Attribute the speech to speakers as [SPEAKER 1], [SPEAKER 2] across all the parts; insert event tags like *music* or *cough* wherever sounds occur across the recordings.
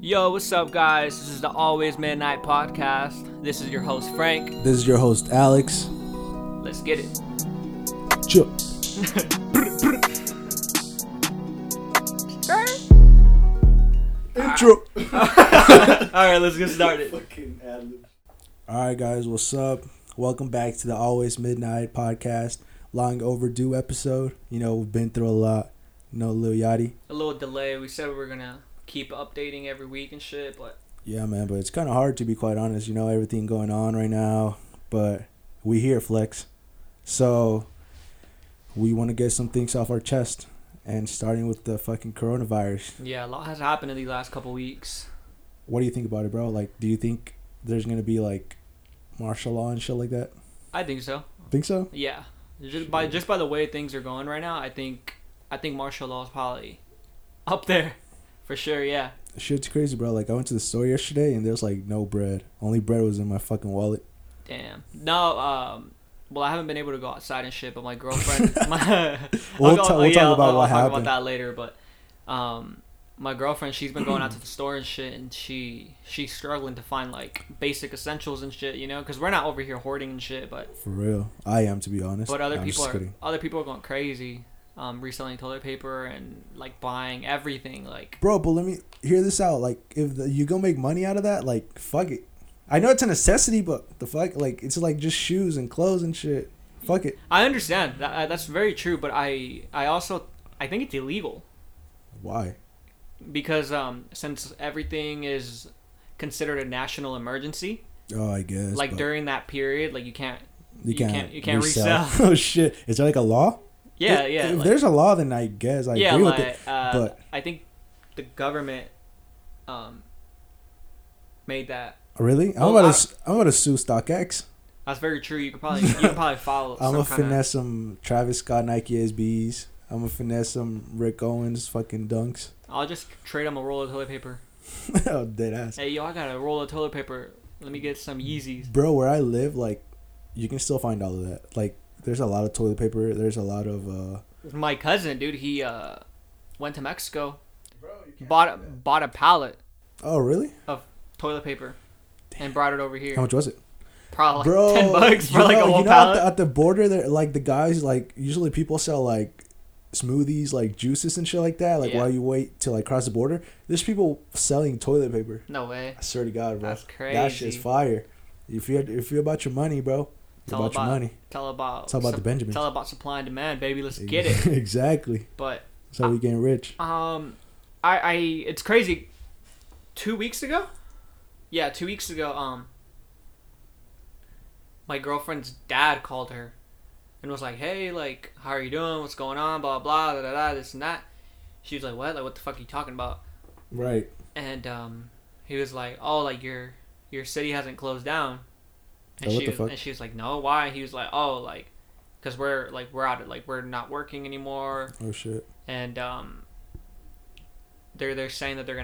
[SPEAKER 1] Yo, what's up, guys? This is the Always Midnight Podcast. This is your host, Frank.
[SPEAKER 2] This is your host, Alex.
[SPEAKER 1] Let's get it.
[SPEAKER 2] Ju- Intro.
[SPEAKER 1] All right, let's get started.
[SPEAKER 3] Fucking ad-lib.
[SPEAKER 2] All right, guys, what's up? Welcome back to the Always Midnight podcast, long overdue episode. You know, we've been through a lot. You know, Lil Yachty.
[SPEAKER 1] A little delay. We said we were going to keep updating every week and shit, but
[SPEAKER 2] Yeah, man, but it's kind of hard to be quite honest. You know, everything going on right now, but we here, Flex. So, we want to get some things off our chest, and starting with the fucking coronavirus.
[SPEAKER 1] yeah, a lot has happened in these last couple weeks.
[SPEAKER 2] What do you think about it, bro? Like, do you think there's going to be, like, martial law and shit like that?
[SPEAKER 1] I think so.
[SPEAKER 2] Think so?
[SPEAKER 1] Yeah. Just by just by the way things are going right now, I think I think martial law is probably up there for sure, yeah.
[SPEAKER 2] Shit's crazy, bro. Like I went to the store yesterday and there's like no bread. Only bread was in my fucking wallet.
[SPEAKER 1] Damn. No, um, well, I haven't been able to go outside and shit, but my *laughs* girlfriend. my,
[SPEAKER 2] We'll
[SPEAKER 1] I'll
[SPEAKER 2] ta-
[SPEAKER 1] go- oh,
[SPEAKER 2] we'll talk
[SPEAKER 1] yeah, I'll-
[SPEAKER 2] about
[SPEAKER 1] I'll
[SPEAKER 2] what
[SPEAKER 1] talk about
[SPEAKER 2] happened.
[SPEAKER 1] that later, but um, my girlfriend, she's been going out to the store and shit, and she she's struggling to find like basic essentials and shit, you know, because we're not over here hoarding and shit, but
[SPEAKER 2] For real, I am to be honest.
[SPEAKER 1] but other
[SPEAKER 2] I'm
[SPEAKER 1] people
[SPEAKER 2] just
[SPEAKER 1] are
[SPEAKER 2] kidding.
[SPEAKER 1] other people are going crazy, um, reselling toilet paper and like buying everything, like
[SPEAKER 2] Bro, but let me hear this out. Like, if the, you go make money out of that, like, fuck it. I know it's a necessity, but the fuck, like, it's like just shoes and clothes and shit. Fuck it.
[SPEAKER 1] I understand that uh, that's very true, but I I also I think it's illegal.
[SPEAKER 2] Why?
[SPEAKER 1] because um, since everything is considered a national emergency,
[SPEAKER 2] Oh, I guess.
[SPEAKER 1] like
[SPEAKER 2] but
[SPEAKER 1] during that period, like you can't, you can't, you can't
[SPEAKER 2] resell.
[SPEAKER 1] resell.
[SPEAKER 2] *laughs* oh shit! Is there like a law?
[SPEAKER 1] Yeah,
[SPEAKER 2] If-
[SPEAKER 1] yeah,
[SPEAKER 2] If
[SPEAKER 1] like-
[SPEAKER 2] there's a law, then I guess I
[SPEAKER 1] yeah,
[SPEAKER 2] agree
[SPEAKER 1] like
[SPEAKER 2] with it.
[SPEAKER 1] uh,
[SPEAKER 2] but-
[SPEAKER 1] I think the government um, made that.
[SPEAKER 2] Really? I'm
[SPEAKER 1] Oh,
[SPEAKER 2] about to.
[SPEAKER 1] I-
[SPEAKER 2] s- I'm about to sue StockX.
[SPEAKER 1] That's very true. You could probably you could
[SPEAKER 2] *laughs*
[SPEAKER 1] probably follow.
[SPEAKER 2] I'm gonna
[SPEAKER 1] some kinda-
[SPEAKER 2] finesse some Travis Scott Nike SBs. I'm gonna finesse some Rick Owens fucking dunks. *laughs*
[SPEAKER 1] I'll just trade him a roll of toilet paper.
[SPEAKER 2] oh, dead ass.
[SPEAKER 1] Hey yo, I got a roll of toilet paper. Let me get some Yeezys.
[SPEAKER 2] Bro, where I live, like, you can still find all of that. Like, there's a lot of toilet paper. There's a lot of, uh,
[SPEAKER 1] My cousin, dude, he uh, went to Mexico, bought a, bought a pallet
[SPEAKER 2] oh, really?
[SPEAKER 1] of toilet paper and brought it over here.
[SPEAKER 2] How much was it?
[SPEAKER 1] Probably like *laughs*
[SPEAKER 2] Bro,
[SPEAKER 1] ten bucks for
[SPEAKER 2] you
[SPEAKER 1] like
[SPEAKER 2] know-
[SPEAKER 1] a whole
[SPEAKER 2] you know, at, the,
[SPEAKER 1] pallet.
[SPEAKER 2] at the border, there, like, the guys, like, usually people sell, like, smoothies, like, juices and shit like that, like,
[SPEAKER 1] Yeah.
[SPEAKER 2] while you wait till, like, cross the border. There's people selling toilet paper.
[SPEAKER 1] No way.
[SPEAKER 2] I swear to God, bro.
[SPEAKER 1] That's
[SPEAKER 2] That shit's
[SPEAKER 1] crazy.
[SPEAKER 2] fire. If you're, if you're about your money, bro, it's
[SPEAKER 1] It's all
[SPEAKER 2] about your
[SPEAKER 1] about-
[SPEAKER 2] money.
[SPEAKER 1] Tell about
[SPEAKER 2] It's all about the Benjamins.
[SPEAKER 1] Tell about supply and demand, baby. Let's get it.
[SPEAKER 2] *laughs*
[SPEAKER 1] Ah.
[SPEAKER 2] exactly.
[SPEAKER 1] But
[SPEAKER 2] That's how we getting rich.
[SPEAKER 1] um, I I it's crazy. Two weeks ago, yeah, two weeks ago, um, my girlfriend's dad called her, and was like, "Hey, like, how are you doing? What's going on? Blah blah blah da, da, da, this and that." She was like, "What? Like, what the fuck are you talking about?"
[SPEAKER 2] Right.
[SPEAKER 1] and um, he was like, "Oh, like your your city hasn't closed down." And
[SPEAKER 2] Oh, what
[SPEAKER 1] she
[SPEAKER 2] the
[SPEAKER 1] was,
[SPEAKER 2] fuck?
[SPEAKER 1] and she was like, "No, why?" He was like, "Oh, like, cause we're like we're out of like we're not working anymore,
[SPEAKER 2] Oh shit.
[SPEAKER 1] and um, they're they're saying that they're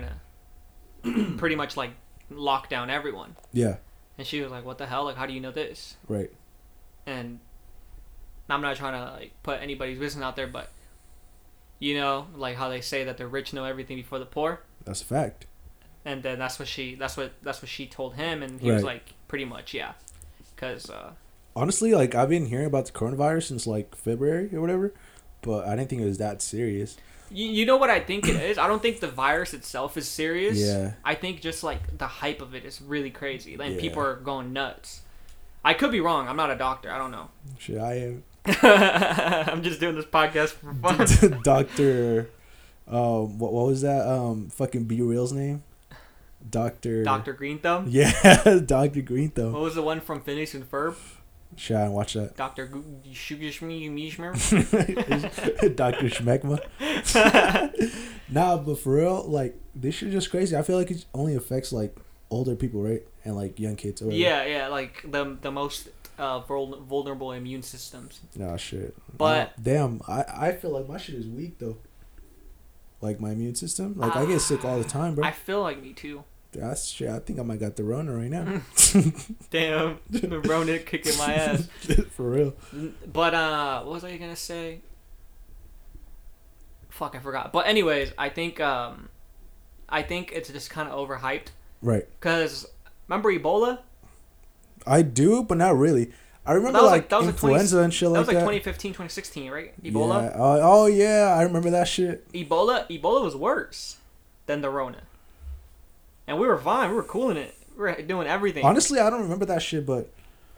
[SPEAKER 1] gonna
[SPEAKER 2] *clears throat*
[SPEAKER 1] pretty much like lock down everyone."
[SPEAKER 2] Yeah.
[SPEAKER 1] And she was like, "What the hell? Like, how do you know this?"
[SPEAKER 2] Right.
[SPEAKER 1] And I'm not trying to like put anybody's business out there, but you know, like how they say that the rich know everything before the poor.
[SPEAKER 2] That's a fact.
[SPEAKER 1] and then that's what she that's what that's what she told him and he was
[SPEAKER 2] Right.
[SPEAKER 1] like pretty much yeah because uh,
[SPEAKER 2] Honestly, like I've been hearing about the coronavirus since like February or whatever, but I didn't think it was that serious.
[SPEAKER 1] you, you know what i think it is i don't think the virus itself is serious
[SPEAKER 2] Yeah.
[SPEAKER 1] i think just like the hype of it is really crazy and
[SPEAKER 2] Yeah.
[SPEAKER 1] people are going nuts i could be wrong i'm not a doctor i don't know *laughs*
[SPEAKER 2] Shit, I am
[SPEAKER 1] i'm just doing this podcast for
[SPEAKER 2] *laughs*
[SPEAKER 1] fun
[SPEAKER 2] Doctor. Um, what what was that? Um, fucking B Real's name. Doctor.
[SPEAKER 1] dr green thumb
[SPEAKER 2] *laughs* Yeah, Doctor Green Thumb.
[SPEAKER 1] what was the one from Phineas and Ferb?
[SPEAKER 2] Shit, I watch that. *laughs*
[SPEAKER 1] Dr. Goo- Shugishmi Mishmer? *laughs*
[SPEAKER 2] Doctor Schmegma. Nah, but for real, like this shit just crazy. I feel like it only affects like older people, right? And like young kids. Or
[SPEAKER 1] yeah, yeah, like the the most uh, vul- vulnerable immune systems.
[SPEAKER 2] Nah, shit.
[SPEAKER 1] But-
[SPEAKER 2] Nah, damn, I I feel like my shit is weak though. Like my immune system, like I get sick all the time, bro.
[SPEAKER 1] I feel like me too.
[SPEAKER 2] That's shit. I think I might got the runner right now.
[SPEAKER 1] Mm.
[SPEAKER 2] *laughs*
[SPEAKER 1] Damn, the Ronin kicking my ass.
[SPEAKER 2] for real.
[SPEAKER 1] But uh, what was I gonna say? Fuck, I forgot. But anyways, I think um, I think it's just kind of overhyped.
[SPEAKER 2] Right.
[SPEAKER 1] Cause remember Ebola?
[SPEAKER 2] I do, but not really. I remember
[SPEAKER 1] was
[SPEAKER 2] like,
[SPEAKER 1] like- that was like 20
[SPEAKER 2] influenza and shit
[SPEAKER 1] That
[SPEAKER 2] like
[SPEAKER 1] was like
[SPEAKER 2] that.
[SPEAKER 1] 2015, 2016, right? Ebola.
[SPEAKER 2] Yeah. Oh, oh yeah, I remember that shit.
[SPEAKER 1] Ebola. Ebola was worse than the Rona. And we were fine. We were cooling it. We were doing everything.
[SPEAKER 2] Honestly, I don't remember that shit, but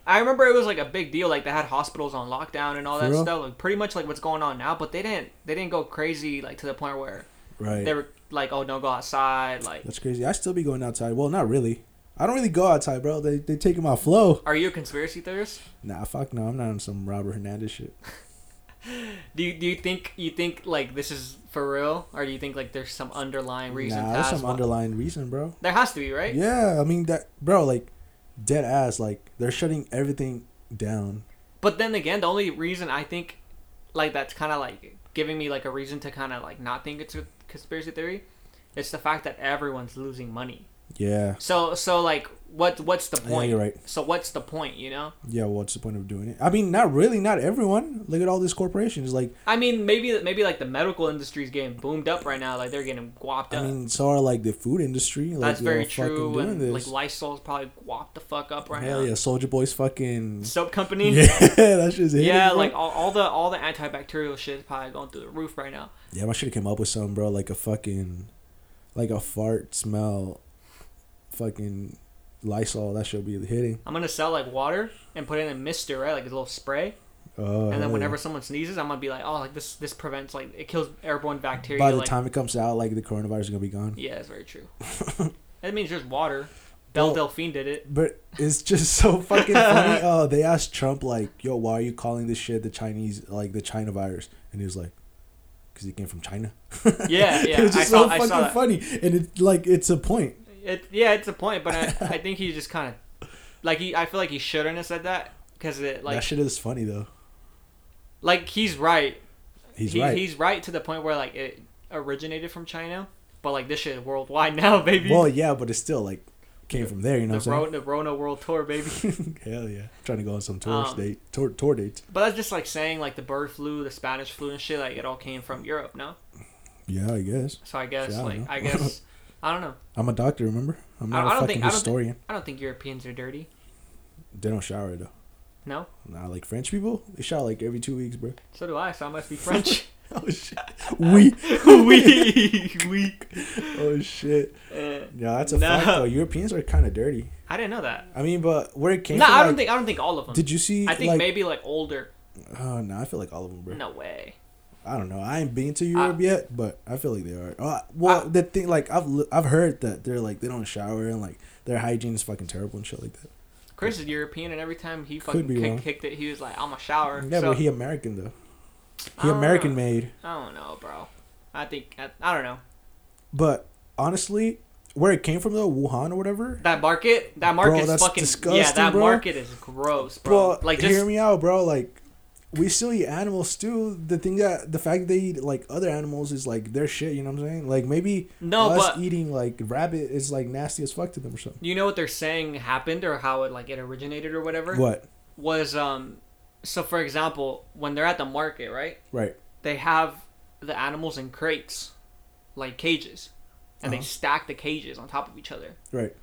[SPEAKER 1] I remember it was like a big deal. Like they had hospitals on lockdown and all
[SPEAKER 2] For
[SPEAKER 1] that
[SPEAKER 2] real?
[SPEAKER 1] stuff. Like pretty much like what's going on now. But they didn't. They didn't go crazy like to the point where
[SPEAKER 2] right.
[SPEAKER 1] they were like, oh, don't go outside. Like,
[SPEAKER 2] That's crazy. I still be going outside. Well, not really. I don't really go outside, bro. They they taking my flow.
[SPEAKER 1] are you a conspiracy theorist?
[SPEAKER 2] Nah, fuck no. I'm not on some Robert Hernandez shit.
[SPEAKER 1] Do you, do you think you think like this is for real, or do you think like there's some underlying reason?
[SPEAKER 2] nah,
[SPEAKER 1] to
[SPEAKER 2] there's
[SPEAKER 1] ask
[SPEAKER 2] some
[SPEAKER 1] why-
[SPEAKER 2] underlying reason, bro.
[SPEAKER 1] there has to be, right?
[SPEAKER 2] Yeah, I mean that, bro. Like, dead ass. Like they're shutting everything down.
[SPEAKER 1] But then again, the only reason I think like that's kind of like giving me like a reason to kind of like not think it's a conspiracy theory, it's the fact that everyone's losing money.
[SPEAKER 2] Yeah.
[SPEAKER 1] So so like what what's the
[SPEAKER 2] Yeah,
[SPEAKER 1] point?
[SPEAKER 2] you're right.
[SPEAKER 1] So what's the point? You know?
[SPEAKER 2] Yeah. What's the point of doing it? I mean, not really. Not everyone. Look at all these corporations. Like,
[SPEAKER 1] I mean, maybe maybe like the medical industry's getting boomed up right now. Like they're getting guapped
[SPEAKER 2] I
[SPEAKER 1] up.
[SPEAKER 2] mean, so are like the food industry. Like,
[SPEAKER 1] that's
[SPEAKER 2] they're
[SPEAKER 1] very
[SPEAKER 2] fucking
[SPEAKER 1] true.
[SPEAKER 2] Doing
[SPEAKER 1] And like
[SPEAKER 2] this.
[SPEAKER 1] Lysol's probably guapped the fuck up right
[SPEAKER 2] Hell
[SPEAKER 1] now.
[SPEAKER 2] yeah, Soldier Boy's fucking.
[SPEAKER 1] Soap company.
[SPEAKER 2] *laughs* Yeah, that shit's hitting,
[SPEAKER 1] Yeah,
[SPEAKER 2] bro.
[SPEAKER 1] like all, all the all the antibacterial shit is probably going through the roof right now.
[SPEAKER 2] Damn, I should have came up with something, bro. Like a fucking, like a fart smell, fucking Lysol. That should be hitting.
[SPEAKER 1] I'm gonna sell like water and put it in a mister, right? Like a little spray.
[SPEAKER 2] Oh,
[SPEAKER 1] and
[SPEAKER 2] hell
[SPEAKER 1] then
[SPEAKER 2] yeah.
[SPEAKER 1] whenever someone sneezes, I'm gonna be like, oh, like this this prevents like it kills airborne bacteria.
[SPEAKER 2] by the
[SPEAKER 1] like,
[SPEAKER 2] time it comes out, like the coronavirus is gonna be gone.
[SPEAKER 1] yeah, it's very
[SPEAKER 2] *laughs*
[SPEAKER 1] true. it means just water. Belle
[SPEAKER 2] Well-
[SPEAKER 1] Delphine did it.
[SPEAKER 2] But it's just
[SPEAKER 1] *laughs*
[SPEAKER 2] so fucking funny. Oh, they asked Trump like, "Yo, why are you calling this shit the Chinese like the China virus?" And he was like, "Cause it came from China." *laughs*
[SPEAKER 1] Yeah,
[SPEAKER 2] it
[SPEAKER 1] yeah,
[SPEAKER 2] was
[SPEAKER 1] I
[SPEAKER 2] just
[SPEAKER 1] saw, I
[SPEAKER 2] so fucking
[SPEAKER 1] saw that.
[SPEAKER 2] funny, and it like it's a point.
[SPEAKER 1] It, yeah, it's a point,
[SPEAKER 2] *laughs*
[SPEAKER 1] but I, I think he just kind of like he. I feel like he shouldn't have said that because it like
[SPEAKER 2] that shit is funny though.
[SPEAKER 1] like he's right.
[SPEAKER 2] He's
[SPEAKER 1] He-
[SPEAKER 2] right.
[SPEAKER 1] He's right to the point where like it originated from China, but like this shit is worldwide *laughs* now, baby.
[SPEAKER 2] well, yeah, but it's still like came from there. You know
[SPEAKER 1] the,
[SPEAKER 2] what I'm saying?
[SPEAKER 1] Ro- the Rona World Tour, baby.
[SPEAKER 2] *laughs* Hell yeah! trying to go on some tourist
[SPEAKER 1] Um,
[SPEAKER 2] date, tour, tour dates.
[SPEAKER 1] But that's just like saying like the bird flu, the Spanish flu, and shit. Like it all came from Europe, no?
[SPEAKER 2] Yeah, I guess.
[SPEAKER 1] So I guess
[SPEAKER 2] Yeah, I
[SPEAKER 1] like
[SPEAKER 2] *laughs* know.
[SPEAKER 1] I guess I don't know.
[SPEAKER 2] I'm a doctor. Remember, I'm
[SPEAKER 1] I-
[SPEAKER 2] not
[SPEAKER 1] I
[SPEAKER 2] a
[SPEAKER 1] don't
[SPEAKER 2] fucking
[SPEAKER 1] think- I don't think-
[SPEAKER 2] historian.
[SPEAKER 1] I don't think Europeans are dirty.
[SPEAKER 2] They don't shower though.
[SPEAKER 1] No,
[SPEAKER 2] Nah, like French people, they shower like every two weeks, bro.
[SPEAKER 1] so do I. So I must be
[SPEAKER 2] *laughs*
[SPEAKER 1] French. *laughs*
[SPEAKER 2] Oh shit. We.
[SPEAKER 1] we we.
[SPEAKER 2] *laughs* Oh shit.
[SPEAKER 1] Uh,
[SPEAKER 2] Yeah, that's a
[SPEAKER 1] No.
[SPEAKER 2] fact though. Europeans are kind of dirty.
[SPEAKER 1] I didn't know that.
[SPEAKER 2] I mean, but where it came
[SPEAKER 1] No,
[SPEAKER 2] from,
[SPEAKER 1] I don't
[SPEAKER 2] like,
[SPEAKER 1] think I don't think all of them.
[SPEAKER 2] Did you see?
[SPEAKER 1] I think
[SPEAKER 2] like,
[SPEAKER 1] maybe like older.
[SPEAKER 2] Oh no, I feel like all of them, bro.
[SPEAKER 1] No way.
[SPEAKER 2] I don't know. I ain't been to Europe yet, but I feel like they are. Oh, I- well,
[SPEAKER 1] I-
[SPEAKER 2] the thing, like I've li- I've heard that they're like they don't shower and like their hygiene is fucking terrible and shit like that.
[SPEAKER 1] Chris is European, and every time he
[SPEAKER 2] Could
[SPEAKER 1] fucking
[SPEAKER 2] be wrong.
[SPEAKER 1] kick, kicked it, he was like, "I'm a shower."
[SPEAKER 2] Yeah,
[SPEAKER 1] so, uh,
[SPEAKER 2] but he American though.
[SPEAKER 1] I
[SPEAKER 2] He
[SPEAKER 1] don't
[SPEAKER 2] American
[SPEAKER 1] know.
[SPEAKER 2] made.
[SPEAKER 1] I don't know, bro. I think I, I don't know
[SPEAKER 2] But honestly, where it came from though, Wuhan or whatever.
[SPEAKER 1] that market. That
[SPEAKER 2] Bro,
[SPEAKER 1] market's
[SPEAKER 2] that's
[SPEAKER 1] fucking yeah.
[SPEAKER 2] disgusting,
[SPEAKER 1] That
[SPEAKER 2] bro.
[SPEAKER 1] market is gross, bro.
[SPEAKER 2] Bro,
[SPEAKER 1] like
[SPEAKER 2] hear
[SPEAKER 1] just
[SPEAKER 2] me out, bro. Like, we still eat animals too. The thing that the fact they eat like other animals is like their shit. You know what I'm saying? Like maybe
[SPEAKER 1] no,
[SPEAKER 2] us
[SPEAKER 1] but
[SPEAKER 2] eating like rabbit is like nasty as fuck to them or something.
[SPEAKER 1] you know what they're saying happened or how it like it originated or whatever
[SPEAKER 2] What?
[SPEAKER 1] was um. So for example, when they're at the market, right?
[SPEAKER 2] Right.
[SPEAKER 1] They have the animals in crates, like cages, and they
[SPEAKER 2] Uh-huh.
[SPEAKER 1] stack the cages on top of each other.
[SPEAKER 2] Right.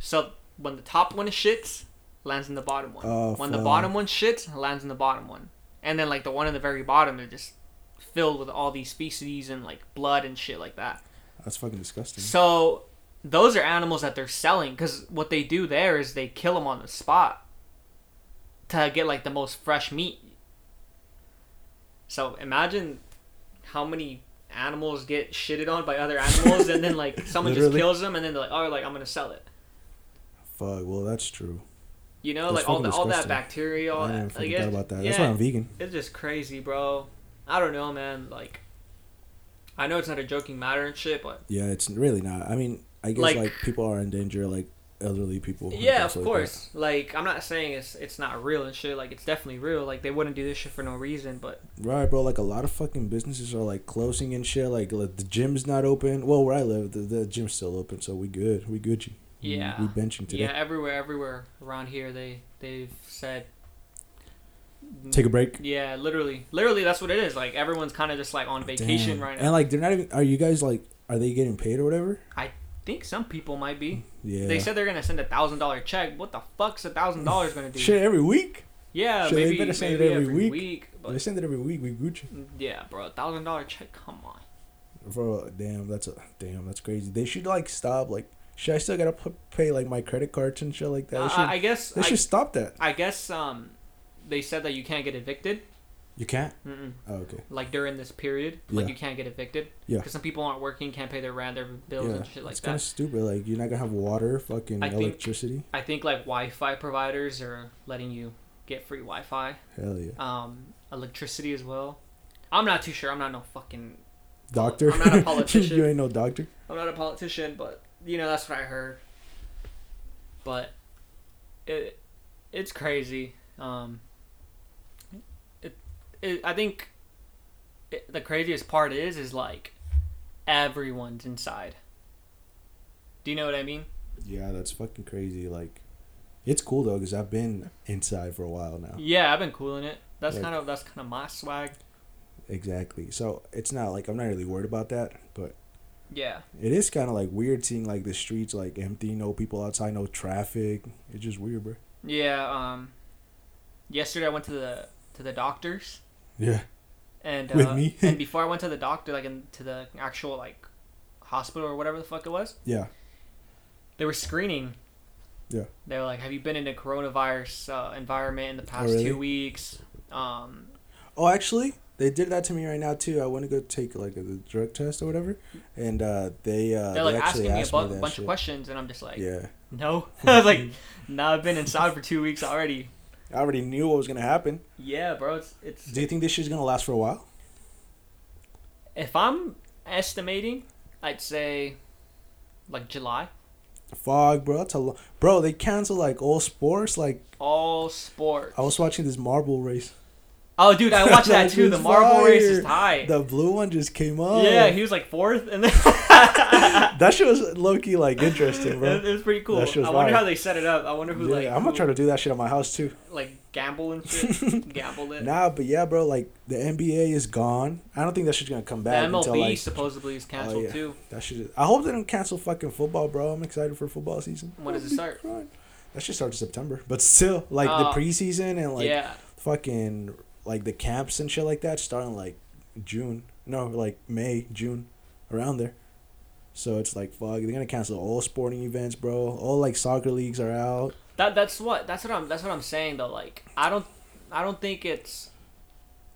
[SPEAKER 1] So when the top one shits, lands in the bottom one.
[SPEAKER 2] Oh,
[SPEAKER 1] when the
[SPEAKER 2] fuck.
[SPEAKER 1] bottom one shits, lands in the bottom one. And then like the one in the very bottom is just filled with all these feces and like blood and shit like that.
[SPEAKER 2] That's fucking disgusting.
[SPEAKER 1] So those are animals that they're selling because what they do there is they kill them on the spot to get like the most fresh meat. So imagine how many animals get shitted on by other animals and then
[SPEAKER 2] *laughs*
[SPEAKER 1] like someone just
[SPEAKER 2] Literally.
[SPEAKER 1] kills them and then they're like, oh, like I'm gonna sell it.
[SPEAKER 2] Fuck. Well, that's true.
[SPEAKER 1] You know,
[SPEAKER 2] That's
[SPEAKER 1] like all
[SPEAKER 2] fucking
[SPEAKER 1] the, all that
[SPEAKER 2] disgusting.
[SPEAKER 1] bacteria, all
[SPEAKER 2] I didn't even
[SPEAKER 1] that. Like,
[SPEAKER 2] fucking
[SPEAKER 1] it's,
[SPEAKER 2] thought about that.
[SPEAKER 1] Yeah,
[SPEAKER 2] That's why I'm vegan.
[SPEAKER 1] it's just crazy, bro. I don't know, man. Like, I know it's not a joking matter and shit, but
[SPEAKER 2] Yeah, it's really not. I mean, I guess
[SPEAKER 1] Like-
[SPEAKER 2] like, people are in danger, like elderly people. and
[SPEAKER 1] yeah,
[SPEAKER 2] things
[SPEAKER 1] of
[SPEAKER 2] like that.
[SPEAKER 1] course. Like, I'm not saying it's it's not real and shit. Like, it's definitely real. Like, they wouldn't do this shit for no reason. But
[SPEAKER 2] Right, bro. Like a lot of fucking businesses are like closing and shit. Like, like, the gym's not open. Well, where I live, the, the gym's still open, so we good. We Gucci. We-
[SPEAKER 1] Yeah.
[SPEAKER 2] We, benching today.
[SPEAKER 1] yeah, everywhere, everywhere around here, they they've said.
[SPEAKER 2] Take a break.
[SPEAKER 1] Yeah, literally, literally, that's what it is. Like, everyone's kind of just like on vacation
[SPEAKER 2] Damn.
[SPEAKER 1] right now.
[SPEAKER 2] And like, they're not even. Are you guys like are they getting paid or whatever?
[SPEAKER 1] think some people might be.
[SPEAKER 2] Yeah.
[SPEAKER 1] They said they're gonna send a thousand dollar check. What the fuck's a thousand dollars gonna do?
[SPEAKER 2] shit every week.
[SPEAKER 1] Yeah,
[SPEAKER 2] Shit, they
[SPEAKER 1] maybe,
[SPEAKER 2] better send it
[SPEAKER 1] maybe
[SPEAKER 2] every
[SPEAKER 1] every
[SPEAKER 2] week.
[SPEAKER 1] week.
[SPEAKER 2] they
[SPEAKER 1] but
[SPEAKER 2] send it every week. We Gucci.
[SPEAKER 1] yeah, bro, a thousand dollar check. Come on.
[SPEAKER 2] Bro, damn, that's a damn, that's crazy. They should like stop. Like, shit, I still gotta p- pay like my credit cards and shit like that. They
[SPEAKER 1] Uh,
[SPEAKER 2] should,
[SPEAKER 1] I, I guess.
[SPEAKER 2] they
[SPEAKER 1] I,
[SPEAKER 2] should stop that.
[SPEAKER 1] I guess. Um, they said that you can't get evicted.
[SPEAKER 2] You can't.
[SPEAKER 1] Mm-mm.
[SPEAKER 2] Oh, okay.
[SPEAKER 1] Like during this period, like
[SPEAKER 2] Yeah.
[SPEAKER 1] you can't get evicted.
[SPEAKER 2] Yeah.
[SPEAKER 1] Because some people aren't working, can't pay their rent, their bills,
[SPEAKER 2] Yeah,
[SPEAKER 1] and shit like
[SPEAKER 2] it's kind
[SPEAKER 1] that.
[SPEAKER 2] of stupid. Like, you're not gonna have water, fucking
[SPEAKER 1] I think-
[SPEAKER 2] electricity.
[SPEAKER 1] I think like Wi-Fi providers are letting you get free Wi-Fi,
[SPEAKER 2] Hell yeah,
[SPEAKER 1] um, electricity as well. I'm not too sure. I'm not no fucking.
[SPEAKER 2] doctor.
[SPEAKER 1] I'm not a
[SPEAKER 2] *laughs* You-
[SPEAKER 1] politician.
[SPEAKER 2] you ain't no doctor.
[SPEAKER 1] I'm not a politician, but you know that's what I heard. But it it's crazy. Um, it, it I think it, the craziest part is is like everyone's inside. Do you know what I mean?
[SPEAKER 2] Yeah, that's fucking crazy. Like, it's cool though because I've been inside for a while now.
[SPEAKER 1] Yeah, I've been cooling it. That's
[SPEAKER 2] Like-
[SPEAKER 1] kind of that's kind of my swag.
[SPEAKER 2] Exactly. So it's not like I'm not really worried about that, but
[SPEAKER 1] Yeah.
[SPEAKER 2] it is kind of like weird seeing like the streets like empty, no people outside, no traffic. It's just weird, bro.
[SPEAKER 1] Yeah, um yesterday I went to the to the doctors
[SPEAKER 2] Yeah.
[SPEAKER 1] and uh,
[SPEAKER 2] With me?
[SPEAKER 1] *laughs* and before I went to the doctor like in, to the actual like hospital or whatever the fuck it was,
[SPEAKER 2] Yeah.
[SPEAKER 1] they were screening.
[SPEAKER 2] Yeah. Oh,
[SPEAKER 1] They were like, "Have you been in a coronavirus uh, environment in the past
[SPEAKER 2] really?
[SPEAKER 1] two weeks?" Um,
[SPEAKER 2] Oh, actually, they did that to me right now too. I want to go take like a drug test or whatever, and uh, they uh,
[SPEAKER 1] they're like
[SPEAKER 2] they
[SPEAKER 1] asking
[SPEAKER 2] actually
[SPEAKER 1] me a
[SPEAKER 2] asked
[SPEAKER 1] bu-
[SPEAKER 2] me that
[SPEAKER 1] bunch
[SPEAKER 2] shit.
[SPEAKER 1] of questions, and I'm just like,
[SPEAKER 2] Yeah,
[SPEAKER 1] "No," *laughs* I was
[SPEAKER 2] *laughs*
[SPEAKER 1] like, "No, I've been inside for two weeks already."
[SPEAKER 2] I already knew what was gonna happen.
[SPEAKER 1] Yeah, bro, it's it's.
[SPEAKER 2] Do you think this shit's gonna last for a while?
[SPEAKER 1] If I'm estimating, I'd say, like July.
[SPEAKER 2] Fuck, bro, that's a lo- bro. They canceled like all sports. Like
[SPEAKER 1] All sports.
[SPEAKER 2] I was watching this marble race.
[SPEAKER 1] Oh, dude, I watched
[SPEAKER 2] *laughs*
[SPEAKER 1] that too. The
[SPEAKER 2] He's
[SPEAKER 1] marble race is
[SPEAKER 2] fired.
[SPEAKER 1] high.
[SPEAKER 2] The oh. blue one just came up.
[SPEAKER 1] Yeah, he was like fourth, and then
[SPEAKER 2] *laughs*
[SPEAKER 1] *laughs*
[SPEAKER 2] that shit was low key like interesting, bro.
[SPEAKER 1] it, it was pretty cool.
[SPEAKER 2] That shit was
[SPEAKER 1] I wonder
[SPEAKER 2] fire.
[SPEAKER 1] how they set *laughs* it up. I wonder who
[SPEAKER 2] Yeah,
[SPEAKER 1] like
[SPEAKER 2] I'm
[SPEAKER 1] who,
[SPEAKER 2] gonna try to do that shit at my house too.
[SPEAKER 1] like gamble and
[SPEAKER 2] *laughs*
[SPEAKER 1] shit. Gambled it.
[SPEAKER 2] Nah, but yeah, bro, like the NBA is gone. I don't think that shit's gonna come
[SPEAKER 1] the
[SPEAKER 2] back
[SPEAKER 1] MLB
[SPEAKER 2] until like oh,
[SPEAKER 1] supposedly is canceled
[SPEAKER 2] yeah.
[SPEAKER 1] too.
[SPEAKER 2] that shit. I hope they don't cancel fucking football, bro. I'm excited for football season.
[SPEAKER 1] When does it
[SPEAKER 2] Holy
[SPEAKER 1] start?
[SPEAKER 2] crud. That should start in September, but still, like the
[SPEAKER 1] Uh,
[SPEAKER 2] preseason and *laughs* like
[SPEAKER 1] yeah,
[SPEAKER 2] fucking like the camps and shit like that starting like June. No, like May, June, around there. So it's like fuck, they're gonna cancel all sporting events, bro. All like soccer leagues are out.
[SPEAKER 1] that that's what that's what I'm that's what I'm saying though. Like I don't I don't think it's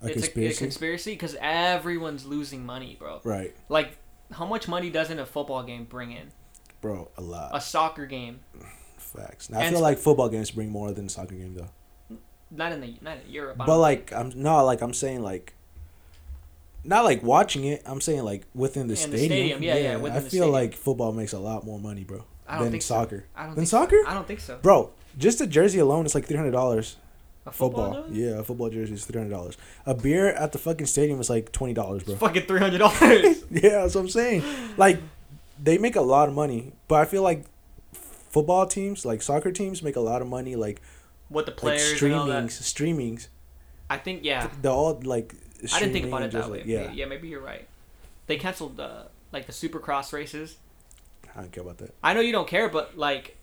[SPEAKER 2] A
[SPEAKER 1] it's
[SPEAKER 2] conspiracy,
[SPEAKER 1] a conspiracy because everyone's losing money, bro.
[SPEAKER 2] right,
[SPEAKER 1] Like how much money doesn't a football game bring in?
[SPEAKER 2] bro? A lot.
[SPEAKER 1] A soccer game,
[SPEAKER 2] Facts. Now, I
[SPEAKER 1] And
[SPEAKER 2] feel
[SPEAKER 1] sp-
[SPEAKER 2] like football games bring more than soccer game though.
[SPEAKER 1] not in the not in Europe. I
[SPEAKER 2] But
[SPEAKER 1] don't-
[SPEAKER 2] like I'm not like I'm saying like not like watching it. I'm saying like within the,
[SPEAKER 1] In the
[SPEAKER 2] stadium.
[SPEAKER 1] stadium, yeah, yeah, within
[SPEAKER 2] I
[SPEAKER 1] the
[SPEAKER 2] feel
[SPEAKER 1] stadium.
[SPEAKER 2] like football makes a lot more money, bro,
[SPEAKER 1] I don't
[SPEAKER 2] than
[SPEAKER 1] think so.
[SPEAKER 2] soccer.
[SPEAKER 1] I don't
[SPEAKER 2] Then
[SPEAKER 1] think so.
[SPEAKER 2] soccer?
[SPEAKER 1] I don't think so.
[SPEAKER 2] Bro, just a jersey alone is like three hundred dollars.
[SPEAKER 1] A
[SPEAKER 2] Football,
[SPEAKER 1] though?
[SPEAKER 2] yeah, a football jersey is three hundred dollars. A beer at the fucking stadium is like twenty dollars, bro. *laughs*
[SPEAKER 1] It's fucking three hundred dollars.
[SPEAKER 2] yeah, that's what I'm saying. Like, they make a lot of money, but I feel like football teams, like soccer teams, make a lot of money, like
[SPEAKER 1] What the players
[SPEAKER 2] like
[SPEAKER 1] and all
[SPEAKER 2] streamings,
[SPEAKER 1] that.
[SPEAKER 2] streamings.
[SPEAKER 1] I think yeah.
[SPEAKER 2] The all like.
[SPEAKER 1] I didn't think about it that
[SPEAKER 2] streaming, just,
[SPEAKER 1] way.
[SPEAKER 2] like,
[SPEAKER 1] yeah.
[SPEAKER 2] Yeah,
[SPEAKER 1] Maybe, yeah, maybe you're right. They canceled the like the Supercross races.
[SPEAKER 2] I don't care about that.
[SPEAKER 1] I know you don't care, but like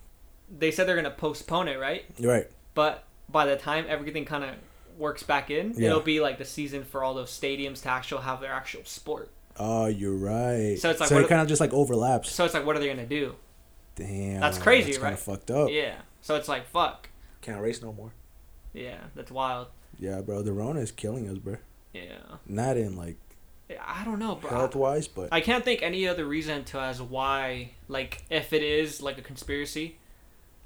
[SPEAKER 1] they said they're gonna postpone it, right?
[SPEAKER 2] You're right.
[SPEAKER 1] But by the time everything kind of works back in,
[SPEAKER 2] Yeah.
[SPEAKER 1] it'll be like the season for all those stadiums to actually have their actual sport.
[SPEAKER 2] Oh, you're right.
[SPEAKER 1] So it's like,
[SPEAKER 2] so
[SPEAKER 1] what
[SPEAKER 2] it
[SPEAKER 1] are-
[SPEAKER 2] kind of just like overlaps.
[SPEAKER 1] So it's like, what are they gonna do?
[SPEAKER 2] Damn.
[SPEAKER 1] That's crazy,
[SPEAKER 2] Kind
[SPEAKER 1] right?
[SPEAKER 2] of fucked up.
[SPEAKER 1] Yeah. So it's like fuck.
[SPEAKER 2] Can't race no more.
[SPEAKER 1] Yeah, that's wild.
[SPEAKER 2] Yeah, bro. The Rona is killing us, bro.
[SPEAKER 1] Yeah.
[SPEAKER 2] Not in like
[SPEAKER 1] I don't know, bro.
[SPEAKER 2] health
[SPEAKER 1] *laughs*
[SPEAKER 2] wise, but
[SPEAKER 1] I can't think any other reason to as why, like, if it is like a conspiracy,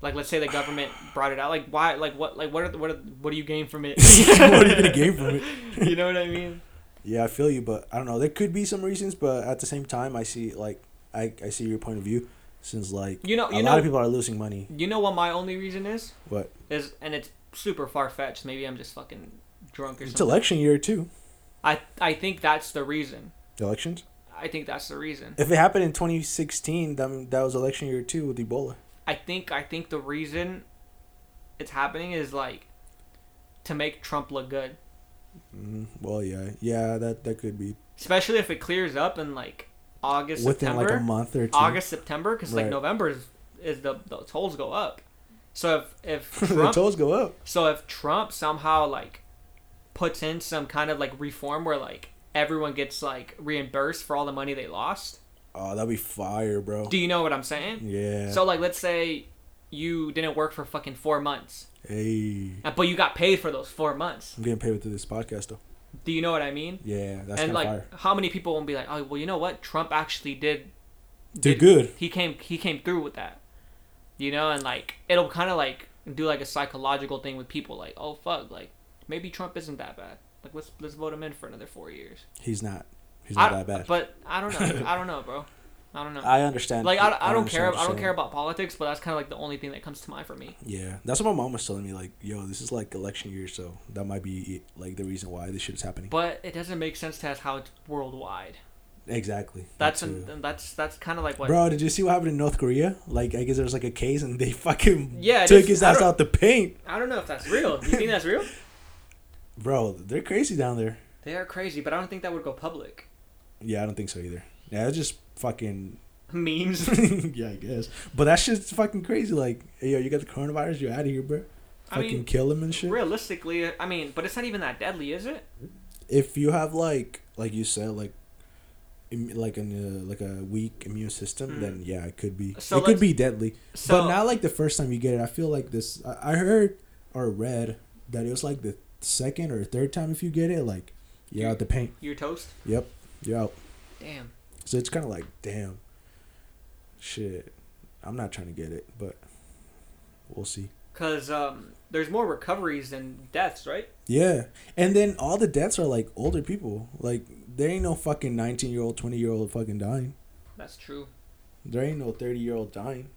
[SPEAKER 1] like let's say the
[SPEAKER 2] *sighs*
[SPEAKER 1] government brought it out, like why, like what, like what are the, what are, what do you gain from it?
[SPEAKER 2] *laughs* What are you gonna gain from
[SPEAKER 1] it? *laughs* you know what I mean?
[SPEAKER 2] yeah, I feel you. But I don't know. There could be some reasons, but at the same time, I see like I I see your point of view. Since like
[SPEAKER 1] You know,
[SPEAKER 2] a
[SPEAKER 1] you
[SPEAKER 2] lot
[SPEAKER 1] know,
[SPEAKER 2] of people are losing money.
[SPEAKER 1] you know what my only reason is
[SPEAKER 2] What?
[SPEAKER 1] is, and it's super far fetched. Maybe I'm just fucking drunk or
[SPEAKER 2] It's
[SPEAKER 1] something.
[SPEAKER 2] election year too.
[SPEAKER 1] I I think that's the reason.
[SPEAKER 2] Elections.
[SPEAKER 1] I think that's the reason.
[SPEAKER 2] If it happened in 2016, then that was election year too with Ebola.
[SPEAKER 1] I think I think the reason it's happening is like to make Trump look good.
[SPEAKER 2] Mm, well, Mm-hmm. yeah, yeah, that that could be.
[SPEAKER 1] especially if it clears up and like August,
[SPEAKER 2] within
[SPEAKER 1] September.
[SPEAKER 2] like a month or two.
[SPEAKER 1] August, September, because like
[SPEAKER 2] Right.
[SPEAKER 1] November is, is the, the tolls go up. So if if
[SPEAKER 2] *laughs* *laughs* the
[SPEAKER 1] Trump,
[SPEAKER 2] tolls go up.
[SPEAKER 1] so if Trump somehow like puts in some kind of like reform where like everyone gets like reimbursed for all the money they lost,
[SPEAKER 2] Oh, that'd be fire, bro.
[SPEAKER 1] do you know what I'm saying?
[SPEAKER 2] yeah.
[SPEAKER 1] So like, let's say you didn't work for fucking four months,
[SPEAKER 2] hey,
[SPEAKER 1] uh, but you got paid for those four months.
[SPEAKER 2] I'm getting paid through this podcast though.
[SPEAKER 1] Do you know what I mean?
[SPEAKER 2] Yeah, that's
[SPEAKER 1] and
[SPEAKER 2] kind of
[SPEAKER 1] like,
[SPEAKER 2] fire.
[SPEAKER 1] how many people will be like, oh, well, you know what? Trump actually did
[SPEAKER 2] Dude, good.
[SPEAKER 1] He came he came through with that, you know, and like it'll kind of like do like a psychological thing with people, like, oh fuck, like maybe Trump isn't that bad. Like let's let's vote him in for another four years.
[SPEAKER 2] He's not. He's not
[SPEAKER 1] I-
[SPEAKER 2] that bad.
[SPEAKER 1] But I don't know. I don't know,
[SPEAKER 2] *laughs*
[SPEAKER 1] bro. I don't know.
[SPEAKER 2] I understand.
[SPEAKER 1] like I, I don't
[SPEAKER 2] understand
[SPEAKER 1] care.
[SPEAKER 2] what you're
[SPEAKER 1] I don't
[SPEAKER 2] saying.
[SPEAKER 1] care about politics, but that's kind of like the only thing that comes to mind for me.
[SPEAKER 2] Yeah, that's what my mom was telling me. Like, yo, this is like election year, so that might be it, like the reason why this shit is happening.
[SPEAKER 1] But it doesn't make sense to us how it's worldwide.
[SPEAKER 2] exactly.
[SPEAKER 1] That's
[SPEAKER 2] Me too.
[SPEAKER 1] an, that's that's kind of like what.
[SPEAKER 2] Bro, did you see what happened in North Korea? Like, I guess there was like a case, and they *laughs* fucking
[SPEAKER 1] Yeah,
[SPEAKER 2] took
[SPEAKER 1] just-
[SPEAKER 2] his
[SPEAKER 1] I
[SPEAKER 2] ass
[SPEAKER 1] don't-
[SPEAKER 2] out the paint.
[SPEAKER 1] I don't know if that's real. Do you think that's real?
[SPEAKER 2] Bro, they're crazy down there.
[SPEAKER 1] They are crazy, but I don't think that would go public. *laughs*
[SPEAKER 2] Yeah, I don't think so either. Yeah, it's just fucking. *laughs*
[SPEAKER 1] Memes.
[SPEAKER 2] yeah, I guess. But that shit's fucking crazy. Like, hey, yo, you got the coronavirus, you're out of here, bro.
[SPEAKER 1] *laughs* I
[SPEAKER 2] Fucking
[SPEAKER 1] mean,
[SPEAKER 2] kill him and shit.
[SPEAKER 1] Realistically, I mean, but it's not even that deadly, is it?
[SPEAKER 2] If you have like, like you said, like, Im- like an uh, like a weak immune system,
[SPEAKER 1] Mm.
[SPEAKER 2] then yeah, it could be.
[SPEAKER 1] So
[SPEAKER 2] it could
[SPEAKER 1] let's-
[SPEAKER 2] be deadly.
[SPEAKER 1] So
[SPEAKER 2] but not like the first time you get it. I feel like this. I, I heard or read that it was like the second or third time if you get it, like you're out the paint.
[SPEAKER 1] you're toast.
[SPEAKER 2] Yep, you're out.
[SPEAKER 1] Damn.
[SPEAKER 2] So it's kind of like, damn, shit. I'm not trying to get it, but we'll see.
[SPEAKER 1] Cause um, there's more recoveries than deaths, right?
[SPEAKER 2] Yeah, and then all the deaths are like older people. Like there ain't no fucking 19 year old, 20 year old fucking dying.
[SPEAKER 1] That's true.
[SPEAKER 2] There ain't no 30 year old dying.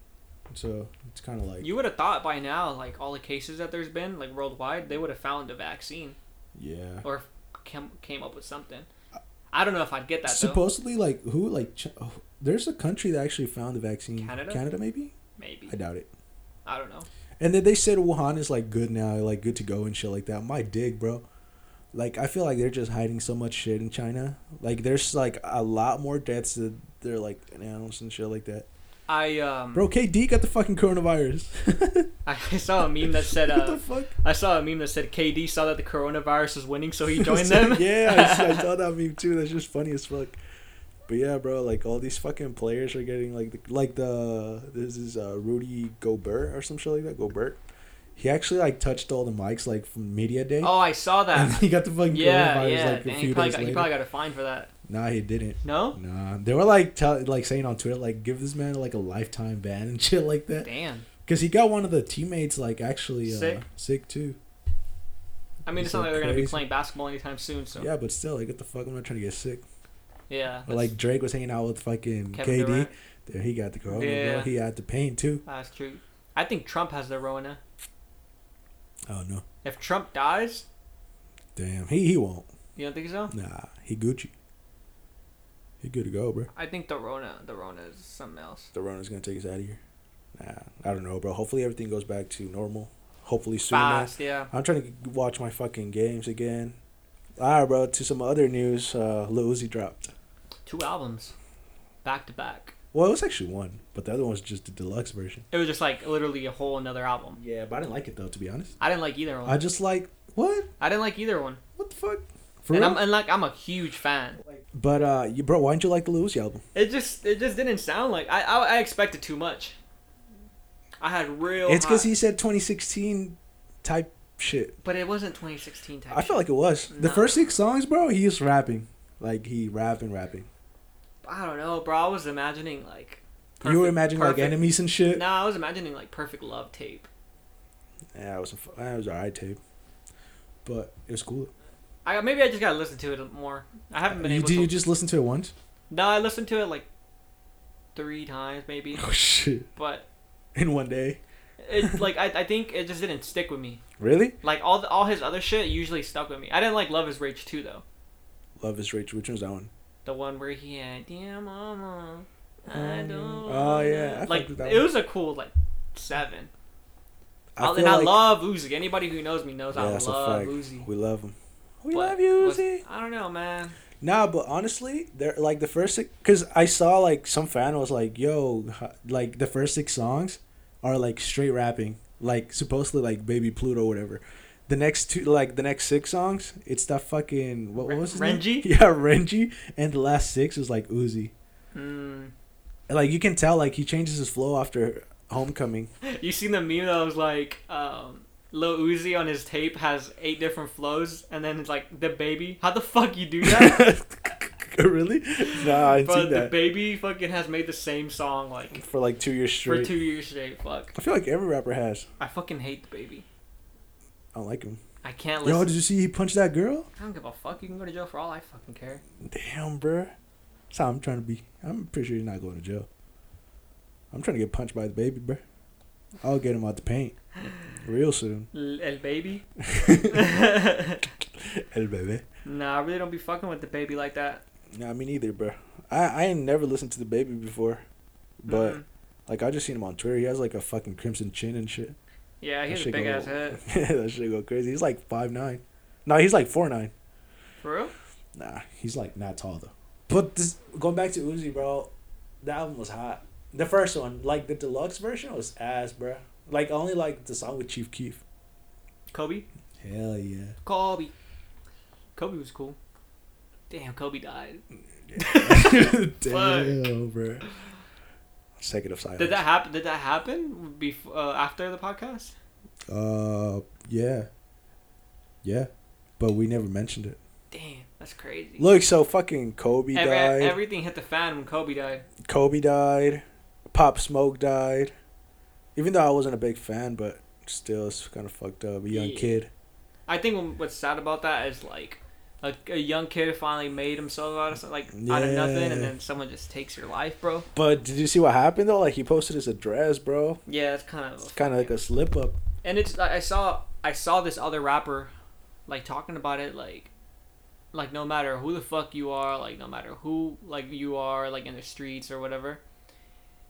[SPEAKER 2] So it's kind of like,
[SPEAKER 1] You would have thought by now, like all the cases that there's been, like worldwide, they would have found a vaccine
[SPEAKER 2] yeah.
[SPEAKER 1] or came came up with something. I don't know if I'd get that though.
[SPEAKER 2] Supposedly, like who, like Ch- oh, there's a country that actually found the vaccine.
[SPEAKER 1] Canada?
[SPEAKER 2] Canada, maybe.
[SPEAKER 1] Maybe
[SPEAKER 2] I doubt it.
[SPEAKER 1] I don't know.
[SPEAKER 2] And then they said Wuhan is like good now, like good to go and shit like that. My dig, bro. Like I feel like they're just hiding so much shit in China. Like there's like a lot more deaths that they're like announced and shit like that.
[SPEAKER 1] I um,
[SPEAKER 2] Bro, KD got the fucking coronavirus.
[SPEAKER 1] *laughs* I saw a meme that said
[SPEAKER 2] *laughs* what
[SPEAKER 1] uh,
[SPEAKER 2] the fuck?
[SPEAKER 1] I saw a meme that said KD saw that the coronavirus was winning,
[SPEAKER 2] *laughs*
[SPEAKER 1] so he Oh, joined them.
[SPEAKER 2] yeah, I
[SPEAKER 1] *laughs*
[SPEAKER 2] s- I, saw that meme too. That's just funny as fuck. But yeah, bro, like all these fucking players are getting like the, like the this is uh, Rudy Gobert or some shit like that. Gobert, he actually like touched all the mics like from media day.
[SPEAKER 1] Oh, I saw
[SPEAKER 2] and *laughs*
[SPEAKER 1] that.
[SPEAKER 2] he got the fucking
[SPEAKER 1] Yeah,
[SPEAKER 2] coronavirus
[SPEAKER 1] yeah.
[SPEAKER 2] like
[SPEAKER 1] Dang,
[SPEAKER 2] a
[SPEAKER 1] he,
[SPEAKER 2] few
[SPEAKER 1] probably
[SPEAKER 2] days
[SPEAKER 1] got, he
[SPEAKER 2] later.
[SPEAKER 1] probably got a fine for that.
[SPEAKER 2] Nah, he didn't.
[SPEAKER 1] No?
[SPEAKER 2] Nah, they were like tell, like saying on Twitter like give this man like a lifetime ban and *laughs* shit like that
[SPEAKER 1] Damn.
[SPEAKER 2] because he got one of the teammates like actually uh,
[SPEAKER 1] Sick.
[SPEAKER 2] sick. too.
[SPEAKER 1] I mean,
[SPEAKER 2] Is
[SPEAKER 1] it's not
[SPEAKER 2] that
[SPEAKER 1] like they're going to be
[SPEAKER 2] crazy?
[SPEAKER 1] playing basketball anytime soon, so. Yeah.
[SPEAKER 2] Yeah, but still, like what the fuck? I'm not trying to get sick. Or
[SPEAKER 1] that's-
[SPEAKER 2] like Drake was hanging out with fucking
[SPEAKER 1] Kevin
[SPEAKER 2] KD.
[SPEAKER 1] Durant.
[SPEAKER 2] There he got the corona.
[SPEAKER 1] Yeah.
[SPEAKER 2] Bro. He had the pain too.
[SPEAKER 1] That's true. I think Trump has the Rona.
[SPEAKER 2] Oh no,
[SPEAKER 1] If Trump dies,
[SPEAKER 2] damn. He he won't.
[SPEAKER 1] you don't think so?
[SPEAKER 2] Nah, he Gucci. He good to go, bro.
[SPEAKER 1] I think the Rona, the Rona is something else.
[SPEAKER 2] The Rona's gonna take us out of here. Nah, I don't know, bro. Hopefully everything goes back to normal. Hopefully soon. man.
[SPEAKER 1] Fast, yeah.
[SPEAKER 2] I'm trying to watch my fucking games again. All right, bro. To some other news, uh, Lil Uzi dropped.
[SPEAKER 1] Two albums, back to back.
[SPEAKER 2] Well, it was actually one, but the other one was just the deluxe version.
[SPEAKER 1] It was just like literally a whole another album.
[SPEAKER 2] Yeah, but I didn't like it though, to be honest.
[SPEAKER 1] I didn't like either one.
[SPEAKER 2] I just like what?
[SPEAKER 1] I didn't like either one.
[SPEAKER 2] What the fuck? For
[SPEAKER 1] And
[SPEAKER 2] real?
[SPEAKER 1] I'm and like I'm a huge fan.
[SPEAKER 2] But uh, you, bro, why didn't you like the Lil Uzi album?
[SPEAKER 1] It just it just didn't sound like I I, I expected too much. I had real.
[SPEAKER 2] it's because
[SPEAKER 1] high-
[SPEAKER 2] he said 2016 type shit.
[SPEAKER 1] But it wasn't 2016 type.
[SPEAKER 2] I felt like it was the
[SPEAKER 1] No.
[SPEAKER 2] first six songs, bro. He was rapping, like he rapping, rapping.
[SPEAKER 1] I don't know, bro. I was imagining like.
[SPEAKER 2] you were
[SPEAKER 1] perfect-
[SPEAKER 2] imagining like
[SPEAKER 1] perfect-
[SPEAKER 2] enemies and shit.
[SPEAKER 1] No, I was imagining like perfect love tape.
[SPEAKER 2] Yeah, it was a fu- it was alright tape, but it was cool.
[SPEAKER 1] I maybe I just gotta listen to it more. I haven't been
[SPEAKER 2] You,
[SPEAKER 1] able
[SPEAKER 2] did
[SPEAKER 1] to.
[SPEAKER 2] you just listen to it once?
[SPEAKER 1] *laughs* No, I listened to it like three times maybe,
[SPEAKER 2] Oh shit!
[SPEAKER 1] but
[SPEAKER 2] In one day, *laughs*
[SPEAKER 1] it like I, I think it just didn't stick with me.
[SPEAKER 2] really?
[SPEAKER 1] Like all the, all his other shit usually stuck with me. I didn't like Love Is Rage too though.
[SPEAKER 2] Love is Rage. Which one's that one?
[SPEAKER 1] The one where he had Dear Mama, I
[SPEAKER 2] Um,
[SPEAKER 1] don't.
[SPEAKER 2] oh, yeah, I
[SPEAKER 1] wanna-"
[SPEAKER 2] fucked
[SPEAKER 1] like
[SPEAKER 2] with that
[SPEAKER 1] it
[SPEAKER 2] one.
[SPEAKER 1] was a cool like seven.
[SPEAKER 2] I
[SPEAKER 1] I and
[SPEAKER 2] feel
[SPEAKER 1] I
[SPEAKER 2] like-
[SPEAKER 1] love Uzi. Anybody who knows me knows
[SPEAKER 2] Yeah,
[SPEAKER 1] I
[SPEAKER 2] that's a
[SPEAKER 1] love
[SPEAKER 2] fact.
[SPEAKER 1] Uzi.
[SPEAKER 2] We love him. We
[SPEAKER 1] But
[SPEAKER 2] love you,
[SPEAKER 1] was-
[SPEAKER 2] Uzi.
[SPEAKER 1] I don't know, man.
[SPEAKER 2] Nah, but honestly, they're like the first because I saw like some fan was like, "Yo, h- like the first six songs are like straight rapping, like supposedly like Baby Pluto, whatever." The next two, like the next six songs, it's that fucking what, what was his name?
[SPEAKER 1] Renji?
[SPEAKER 2] *laughs* Yeah, Renji, and the last six was like Uzi.
[SPEAKER 1] Mm.
[SPEAKER 2] Like you can tell, like he changes his flow after Homecoming.
[SPEAKER 1] You seen the meme that was like, um, Lil Uzi on his tape has eight different flows, and then it's like the baby. How the fuck you do
[SPEAKER 2] *laughs*
[SPEAKER 1] that?
[SPEAKER 2] really? Nah, I didn't see
[SPEAKER 1] but the
[SPEAKER 2] that
[SPEAKER 1] baby fucking has made the same song like
[SPEAKER 2] for like two years
[SPEAKER 1] for
[SPEAKER 2] straight.
[SPEAKER 1] two years straight. Fuck,
[SPEAKER 2] I feel like every rapper has.
[SPEAKER 1] I fucking hate the baby.
[SPEAKER 2] I don't like him.
[SPEAKER 1] I can't listen.
[SPEAKER 2] Yo, did you see he punched that girl?
[SPEAKER 1] I don't give a fuck. You can go to jail for all I fucking care.
[SPEAKER 2] Damn, bruh. That's how I'm trying to be. I'm pretty sure you're not going to jail. I'm trying to get punched by the baby, bruh. I'll get him out the paint real soon.
[SPEAKER 1] L- El
[SPEAKER 2] *laughs*
[SPEAKER 1] baby. *laughs*
[SPEAKER 2] El baby.
[SPEAKER 1] nah, I really don't be fucking with the baby like that.
[SPEAKER 2] Nah, me neither, bruh. I, I ain't never listened to the baby before. But,
[SPEAKER 1] Mm.
[SPEAKER 2] like, I just seen him on Twitter. He has, like, a fucking crimson chin and shit. *laughs*
[SPEAKER 1] yeah, he's a big ass head.
[SPEAKER 2] head. that shit go crazy. He's, like, five nine. No, he's, like, four nine.
[SPEAKER 1] For real?
[SPEAKER 2] Nah, he's like not tall though. But this going back to Uzi, bro, the album was hot. The first one, like the deluxe version, was ass, bro. Like I only like the song with Chief Keef.
[SPEAKER 1] Kobe. *laughs*
[SPEAKER 2] Hell yeah.
[SPEAKER 1] Kobe. Kobe was cool. Damn, Kobe died.
[SPEAKER 2] Damn, bro. Second of silence.
[SPEAKER 1] Did that happen? Did that happen before uh, after the podcast?
[SPEAKER 2] Uh, yeah, yeah, but we never mentioned it.
[SPEAKER 1] Damn, that's crazy.
[SPEAKER 2] Look, so fucking Kobe
[SPEAKER 1] Every-
[SPEAKER 2] died.
[SPEAKER 1] everything hit the fan when Kobe died.
[SPEAKER 2] Kobe died, Pop Smoke died. Even though I wasn't a big fan, but still, it's kind of fucked up. A young
[SPEAKER 1] Yeah.
[SPEAKER 2] kid.
[SPEAKER 1] I think when- what's sad about that is like a, a young kid finally made himself out of some- like out of nothing,
[SPEAKER 2] Yeah.
[SPEAKER 1] and then someone just takes your life, bro.
[SPEAKER 2] But did you see what happened though? Like he posted his address, bro.
[SPEAKER 1] Yeah, it's kind of
[SPEAKER 2] It's kind of like a slip up.
[SPEAKER 1] and it's like I saw I saw this other rapper like talking about it like like no matter who the fuck you are like no matter who like you are like in the streets or whatever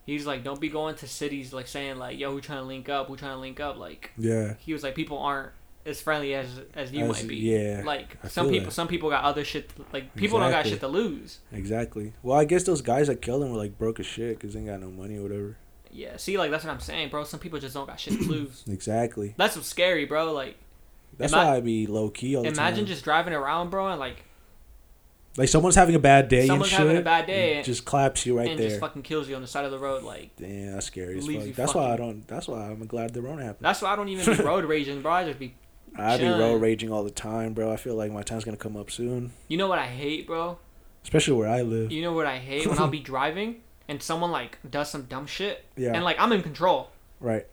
[SPEAKER 1] he's like don't be going to cities like saying like yo who trying to link up who trying to link up like
[SPEAKER 2] Yeah.
[SPEAKER 1] he was like people aren't as friendly as as you
[SPEAKER 2] As-
[SPEAKER 1] might be
[SPEAKER 2] yeah,
[SPEAKER 1] like
[SPEAKER 2] I
[SPEAKER 1] some
[SPEAKER 2] feel
[SPEAKER 1] people
[SPEAKER 2] that.
[SPEAKER 1] some people got other shit like people don't got
[SPEAKER 2] Exactly.
[SPEAKER 1] shit to lose
[SPEAKER 2] Exactly. Well, I guess those guys that killed him were like broke as shit because they ain't got no money or whatever.
[SPEAKER 1] yeah see like that's what I'm saying bro some people just don't got shit to lose
[SPEAKER 2] Exactly.
[SPEAKER 1] that's what's scary bro like
[SPEAKER 2] That's
[SPEAKER 1] Ima-
[SPEAKER 2] why I be low key all the time.
[SPEAKER 1] imagine just driving around bro and like
[SPEAKER 2] like someone's having a bad day.
[SPEAKER 1] Someone's
[SPEAKER 2] and shit,
[SPEAKER 1] having a bad day
[SPEAKER 2] it Just claps you right
[SPEAKER 1] and
[SPEAKER 2] there.
[SPEAKER 1] just fucking kills you on the side of the road. Like
[SPEAKER 2] Damn, that's scary. As
[SPEAKER 1] leaves
[SPEAKER 2] fuck.
[SPEAKER 1] you
[SPEAKER 2] That's why I
[SPEAKER 1] fucking-
[SPEAKER 2] don't. That's why I'm glad the Rona happened.
[SPEAKER 1] that's why I don't even be
[SPEAKER 2] *laughs*
[SPEAKER 1] road raging, bro. I just be.
[SPEAKER 2] I be road
[SPEAKER 1] chilling.
[SPEAKER 2] raging all the time, bro. I feel like my time's gonna come up soon,
[SPEAKER 1] You know what I hate, bro.
[SPEAKER 2] especially where I live.
[SPEAKER 1] You know what I hate when I'll
[SPEAKER 2] *laughs*
[SPEAKER 1] be driving and someone like does some dumb shit
[SPEAKER 2] Yeah.
[SPEAKER 1] and like I'm in control,
[SPEAKER 2] right.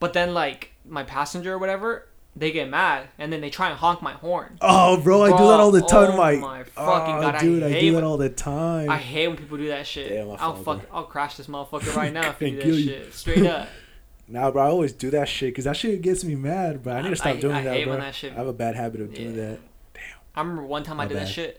[SPEAKER 1] but then like my passenger or whatever they get mad and then they try and honk my horn.
[SPEAKER 2] Oh, bro, I do
[SPEAKER 1] Bro,
[SPEAKER 2] that all the time.
[SPEAKER 1] oh
[SPEAKER 2] Mike.
[SPEAKER 1] my fucking
[SPEAKER 2] oh,
[SPEAKER 1] God, I
[SPEAKER 2] dude, I,
[SPEAKER 1] hate
[SPEAKER 2] do
[SPEAKER 1] when-
[SPEAKER 2] that all the time.
[SPEAKER 1] I hate when people do that shit.
[SPEAKER 2] Damn, I
[SPEAKER 1] I'll
[SPEAKER 2] found
[SPEAKER 1] fuck.
[SPEAKER 2] one.
[SPEAKER 1] I'll crash this motherfucker right
[SPEAKER 2] *laughs*
[SPEAKER 1] now if you do
[SPEAKER 2] And
[SPEAKER 1] that
[SPEAKER 2] kill you.
[SPEAKER 1] shit.
[SPEAKER 2] *laughs*
[SPEAKER 1] Straight up.
[SPEAKER 2] Nah, bro, I always do that shit because that shit gets me mad, bro. I need
[SPEAKER 1] I-
[SPEAKER 2] to stop
[SPEAKER 1] I-
[SPEAKER 2] doing
[SPEAKER 1] I
[SPEAKER 2] that,
[SPEAKER 1] hate
[SPEAKER 2] bro.
[SPEAKER 1] when that shit-
[SPEAKER 2] I have a bad habit of doing
[SPEAKER 1] Yeah.
[SPEAKER 2] that.
[SPEAKER 1] I remember one time I
[SPEAKER 2] My
[SPEAKER 1] did that
[SPEAKER 2] bad.
[SPEAKER 1] shit,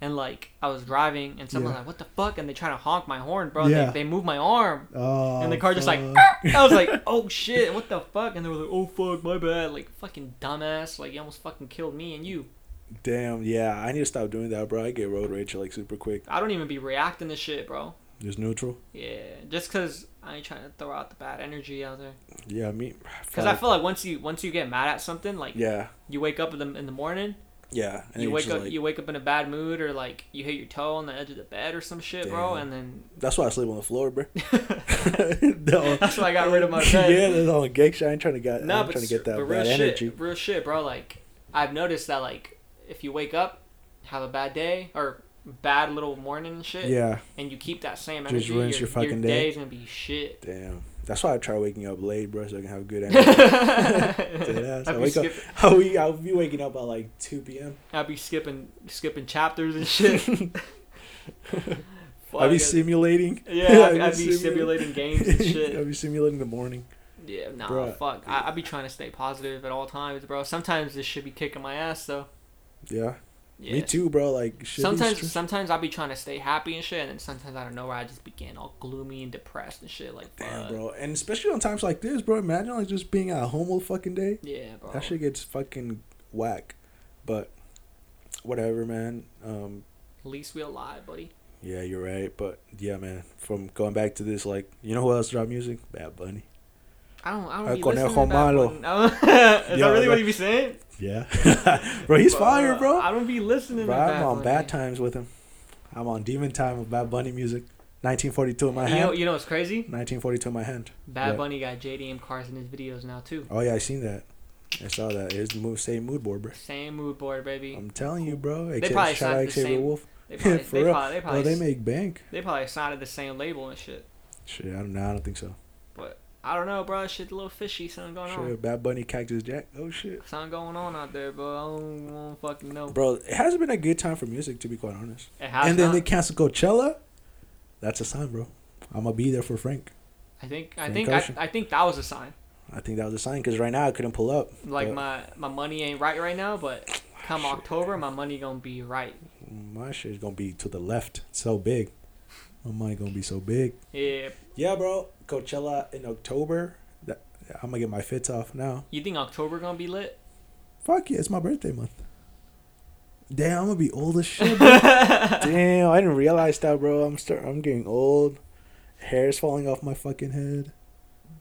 [SPEAKER 1] and like I was driving and someone
[SPEAKER 2] Yeah.
[SPEAKER 1] like, "What the fuck?" and they trying to honk my horn, bro.
[SPEAKER 2] Yeah.
[SPEAKER 1] They, they move my arm.
[SPEAKER 2] Oh,
[SPEAKER 1] and the car just like *laughs*
[SPEAKER 2] fuck.
[SPEAKER 1] "Arr!" I was like, oh shit, what the fuck? And they were like, oh fuck, my bad, like fucking dumbass, like you almost fucking killed me and you.
[SPEAKER 2] Damn, yeah, I need to stop doing that, bro. I get road rage like super quick.
[SPEAKER 1] I don't even be reacting to shit, bro.
[SPEAKER 2] Just neutral.
[SPEAKER 1] Yeah, just cause I ain't trying to throw out the bad energy out there.
[SPEAKER 2] Yeah, me. *sighs*
[SPEAKER 1] Cause I feel like once you once you get mad at something, like
[SPEAKER 2] Yeah,
[SPEAKER 1] you wake up in the in the morning,
[SPEAKER 2] yeah. And
[SPEAKER 1] you
[SPEAKER 2] it's
[SPEAKER 1] wake
[SPEAKER 2] just
[SPEAKER 1] up
[SPEAKER 2] like-
[SPEAKER 1] you wake up in a bad mood or like you hit your toe on the edge of the bed or some shit, bro,
[SPEAKER 2] Damn.
[SPEAKER 1] and then
[SPEAKER 2] That's why I sleep on the
[SPEAKER 1] *laughs*
[SPEAKER 2] floor, bro. *laughs* No.
[SPEAKER 1] That's why I got rid of my bed.
[SPEAKER 2] *laughs* yeah, that's all gay shit. I ain't trying to get.
[SPEAKER 1] No,
[SPEAKER 2] I'm
[SPEAKER 1] but,
[SPEAKER 2] trying to get
[SPEAKER 1] ser-
[SPEAKER 2] that
[SPEAKER 1] but real
[SPEAKER 2] bad energy.
[SPEAKER 1] shit, real shit, bro. Like I've noticed that like if you wake up, have a bad day or bad little morning and shit,
[SPEAKER 2] Yeah,
[SPEAKER 1] and you keep that same
[SPEAKER 2] Just
[SPEAKER 1] energy,
[SPEAKER 2] ruins
[SPEAKER 1] your,
[SPEAKER 2] your fucking
[SPEAKER 1] your
[SPEAKER 2] day.
[SPEAKER 1] day's gonna be
[SPEAKER 2] *laughs*
[SPEAKER 1] shit. *laughs*
[SPEAKER 2] damn. That's why I try waking up late, bro, so I can have good energy. *laughs*
[SPEAKER 1] I'd,
[SPEAKER 2] Dead ass.
[SPEAKER 1] be
[SPEAKER 2] I wake up.
[SPEAKER 1] skip-
[SPEAKER 2] I'll be, I'll be waking up at like two p.m.
[SPEAKER 1] I'd be skipping skipping chapters and
[SPEAKER 2] *laughs*
[SPEAKER 1] shit.
[SPEAKER 2] I'll be
[SPEAKER 1] Fuck it.
[SPEAKER 2] simulating. *laughs*
[SPEAKER 1] yeah, I'd, I'd be
[SPEAKER 2] simulating-
[SPEAKER 1] simulating
[SPEAKER 2] *laughs*
[SPEAKER 1] games and
[SPEAKER 2] I'll
[SPEAKER 1] shit.
[SPEAKER 2] be simulating the morning.
[SPEAKER 1] Yeah, nah,
[SPEAKER 2] Bruh.
[SPEAKER 1] fuck. I, I'd be trying to stay positive at all times, bro. Sometimes this should be kicking my ass, though.
[SPEAKER 2] Yeah.
[SPEAKER 1] Yeah.
[SPEAKER 2] Me too, bro. Like shit.
[SPEAKER 1] sometimes
[SPEAKER 2] Sometimes.
[SPEAKER 1] sometimes I'll be trying to stay happy and shit, and then sometimes I don't know where I just begin all gloomy and depressed and shit. Like,
[SPEAKER 2] Damn,
[SPEAKER 1] fuck.
[SPEAKER 2] bro. And especially on times like this, bro. Imagine like just
[SPEAKER 1] Oh.
[SPEAKER 2] being at home all fucking day.
[SPEAKER 1] Yeah, bro.
[SPEAKER 2] That shit gets fucking whack. But whatever, man. Um,
[SPEAKER 1] At least we alive, buddy.
[SPEAKER 2] yeah, you're right. But yeah, man, from going back to this, like, you know who else dropped music? Bad Bunny. *laughs*
[SPEAKER 1] I don't. I
[SPEAKER 2] El
[SPEAKER 1] don't. Really listen
[SPEAKER 2] conejo
[SPEAKER 1] to that
[SPEAKER 2] malo.
[SPEAKER 1] one. *laughs* Is that
[SPEAKER 2] Yeah,
[SPEAKER 1] really
[SPEAKER 2] that-
[SPEAKER 1] what you be saying?
[SPEAKER 2] Yeah, *laughs* bro, he's
[SPEAKER 1] Uh,
[SPEAKER 2] fire, bro.
[SPEAKER 1] I don't be listening
[SPEAKER 2] Bro,
[SPEAKER 1] to that.
[SPEAKER 2] I'm on
[SPEAKER 1] one, man.
[SPEAKER 2] bad times with him. I'm on demon time with Bad Bunny music. 1942 in
[SPEAKER 1] You
[SPEAKER 2] my
[SPEAKER 1] know,
[SPEAKER 2] hand.
[SPEAKER 1] you know what's crazy?
[SPEAKER 2] 1942 in my hand.
[SPEAKER 1] Bad
[SPEAKER 2] Yeah.
[SPEAKER 1] Bunny got JDM cars in his videos now too.
[SPEAKER 2] Oh yeah, I seen that. I saw that. It's the move, same mood board, bro.
[SPEAKER 1] Same mood board, baby.
[SPEAKER 2] I'm telling you, bro. They
[SPEAKER 1] probably
[SPEAKER 2] shout out
[SPEAKER 1] signed the
[SPEAKER 2] Xavier
[SPEAKER 1] same-
[SPEAKER 2] Wolf.
[SPEAKER 1] They
[SPEAKER 2] *laughs*
[SPEAKER 1] probably,
[SPEAKER 2] Um, For
[SPEAKER 1] they
[SPEAKER 2] real.
[SPEAKER 1] probably, they
[SPEAKER 2] Bro,
[SPEAKER 1] probably,
[SPEAKER 2] they make bank.
[SPEAKER 1] they probably sounded the same label and shit.
[SPEAKER 2] Shit, I don't know. I don't think so.
[SPEAKER 1] But I don't know, bro. Shit's a little fishy. Something going on.
[SPEAKER 2] Shit, Bad Bunny, Cactus Jack. Oh shit,
[SPEAKER 1] Something going on out there, bro. I don't, I don't fucking know.
[SPEAKER 2] bro. It has been a good time for music, to be quite honest.
[SPEAKER 1] It has
[SPEAKER 2] and then
[SPEAKER 1] not.
[SPEAKER 2] they cancel Coachella. That's a sign, bro. I'm gonna be there for Frank.
[SPEAKER 1] I think I
[SPEAKER 2] Frank
[SPEAKER 1] think I,
[SPEAKER 2] Ocean.
[SPEAKER 1] I think that was a sign.
[SPEAKER 2] I think that was a sign because right now I couldn't pull up.
[SPEAKER 1] Like
[SPEAKER 2] but
[SPEAKER 1] my my money ain't right right now, but come
[SPEAKER 2] Shit.
[SPEAKER 1] October, my money gonna be right.
[SPEAKER 2] my shit's gonna be to the left. It's so big. My money gonna be so big.
[SPEAKER 1] Yeah.
[SPEAKER 2] Yeah, bro. Coachella in October. That, I'm gonna get my fits off now.
[SPEAKER 1] You think October gonna be lit?
[SPEAKER 2] Fuck yeah, it's my birthday month. Damn, I'm gonna be old as shit.
[SPEAKER 1] *laughs*
[SPEAKER 2] Bro. Damn, I didn't realize that, bro. I'm start. I'm getting old. Hair's falling off my fucking head.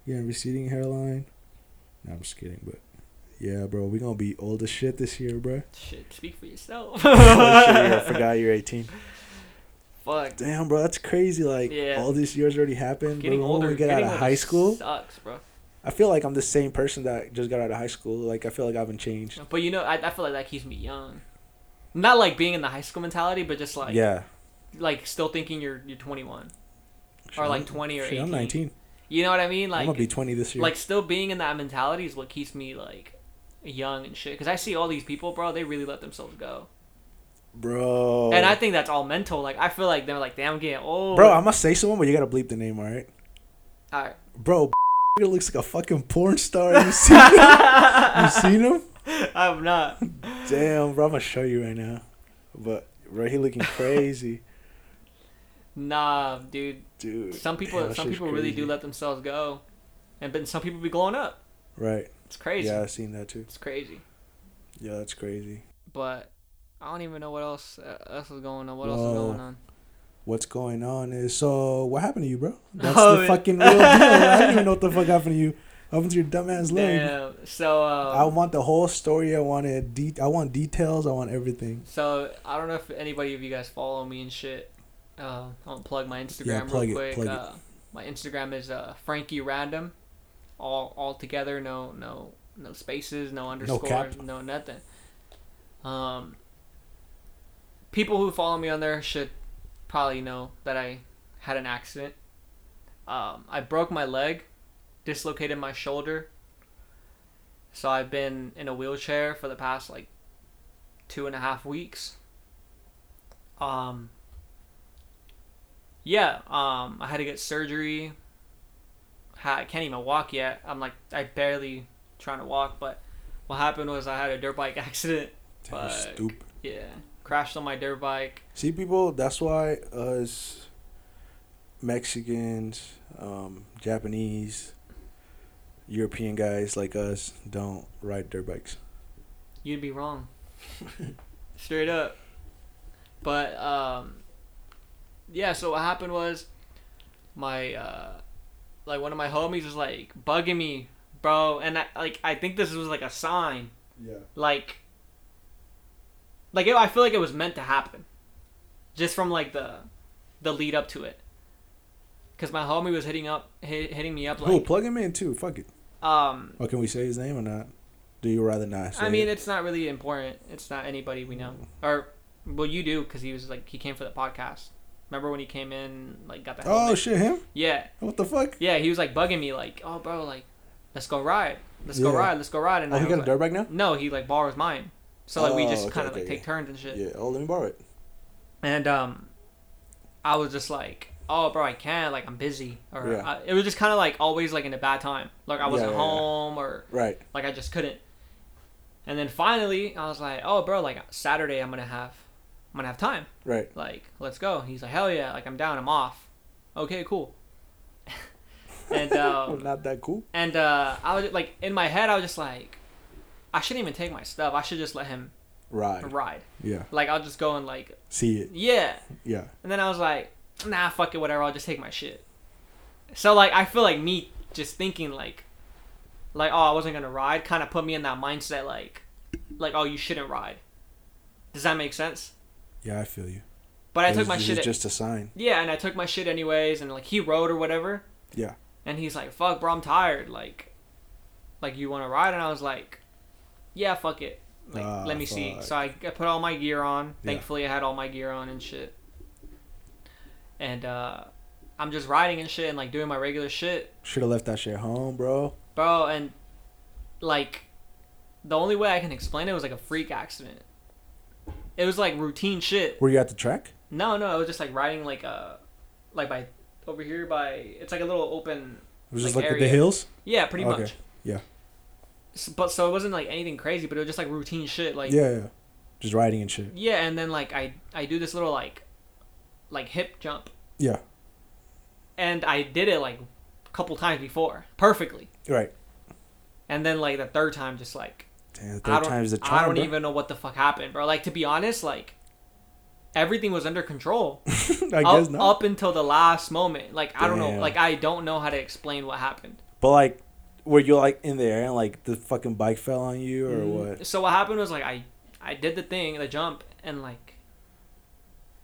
[SPEAKER 2] Getting receding hairline. Nah, I'm just kidding, but yeah, bro, we gonna be old as shit this year,
[SPEAKER 1] *laughs*
[SPEAKER 2] bro.
[SPEAKER 1] Shit, speak for yourself.
[SPEAKER 2] *laughs* Oh,
[SPEAKER 1] *laughs*
[SPEAKER 2] shit, I forgot you're 18.
[SPEAKER 1] Fuck.
[SPEAKER 2] Damn, bro, that's crazy. Like
[SPEAKER 1] Yeah.
[SPEAKER 2] all these years already happened. But
[SPEAKER 1] Getting
[SPEAKER 2] when
[SPEAKER 1] older.
[SPEAKER 2] we get out
[SPEAKER 1] getting
[SPEAKER 2] of
[SPEAKER 1] older
[SPEAKER 2] high school,
[SPEAKER 1] sucks, bro.
[SPEAKER 2] I feel like I'm the same person that just got out of high school. Like I feel like I haven't changed.
[SPEAKER 1] But you know, I, I feel like that keeps me young. Not like being in the high school mentality, but just like
[SPEAKER 2] yeah.
[SPEAKER 1] like still thinking you're you're 21.
[SPEAKER 2] Shit,
[SPEAKER 1] Or
[SPEAKER 2] I'm-
[SPEAKER 1] like 20 or
[SPEAKER 2] shit,
[SPEAKER 1] 18.
[SPEAKER 2] I'm 19.
[SPEAKER 1] You know what I mean? Like
[SPEAKER 2] I'm gonna be 20 this year.
[SPEAKER 1] like still being in that mentality is what keeps me like young and shit. Because I see all these people, bro. They really let themselves go,
[SPEAKER 2] bro.
[SPEAKER 1] and I think that's all mental. Like I feel like they're like, damn, I'm getting old.
[SPEAKER 2] bro, I'm gonna say someone, but you gotta bleep the name, all right?
[SPEAKER 1] all right.
[SPEAKER 2] Bro, *laughs* it looks like a fucking porn star.
[SPEAKER 1] *laughs*
[SPEAKER 2] You seen him? you seen him?
[SPEAKER 1] I'm not.
[SPEAKER 2] Damn, bro, I'm gonna show you right now. But bro, he looking crazy,
[SPEAKER 1] Nah, dude.
[SPEAKER 2] dude.
[SPEAKER 1] Some people,
[SPEAKER 2] Damn, that
[SPEAKER 1] some
[SPEAKER 2] shit's
[SPEAKER 1] people really do
[SPEAKER 2] crazy.
[SPEAKER 1] let themselves go, and then some people be glowing up.
[SPEAKER 2] Right?
[SPEAKER 1] It's crazy.
[SPEAKER 2] Yeah, I seen that too.
[SPEAKER 1] It's crazy.
[SPEAKER 2] Yeah, that's crazy.
[SPEAKER 1] But I don't even know what else uh, else is going on. What else
[SPEAKER 2] Whoa.
[SPEAKER 1] is going on?
[SPEAKER 2] What's going on is so. What happened to you, bro? That's
[SPEAKER 1] Oh,
[SPEAKER 2] the
[SPEAKER 1] man.
[SPEAKER 2] fucking real deal. I don't even know what the
[SPEAKER 1] *laughs*
[SPEAKER 2] fuck happened to you. Happened to your dumbass leg.
[SPEAKER 1] Damn. So
[SPEAKER 2] I
[SPEAKER 1] um,
[SPEAKER 2] want the whole story. I want it. De- I want details. I want everything.
[SPEAKER 1] so I don't know if anybody of you guys follow me and shit. Uh, I'll plug my Instagram
[SPEAKER 2] plug it,
[SPEAKER 1] real quick.
[SPEAKER 2] plug it.
[SPEAKER 1] uh, My Instagram is uh, Frankie Random, all all together. No no no spaces. No underscores.
[SPEAKER 2] cap.
[SPEAKER 1] No, nothing. Um, people who follow me on there should probably know that I had an accident. Um, I broke my leg, dislocated my shoulder. So I've been in a wheelchair for the past like two and a half weeks. Um. Yeah, um, I had to get surgery. Ha- I can't even walk yet. I'm like, I barely trying to walk. But what happened was I had a dirt bike *laughs* accident.
[SPEAKER 2] Damn, you're
[SPEAKER 1] Fuck.
[SPEAKER 2] stupid.
[SPEAKER 1] Yeah, crashed on my dirt bike.
[SPEAKER 2] See, people, that's why us Mexicans, um, Japanese, European guys like us don't ride dirt bikes.
[SPEAKER 1] You'd be wrong. Straight up. But um yeah, so what happened was my uh like one of my homies was like bugging me, bro, and I like I think this was like a sign.
[SPEAKER 2] Yeah.
[SPEAKER 1] Like like it, I feel like it was meant to happen. Just from like the the lead up to it. Cuz my homie was hitting up hit, hitting me up
[SPEAKER 2] oh,
[SPEAKER 1] like
[SPEAKER 2] plug him in too. Fuck it.
[SPEAKER 1] um
[SPEAKER 2] Oh, can we say his name or not? Do you rather not? Say
[SPEAKER 1] I mean,
[SPEAKER 2] it?
[SPEAKER 1] it's not really important. It's not anybody we know, or well, you do because he was like he came for the podcast. Remember when he came in, like got the
[SPEAKER 2] oh
[SPEAKER 1] helmet?
[SPEAKER 2] shit, him?
[SPEAKER 1] yeah,
[SPEAKER 2] What the fuck?
[SPEAKER 1] yeah. He was like bugging me, like, oh, bro, like, let's go ride, let's go
[SPEAKER 2] Yeah.
[SPEAKER 1] ride, let's go ride. And
[SPEAKER 2] Oh,
[SPEAKER 1] I
[SPEAKER 2] he
[SPEAKER 1] was
[SPEAKER 2] got a
[SPEAKER 1] like,
[SPEAKER 2] dirt bike now.
[SPEAKER 1] no, he like borrows mine, so like we
[SPEAKER 2] Oh,
[SPEAKER 1] just
[SPEAKER 2] okay,
[SPEAKER 1] kind of
[SPEAKER 2] okay,
[SPEAKER 1] like
[SPEAKER 2] okay.
[SPEAKER 1] take turns and shit.
[SPEAKER 2] Yeah. Oh, let me borrow it.
[SPEAKER 1] And um, I was just like, oh, bro, I can't, like, I'm busy, or
[SPEAKER 2] Yeah.
[SPEAKER 1] I, it was just kind of like always like in a bad time, like I wasn't
[SPEAKER 2] yeah, yeah.
[SPEAKER 1] home or
[SPEAKER 2] Right.
[SPEAKER 1] like I just couldn't. And then finally, I was like, "Oh, bro, like Saturday, I'm gonna have, I'm gonna have time.
[SPEAKER 2] Right.
[SPEAKER 1] Like, let's go." He's like, "Hell yeah! Like, I'm down. I'm off." Okay, cool. *laughs* and um,
[SPEAKER 2] Oh, *laughs* not that cool.
[SPEAKER 1] and uh, I was like, in my head, I was just like, I shouldn't even take my stuff. I should just let him
[SPEAKER 2] Ride.
[SPEAKER 1] ride.
[SPEAKER 2] Yeah.
[SPEAKER 1] Like I'll just go and like
[SPEAKER 2] See it.
[SPEAKER 1] yeah,
[SPEAKER 2] Yeah.
[SPEAKER 1] and then I was like, nah, fuck it, whatever. I'll just take my shit. So like I feel like me just thinking like, like oh I wasn't gonna ride kind of put me in that mindset like, like oh you shouldn't ride. Does that make sense?
[SPEAKER 2] Yeah, I feel you.
[SPEAKER 1] But I
[SPEAKER 2] It
[SPEAKER 1] took
[SPEAKER 2] was-
[SPEAKER 1] my
[SPEAKER 2] it
[SPEAKER 1] shit.
[SPEAKER 2] was just a sign.
[SPEAKER 1] yeah, and I took my shit anyways, and like he rode or whatever.
[SPEAKER 2] Yeah.
[SPEAKER 1] And he's like, "Fuck, bro, I'm tired. Like, like you want to ride?" And I was like, "Yeah, fuck it. Like,
[SPEAKER 2] Ah,
[SPEAKER 1] let me see."
[SPEAKER 2] fuck.
[SPEAKER 1] So I, I put all my gear on.
[SPEAKER 2] Yeah.
[SPEAKER 1] Thankfully, I had all my gear on and shit. And uh, I'm just riding and shit and like doing my regular shit,
[SPEAKER 2] Should have left that shit home, bro.
[SPEAKER 1] bro. And like, the only way I can explain it was like a freak accident. It was like routine shit.
[SPEAKER 2] Were you at the track?
[SPEAKER 1] No, no, I was just like riding like uh, like by over here by it's like a little open.
[SPEAKER 2] It was just
[SPEAKER 1] Like
[SPEAKER 2] like, at the
[SPEAKER 1] area.
[SPEAKER 2] hills.
[SPEAKER 1] Yeah, pretty
[SPEAKER 2] Okay.
[SPEAKER 1] much.
[SPEAKER 2] Yeah.
[SPEAKER 1] S- But so it wasn't like anything crazy, but it was just like routine shit. Like
[SPEAKER 2] yeah, yeah. Just riding and shit.
[SPEAKER 1] yeah, and then like I I do this little like like hip jump,
[SPEAKER 2] Yeah.
[SPEAKER 1] and I did it like a couple times before perfectly,
[SPEAKER 2] Right.
[SPEAKER 1] and then like the third time just like
[SPEAKER 2] Damn, the
[SPEAKER 1] I
[SPEAKER 2] third
[SPEAKER 1] don't
[SPEAKER 2] time's the charm.
[SPEAKER 1] I don't
[SPEAKER 2] bro.
[SPEAKER 1] even know what the fuck happened, bro. Like to be honest, like everything was under control
[SPEAKER 2] *laughs* I
[SPEAKER 1] up,
[SPEAKER 2] guess not.
[SPEAKER 1] up until the last moment. Like I don't know,
[SPEAKER 2] Damn.
[SPEAKER 1] like I don't know how to explain what happened.
[SPEAKER 2] But like, were you like in the air and like the fucking bike fell on you
[SPEAKER 1] Mm.
[SPEAKER 2] or what?
[SPEAKER 1] So what happened was like I I did the thing, the jump, and like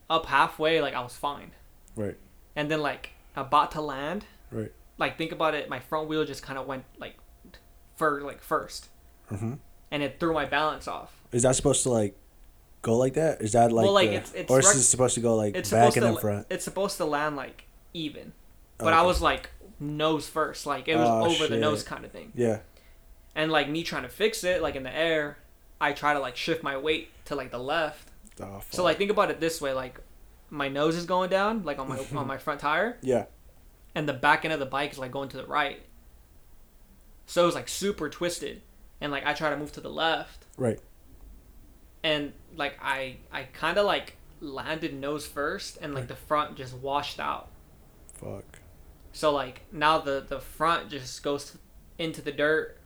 [SPEAKER 1] up halfway, like I was fine.
[SPEAKER 2] Right.
[SPEAKER 1] And then like about to land,
[SPEAKER 2] Right.
[SPEAKER 1] like think about it, my front wheel just kind of went like for like first,
[SPEAKER 2] Mm-hmm.
[SPEAKER 1] and it threw my balance off.
[SPEAKER 2] Is that supposed to like go like that? Is that like,
[SPEAKER 1] Well, like,
[SPEAKER 2] the-
[SPEAKER 1] it's- it's
[SPEAKER 2] or is
[SPEAKER 1] rec-
[SPEAKER 2] it supposed to go like
[SPEAKER 1] It's
[SPEAKER 2] back
[SPEAKER 1] supposed
[SPEAKER 2] and
[SPEAKER 1] to
[SPEAKER 2] then
[SPEAKER 1] la-
[SPEAKER 2] front?
[SPEAKER 1] it's supposed to land like even, but I
[SPEAKER 2] Okay.
[SPEAKER 1] was like nose first, like it was
[SPEAKER 2] Oh,
[SPEAKER 1] over the
[SPEAKER 2] shit.
[SPEAKER 1] nose kind of thing.
[SPEAKER 2] Yeah.
[SPEAKER 1] And like me trying to fix it, like in the air, I try to like shift my weight to like the left.
[SPEAKER 2] Oh, fuck.
[SPEAKER 1] So like think about it this way, like my nose is going down, like on my on my front tire,
[SPEAKER 2] yeah.
[SPEAKER 1] and the back end of the bike is like going to the right. So it was like super twisted, and like I try to move to the left,
[SPEAKER 2] Right.
[SPEAKER 1] and like I I kind of like landed nose first, and like the front just washed out.
[SPEAKER 2] Fuck.
[SPEAKER 1] So like now the the front just goes into the dirt,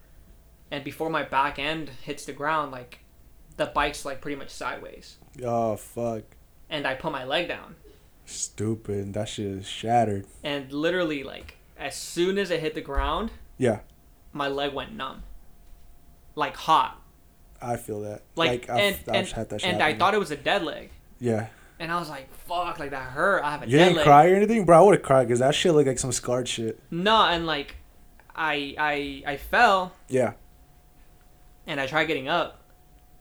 [SPEAKER 1] and before my back end hits the ground, like the bike's like pretty much sideways,
[SPEAKER 2] Oh fuck.
[SPEAKER 1] and I put my leg down.
[SPEAKER 2] Stupid. That shit is shattered.
[SPEAKER 1] and literally like as soon as it hit the ground
[SPEAKER 2] Yeah.
[SPEAKER 1] my leg went numb like hot
[SPEAKER 2] I feel that.
[SPEAKER 1] like,
[SPEAKER 2] I've,
[SPEAKER 1] and
[SPEAKER 2] I've
[SPEAKER 1] and,
[SPEAKER 2] had that shit
[SPEAKER 1] and i
[SPEAKER 2] happen.
[SPEAKER 1] thought it was a dead leg
[SPEAKER 2] Yeah.
[SPEAKER 1] and i was like fuck like that hurt i have a
[SPEAKER 2] You
[SPEAKER 1] dead
[SPEAKER 2] didn't
[SPEAKER 1] leg
[SPEAKER 2] cry or anything, bro. I would have cried because that shit looked like some scarred shit.
[SPEAKER 1] no and like i i i fell
[SPEAKER 2] Yeah.
[SPEAKER 1] and i tried getting up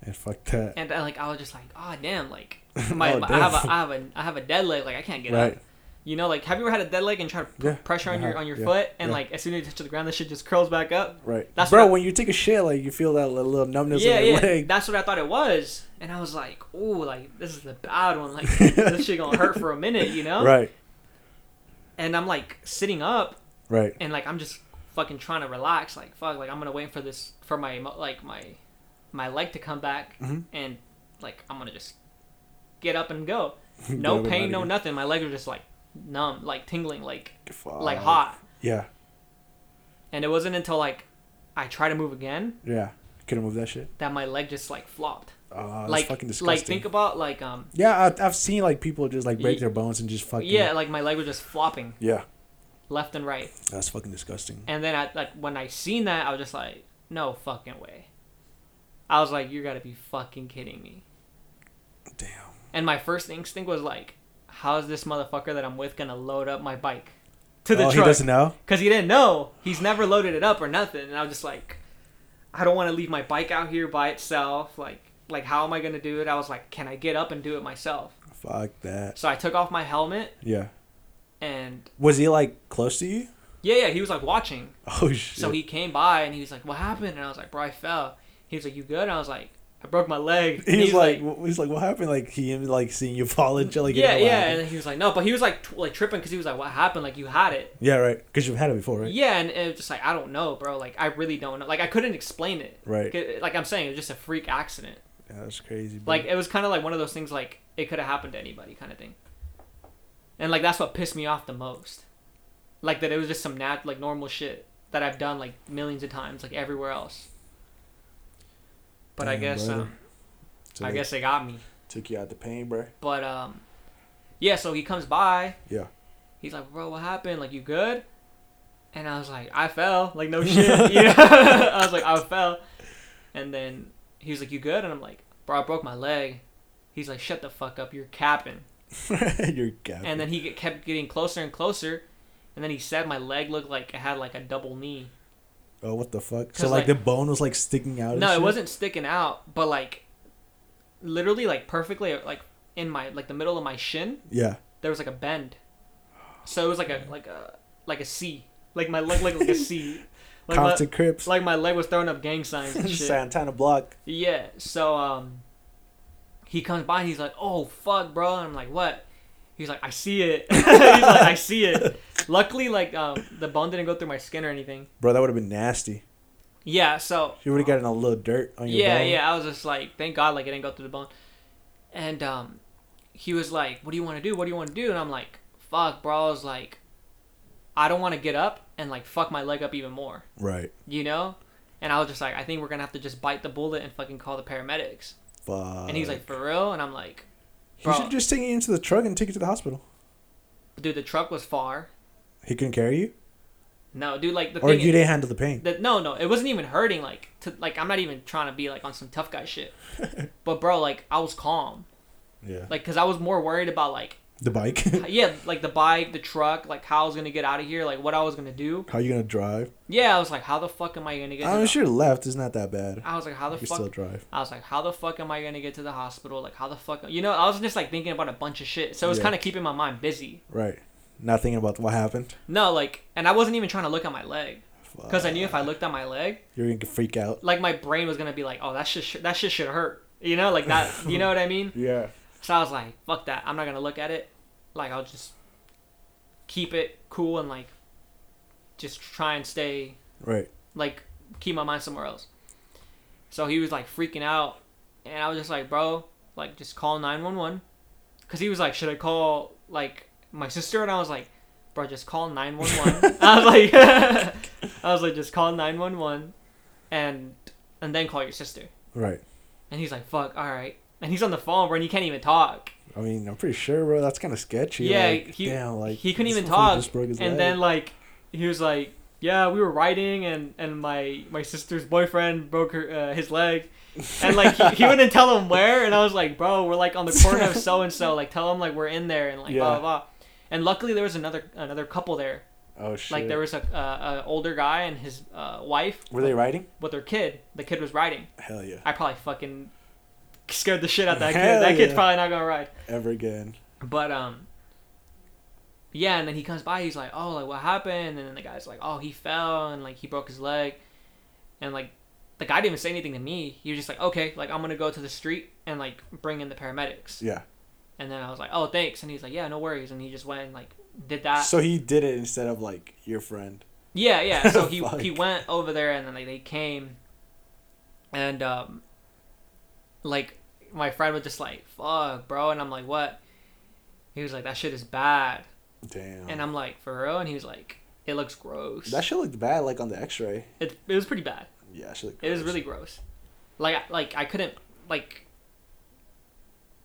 [SPEAKER 2] And fuck that.
[SPEAKER 1] and I, like i was just like oh damn
[SPEAKER 2] *laughs*
[SPEAKER 1] like my,
[SPEAKER 2] Oh,
[SPEAKER 1] my- I, have
[SPEAKER 2] damn.
[SPEAKER 1] a, I have a i have a dead leg like i can't get
[SPEAKER 2] Right.
[SPEAKER 1] up you know like have you ever had a dead leg and try to put
[SPEAKER 2] Yeah,
[SPEAKER 1] pressure on
[SPEAKER 2] I
[SPEAKER 1] your
[SPEAKER 2] have.
[SPEAKER 1] on your
[SPEAKER 2] Yeah,
[SPEAKER 1] foot and
[SPEAKER 2] yeah.
[SPEAKER 1] like as soon as you touch the ground the shit just curls back up
[SPEAKER 2] Right.
[SPEAKER 1] That's
[SPEAKER 2] bro,
[SPEAKER 1] what-
[SPEAKER 2] when you take a shit, like you feel that li- little numbness
[SPEAKER 1] yeah,
[SPEAKER 2] in your
[SPEAKER 1] yeah.
[SPEAKER 2] leg.
[SPEAKER 1] That's what I thought it was, and I was like, "Ooh, like this is the bad one.
[SPEAKER 2] *laughs*
[SPEAKER 1] Like this shit gonna hurt for a minute, you know?"
[SPEAKER 2] Right.
[SPEAKER 1] And I'm like sitting up,
[SPEAKER 2] Right.
[SPEAKER 1] and like I'm just fucking trying to relax. Like fuck, like I'm gonna wait for this for my mo- like my my leg to come back,
[SPEAKER 2] Mhm.
[SPEAKER 1] and like I'm gonna just get up and go. *laughs*
[SPEAKER 2] Get
[SPEAKER 1] No
[SPEAKER 2] up and
[SPEAKER 1] pain, no
[SPEAKER 2] out of
[SPEAKER 1] nothing. My legs are just like numb, like tingling, like
[SPEAKER 2] here. Fuck.
[SPEAKER 1] like hot.
[SPEAKER 2] Yeah.
[SPEAKER 1] And it wasn't until like I tried to move again
[SPEAKER 2] Yeah. Couldn't move that shit.
[SPEAKER 1] that my leg just like flopped.
[SPEAKER 2] Oh, that's
[SPEAKER 1] like
[SPEAKER 2] fucking disgusting.
[SPEAKER 1] like think about like um
[SPEAKER 2] yeah, I, I've seen like people just like break
[SPEAKER 1] Ye-
[SPEAKER 2] their bones and just fucking.
[SPEAKER 1] Yeah, like my leg was just flopping
[SPEAKER 2] Yeah.
[SPEAKER 1] left and right.
[SPEAKER 2] That's fucking disgusting.
[SPEAKER 1] And then I like when I seen that, I was just like, no fucking way. I was like, you gotta be fucking kidding me.
[SPEAKER 2] Damn.
[SPEAKER 1] And my first instinct was like, how's this motherfucker that I'm with gonna load up my bike to the
[SPEAKER 2] oh, he
[SPEAKER 1] truck?
[SPEAKER 2] doesn't know.
[SPEAKER 1] Cause he didn't know. He's never loaded it up or nothing. And I was just like, I don't want to leave my bike out here by itself. Like, like how am I gonna do it? I was like, can I get up and do it myself?
[SPEAKER 2] Fuck that.
[SPEAKER 1] So I took off my helmet
[SPEAKER 2] Yeah.
[SPEAKER 1] and
[SPEAKER 2] Was he like close to you? *laughs*
[SPEAKER 1] yeah, yeah, he was like watching.
[SPEAKER 2] Oh shit.
[SPEAKER 1] So he came by and he was like, "What happened?" And I was like, "Bro, I fell." He was like, "You good?" And I was like, "I broke my leg."
[SPEAKER 2] He was like, wh- he's like, what happened? Like he him like seeing you fall and shit. Like, you
[SPEAKER 1] "Yeah,
[SPEAKER 2] know what
[SPEAKER 1] yeah."
[SPEAKER 2] happened.
[SPEAKER 1] And then he was like, "No," but he was like, t- like tripping because he was like, "What happened? Like you had it."
[SPEAKER 2] Yeah, right. Because you've had it before, right?
[SPEAKER 1] Yeah, and, and it was just like, I don't know, bro. Like I really don't know. Like I couldn't explain it.
[SPEAKER 2] Right.
[SPEAKER 1] Like, Like I'm saying, it was just a freak accident.
[SPEAKER 2] Yeah, that's crazy. Bro.
[SPEAKER 1] Like it was kind of like one of those things. Like it could have happened to anybody, kind of thing. And like that's what pissed me off the most. Like that it was just some nat like normal shit that I've done like millions of times, like everywhere else. But I
[SPEAKER 2] Damn,
[SPEAKER 1] guess
[SPEAKER 2] brother.
[SPEAKER 1] um,
[SPEAKER 2] So
[SPEAKER 1] I
[SPEAKER 2] they
[SPEAKER 1] guess they got me.
[SPEAKER 2] took you out the pain, bro. *laughs*
[SPEAKER 1] But um, yeah. So he comes by.
[SPEAKER 2] Yeah.
[SPEAKER 1] He's like, bro, what happened? Like, you good? And I was like, I fell. Like, no shit. yeah. *laughs* I was like, I fell. And then he was like, you good? And I'm like, bro, I broke my leg. He's like, shut the fuck up. You're capping.
[SPEAKER 2] You're gapping.
[SPEAKER 1] And then he get- kept getting closer and closer. And then he said my leg looked like it had like a double knee.
[SPEAKER 2] oh, what the fuck? So
[SPEAKER 1] 'Cause,
[SPEAKER 2] like,
[SPEAKER 1] like-
[SPEAKER 2] the bone was like sticking out. and
[SPEAKER 1] No, it
[SPEAKER 2] shit?
[SPEAKER 1] wasn't sticking out, but like literally like perfectly like in my like the middle of my shin,
[SPEAKER 2] Yeah.
[SPEAKER 1] there was like a bend. So it was like a like a like a C. Like my leg looked like a C. Like my,
[SPEAKER 2] Compton Crips.
[SPEAKER 1] like my leg was throwing up gang signs
[SPEAKER 2] *laughs*
[SPEAKER 1] and shit.
[SPEAKER 2] Santana Block.
[SPEAKER 1] Yeah. So um he comes by and he's like, "Oh fuck, bro." And I'm like, "What?" He's like, "I see it." *laughs* he's like, "I see it." Luckily like um the bone didn't go through my skin or anything.
[SPEAKER 2] Bro, that would have been nasty.
[SPEAKER 1] Yeah, so
[SPEAKER 2] You would have gotten a little dirt on your
[SPEAKER 1] yeah
[SPEAKER 2] bone.
[SPEAKER 1] yeah i was just like thank god like it didn't go through the bone and um he was like what do you want to do what do you want to do and i'm like fuck bro i was like i don't want to get up and like fuck my leg up even more
[SPEAKER 2] Right.
[SPEAKER 1] you know and i was just like i think we're gonna have to just bite the bullet and fucking call the paramedics
[SPEAKER 2] Fuck.
[SPEAKER 1] and he's like for real and i'm like
[SPEAKER 2] he
[SPEAKER 1] bro
[SPEAKER 2] should just take you into the truck and take you to the hospital.
[SPEAKER 1] dude the truck was far
[SPEAKER 2] He couldn't carry you,
[SPEAKER 1] no dude like the
[SPEAKER 2] or
[SPEAKER 1] thing
[SPEAKER 2] you
[SPEAKER 1] is,
[SPEAKER 2] didn't handle the pain.
[SPEAKER 1] that no no it wasn't even hurting like to like i'm not even trying to be like on some tough guy
[SPEAKER 2] *laughs*
[SPEAKER 1] shit but bro like i was calm
[SPEAKER 2] Yeah.
[SPEAKER 1] like because i was more worried about like
[SPEAKER 2] The bike. *laughs*
[SPEAKER 1] yeah, like the bike, the truck, like how I was gonna get out of here, like what I was gonna do.
[SPEAKER 2] How you gonna drive?
[SPEAKER 1] Yeah, I was like, how the fuck am I gonna get? To
[SPEAKER 2] I'm
[SPEAKER 1] the-
[SPEAKER 2] sure left is not that bad.
[SPEAKER 1] I was like, how the
[SPEAKER 2] You can
[SPEAKER 1] fuck?
[SPEAKER 2] still drive.
[SPEAKER 1] I was like, how the fuck am I gonna get to the hospital? Like how the fuck? You know, I was just like thinking about a bunch of shit, so it was
[SPEAKER 2] Yeah.
[SPEAKER 1] kind of keeping my mind busy.
[SPEAKER 2] Right. Not thinking about what happened.
[SPEAKER 1] No, like, and I wasn't even trying to look at my leg because I knew if I looked at my leg,
[SPEAKER 2] You're gonna freak out.
[SPEAKER 1] like my brain was gonna be like, oh, that shit, sh- that shit should hurt. You know, like that. you know what I mean?
[SPEAKER 2] Yeah.
[SPEAKER 1] So I was like, fuck that. I'm not gonna look at it. Like I'll just keep it cool and like just try and stay
[SPEAKER 2] Right.
[SPEAKER 1] like keep my mind somewhere else. So he was like freaking out, and I was just like, bro, like just call nine one one, because he was like, should I call like my sister? And I was like, bro, just call nine one *laughs* one. I was like, I was like, just call nine one one, and and then call your sister.
[SPEAKER 2] Right.
[SPEAKER 1] And he's like, fuck, all right. And he's on the phone, bro, and he can't even talk.
[SPEAKER 2] I mean, I'm pretty sure, bro. That's kind of sketchy.
[SPEAKER 1] Yeah,
[SPEAKER 2] like,
[SPEAKER 1] he-
[SPEAKER 2] damn, like
[SPEAKER 1] he couldn't
[SPEAKER 2] this
[SPEAKER 1] even
[SPEAKER 2] motherfucker
[SPEAKER 1] talk.
[SPEAKER 2] just broke his
[SPEAKER 1] and
[SPEAKER 2] leg.
[SPEAKER 1] then like he was like, "Yeah, we were riding, and and my my sister's boyfriend broke her uh, his leg." And like he,
[SPEAKER 2] *laughs*
[SPEAKER 1] he wouldn't tell him where, and I was like, "Bro, we're like on the corner of so and so. Like tell him like we're in there and like blah
[SPEAKER 2] Yeah.
[SPEAKER 1] blah blah." And luckily there was another another couple there.
[SPEAKER 2] oh shit.
[SPEAKER 1] Like there was a uh, a older guy and his uh, wife
[SPEAKER 2] were they riding?
[SPEAKER 1] with their kid. The kid was riding.
[SPEAKER 2] Hell yeah.
[SPEAKER 1] I probably fucking scared the shit out of that
[SPEAKER 2] Hell
[SPEAKER 1] kid. That kid's
[SPEAKER 2] yeah.
[SPEAKER 1] probably not gonna ride.
[SPEAKER 2] Ever again.
[SPEAKER 1] But um yeah, and then he comes by, he's like, "Oh, like what happened?" And then the guy's like, "Oh, he fell and like he broke his leg." And like the guy didn't even say anything to me. He was just like, "Okay, like I'm going to go to the street and like bring in the paramedics."
[SPEAKER 2] Yeah.
[SPEAKER 1] And then I was like, "Oh, thanks." And he's like, "Yeah, no worries." And he just went and like did that.
[SPEAKER 2] so he did it instead of like your friend.
[SPEAKER 1] yeah, yeah. So
[SPEAKER 2] *laughs*
[SPEAKER 1] he
[SPEAKER 2] Fuck.
[SPEAKER 1] he went over there and then like they came and um like my friend was just like, "Fuck, bro." And I'm like, "What?" He was like, "That shit is bad."
[SPEAKER 2] Damn.
[SPEAKER 1] And I'm like, for real? And he was like, it looks gross.
[SPEAKER 2] that shit looked bad, like on the X-ray.
[SPEAKER 1] it, it was pretty bad.
[SPEAKER 2] Yeah, that shit looked.
[SPEAKER 1] It was
[SPEAKER 2] gross.
[SPEAKER 1] really gross. Like, I- like I couldn't, like,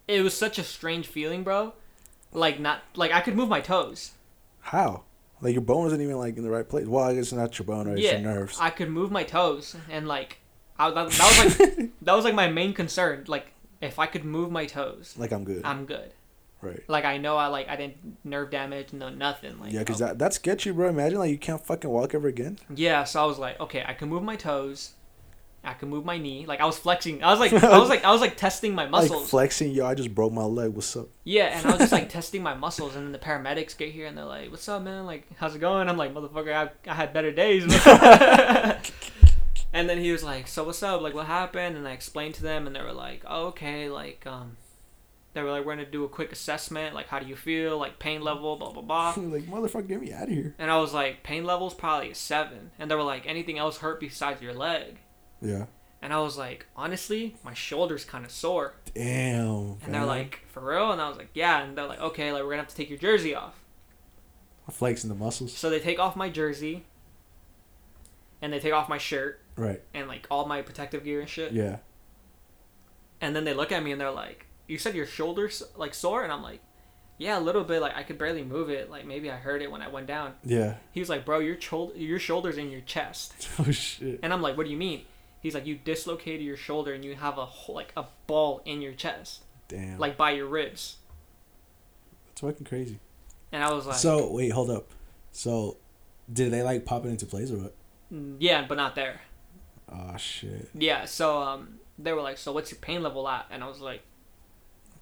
[SPEAKER 1] it was such a strange feeling, bro. Like, not, like, I could move my toes.
[SPEAKER 2] How? Like your bone wasn't even like in the right place. Well, I guess it's not your bone, right?
[SPEAKER 1] yeah.
[SPEAKER 2] Oh, It's your nerves.
[SPEAKER 1] I could move my toes. And, like, I, that, that was,
[SPEAKER 2] *laughs*
[SPEAKER 1] like, that was, like, my main concern. Like, if I could move my toes,
[SPEAKER 2] like I'm good.
[SPEAKER 1] I'm good.
[SPEAKER 2] right.
[SPEAKER 1] Like, I know I, like, I didn't nerve damage, no nothing. Like,
[SPEAKER 2] Yeah, because that, that's sketchy, bro. Imagine like you can't fucking walk ever again.
[SPEAKER 1] Yeah, so I was like, okay, I can move my toes, I can move my knee. Like I was flexing. I was like, I was like, I was like testing my
[SPEAKER 2] Like
[SPEAKER 1] muscles.
[SPEAKER 2] flexing, yo. I just broke my leg. What's up?
[SPEAKER 1] yeah, and I was just like testing my muscles, and then the paramedics get here and they're like, "What's up, man? Like, how's it going?" I'm like, "Motherfucker, I, I had better days." *laughs* and then he was like, "So what's up? Like, what happened?" And I explained to them, and they were like, oh, "Okay, like, um." They were like, we're gonna do a quick assessment, like how do you feel, like pain level, blah blah blah.
[SPEAKER 2] *laughs* like motherfucker, get me out of here.
[SPEAKER 1] And I was like, pain level's probably a seven. And they were like, anything else hurt besides your leg?
[SPEAKER 2] Yeah.
[SPEAKER 1] And I was like, honestly, my shoulder's kind of sore.
[SPEAKER 2] Damn.
[SPEAKER 1] And they're
[SPEAKER 2] man.
[SPEAKER 1] like, for real? And I was like, yeah. And they're like, okay, like we're gonna have to take your jersey off.
[SPEAKER 2] flexing the muscles.
[SPEAKER 1] So they take off my jersey, and they take off my shirt
[SPEAKER 2] Right.
[SPEAKER 1] Uh, and like all my protective gear and shit.
[SPEAKER 2] Yeah.
[SPEAKER 1] and then they look at me and they're like, "You said your shoulders like sore," and I'm like, "Yeah, a little bit. Like I could barely move it. Like maybe I heard it when I went down."
[SPEAKER 2] Yeah. *laughs*
[SPEAKER 1] He was like, "Bro, your chol- your shoulders in your chest,"
[SPEAKER 2] Oh shit.
[SPEAKER 1] and I'm like, "What do you mean?" He's like, "You dislocated your shoulder and you have a whole, like a ball in your chest,
[SPEAKER 2] Damn.
[SPEAKER 1] like by your ribs."
[SPEAKER 2] it's fucking crazy.
[SPEAKER 1] And I was like,
[SPEAKER 2] so wait, hold up. So, did they like pop it into place or what?
[SPEAKER 1] "Mm, "Yeah, but not there."
[SPEAKER 2] Oh shit.
[SPEAKER 1] Yeah. So um, they were like, "So what's your pain level at?" And I was like.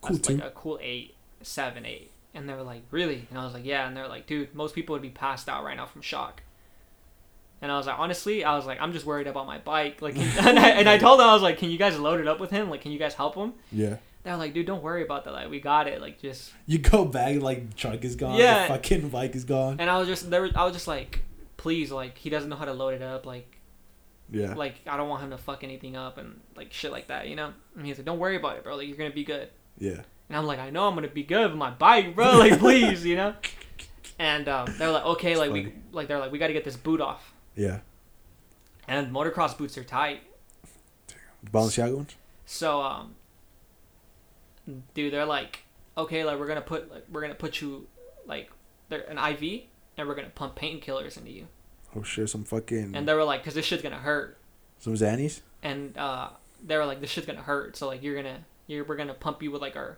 [SPEAKER 2] Cool
[SPEAKER 1] That's like
[SPEAKER 2] too.
[SPEAKER 1] a cool eight, seven, eight. And they were like, really? And I was like, yeah. And they're like, dude, most people would be passed out right now from shock. And I was like, honestly, I was like, I'm just worried about my bike.
[SPEAKER 2] *laughs*
[SPEAKER 1] Like, *laughs* and I, and I told them, I was like, can you guys load it up with him? Like, can you guys help him?
[SPEAKER 2] Yeah.
[SPEAKER 1] They were like, dude, don't worry about that. Like, we got it. Like, just.
[SPEAKER 2] You go back like truck is gone.
[SPEAKER 1] Yeah.
[SPEAKER 2] The fucking bike is gone.
[SPEAKER 1] And I was just, there. I was just like, please, like, he doesn't know how to load it up. Like,
[SPEAKER 2] Yeah.
[SPEAKER 1] like I don't want him to fuck anything up and like shit like that, you know. And he's like, don't worry about it, bro. Like, you're gonna be good.
[SPEAKER 2] Yeah.
[SPEAKER 1] And I'm like, I know I'm gonna be good with my bike,
[SPEAKER 2] *laughs*
[SPEAKER 1] bro. Like, please, you know. And um, they're like, okay, like we,
[SPEAKER 2] funny.
[SPEAKER 1] like they're like, we got to get this boot off.
[SPEAKER 2] Yeah.
[SPEAKER 1] And motocross boots are tight,
[SPEAKER 2] Balenciaga ones.
[SPEAKER 1] so um, dude, they're like, okay, like we're gonna put, like, we're gonna put you, like, they're an IV, and we're gonna pump painkillers into you.
[SPEAKER 2] Oh shit. Some fucking.
[SPEAKER 1] And they were like, cause this shit's gonna hurt.
[SPEAKER 2] some Xannies.
[SPEAKER 1] And uh, they were like, this shit's gonna hurt. So like, you're gonna, you're we're gonna pump you with like our,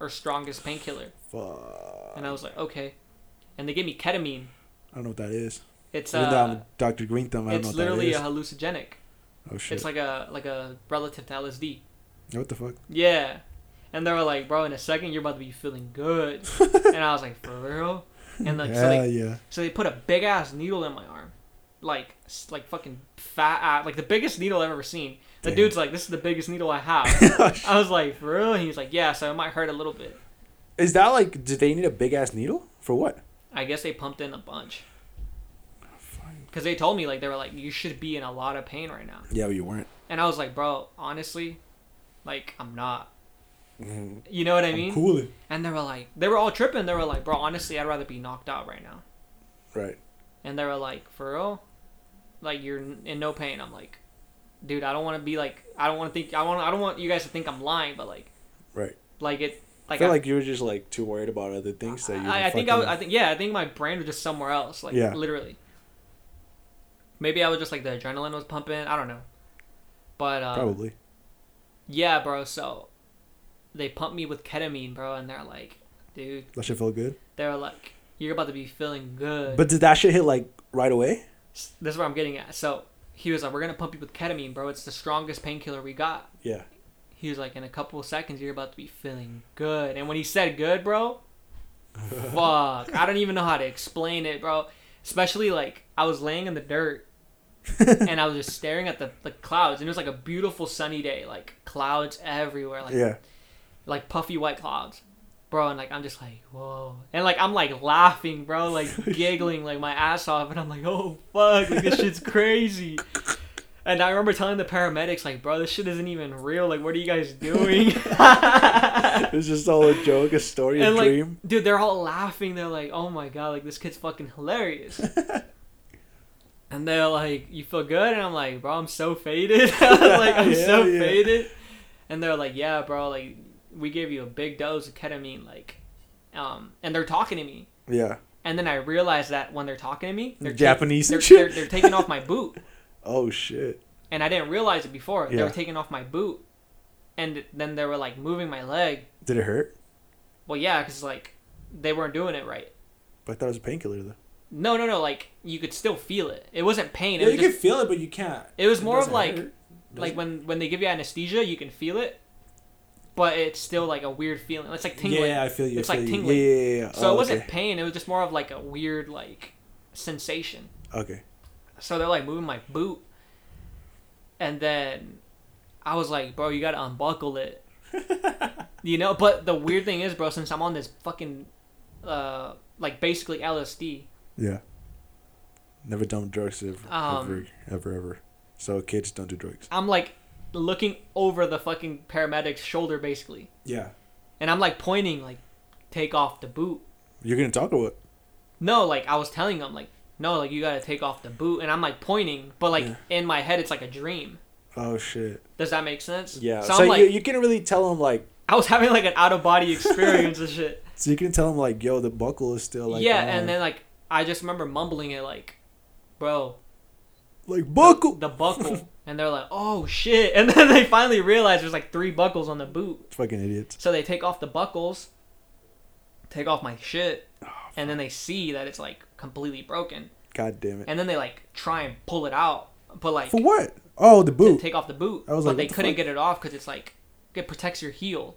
[SPEAKER 1] our strongest painkiller.
[SPEAKER 2] Fuck.
[SPEAKER 1] And I was like, okay. And they gave me ketamine.
[SPEAKER 2] I don't know what that is.
[SPEAKER 1] It's
[SPEAKER 2] Even though
[SPEAKER 1] uh,
[SPEAKER 2] I'm Dr. Green Thumb, I don't know
[SPEAKER 1] it's
[SPEAKER 2] what that
[SPEAKER 1] literally
[SPEAKER 2] is.
[SPEAKER 1] a hallucinogenic.
[SPEAKER 2] oh shit.
[SPEAKER 1] It's like a like a relative to LSD.
[SPEAKER 2] what the fuck?
[SPEAKER 1] Yeah. And they were like, bro, in a second you're about to be feeling
[SPEAKER 2] *laughs*
[SPEAKER 1] good. and I was like, for real? And like so,
[SPEAKER 2] Hell
[SPEAKER 1] they,
[SPEAKER 2] yeah.
[SPEAKER 1] so they put a big ass needle in my arm. Like s- like fucking fat ass, like the biggest needle I've ever seen. The
[SPEAKER 2] Damn. Oh,
[SPEAKER 1] dude's like, this is the biggest needle I
[SPEAKER 2] *laughs*
[SPEAKER 1] have. I was like, for real? And he's like, yeah, so it might hurt a little bit.
[SPEAKER 2] Is that like? Did they need a big ass needle for what?
[SPEAKER 1] I guess they pumped in a bunch. Because they told me, like, they were like, you should be in a lot of pain right now.
[SPEAKER 2] Yeah, but you weren't.
[SPEAKER 1] And I was like, bro, honestly, like, I'm not. You know what I mean?
[SPEAKER 2] Mm-hmm. I'm cooling.
[SPEAKER 1] And they were like, they were all tripping. They were like, bro, honestly, I'd rather be knocked out right now.
[SPEAKER 2] Right.
[SPEAKER 1] And they were like, for real? Like, you're n- in no pain. I'm like, dude, I don't want to be like, I don't want to think, I want, I don't want you guys to think I'm lying, but like,
[SPEAKER 2] Right.
[SPEAKER 1] like it,
[SPEAKER 2] I
[SPEAKER 1] like,
[SPEAKER 2] feel
[SPEAKER 1] I,
[SPEAKER 2] like you were just like too worried about other things that you.
[SPEAKER 1] I, I think I, was, I think, yeah, I think my brain was just somewhere else, like,
[SPEAKER 2] Yeah.
[SPEAKER 1] literally. Maybe I was just like the adrenaline was pumping. I don't know. But uh,
[SPEAKER 2] probably.
[SPEAKER 1] yeah, bro. So they pumped me with ketamine, bro, and they're like, dude,
[SPEAKER 2] That shit felt good.
[SPEAKER 1] they're like, you're about to be feeling good.
[SPEAKER 2] But did that shit hit like right away?
[SPEAKER 1] S- this is where I'm getting at. So he was like, "We're gonna pump you with ketamine, bro. It's the strongest painkiller we got."
[SPEAKER 2] Yeah.
[SPEAKER 1] He was like, "In a couple of seconds, you're about to be feeling good." And when he said "good," bro, fuck, I don't even know how to explain it, bro. Especially like I was laying in the dirt and I was just staring at the, the clouds, and it was like a beautiful sunny day, like clouds everywhere, like
[SPEAKER 2] yeah.
[SPEAKER 1] like puffy white clouds. Bro, and like I'm just like, whoa. And like I'm like laughing, bro, like giggling like my ass off and I'm like, oh fuck, like this shit's crazy. And I remember telling the paramedics, like, bro, this shit isn't even real. Like, what are you guys doing?
[SPEAKER 2] It's just all a joke, a story, a
[SPEAKER 1] and like,
[SPEAKER 2] dream.
[SPEAKER 1] dude, they're all laughing. They're like, "Oh my god, like this kid's fucking
[SPEAKER 2] *laughs*
[SPEAKER 1] hilarious." and they're like, "You feel good?" And I'm like, "Bro, I'm so faded. *laughs* I was like, I'm so
[SPEAKER 2] Hell yeah.
[SPEAKER 1] faded." And they're like, "Yeah, bro, like we gave you a big dose of ketamine, like." Um, and they're talking to me,
[SPEAKER 2] Yeah.
[SPEAKER 1] and then I realize that when they're talking to me, they're
[SPEAKER 2] Japanese
[SPEAKER 1] Take,
[SPEAKER 2] and
[SPEAKER 1] they're, they're,
[SPEAKER 2] shit.
[SPEAKER 1] they're taking off my
[SPEAKER 2] *laughs*
[SPEAKER 1] boot,
[SPEAKER 2] Oh shit.
[SPEAKER 1] and I didn't realize it before. They
[SPEAKER 2] Yeah.
[SPEAKER 1] were taking off my boot, and then they were like moving my leg.
[SPEAKER 2] Did it hurt?
[SPEAKER 1] Well, yeah, because like they weren't doing it right.
[SPEAKER 2] But I thought it was a painkiller though.
[SPEAKER 1] No, no, no. Like you could still feel it. It wasn't pain. It
[SPEAKER 2] Yeah,
[SPEAKER 1] was
[SPEAKER 2] you
[SPEAKER 1] just,
[SPEAKER 2] can feel it, but you can't.
[SPEAKER 1] it was
[SPEAKER 2] it
[SPEAKER 1] more of
[SPEAKER 2] doesn't
[SPEAKER 1] like,
[SPEAKER 2] hurt,
[SPEAKER 1] like when when they give you anesthesia, you can feel it, but it's still like a weird feeling. It's like tingling.
[SPEAKER 2] Yeah, I feel you. I
[SPEAKER 1] It's like
[SPEAKER 2] feel you.
[SPEAKER 1] tingling.
[SPEAKER 2] Yeah, yeah, yeah, yeah.
[SPEAKER 1] So
[SPEAKER 2] Oh,
[SPEAKER 1] it wasn't
[SPEAKER 2] okay.
[SPEAKER 1] pain. It was just more of like a weird like sensation.
[SPEAKER 2] Okay.
[SPEAKER 1] So they're like moving my boot, and then I was like, bro, you gotta unbuckle it. *laughs* you know. But the weird thing is, bro, since I'm on this fucking, uh, like basically LSD.
[SPEAKER 2] Yeah. Never done drugs ever,
[SPEAKER 1] Um,
[SPEAKER 2] ever, ever, ever. So kids don't do drugs.
[SPEAKER 1] I'm like looking over the fucking paramedic's shoulder basically.
[SPEAKER 2] Yeah.
[SPEAKER 1] And I'm like pointing like take off the boot.
[SPEAKER 2] You're gonna talk about.
[SPEAKER 1] No, like I was telling him like no, like you got to take off the boot and I'm like pointing, but like
[SPEAKER 2] Yeah.
[SPEAKER 1] in my head it's like a dream.
[SPEAKER 2] Oh shit.
[SPEAKER 1] Does that make sense?
[SPEAKER 2] Yeah.
[SPEAKER 1] So,
[SPEAKER 2] so
[SPEAKER 1] I'm like,
[SPEAKER 2] you, you can really tell him like
[SPEAKER 1] I was having like an out of body experience
[SPEAKER 2] *laughs*
[SPEAKER 1] and shit.
[SPEAKER 2] so you can tell him like yo the buckle is still like
[SPEAKER 1] yeah,
[SPEAKER 2] on.
[SPEAKER 1] and then like I just remember mumbling it like, bro,
[SPEAKER 2] like
[SPEAKER 1] the-
[SPEAKER 2] buckle
[SPEAKER 1] the, buckle, and they're like, oh shit, and *laughs* then they finally realize there's like three buckles on the boot,
[SPEAKER 2] *laughs* fucking idiots.
[SPEAKER 1] so they take off the buckles, take off my shit,
[SPEAKER 2] Oh,
[SPEAKER 1] and then they see that it's like completely broken,
[SPEAKER 2] God damn it.
[SPEAKER 1] and then they like try and pull it out, but like
[SPEAKER 2] For what? Oh, the
[SPEAKER 1] to
[SPEAKER 2] boot.
[SPEAKER 1] take off the boot,
[SPEAKER 2] I was
[SPEAKER 1] but
[SPEAKER 2] like,
[SPEAKER 1] they
[SPEAKER 2] what the
[SPEAKER 1] couldn't
[SPEAKER 2] fuck?
[SPEAKER 1] get it off because it's like it protects your heel,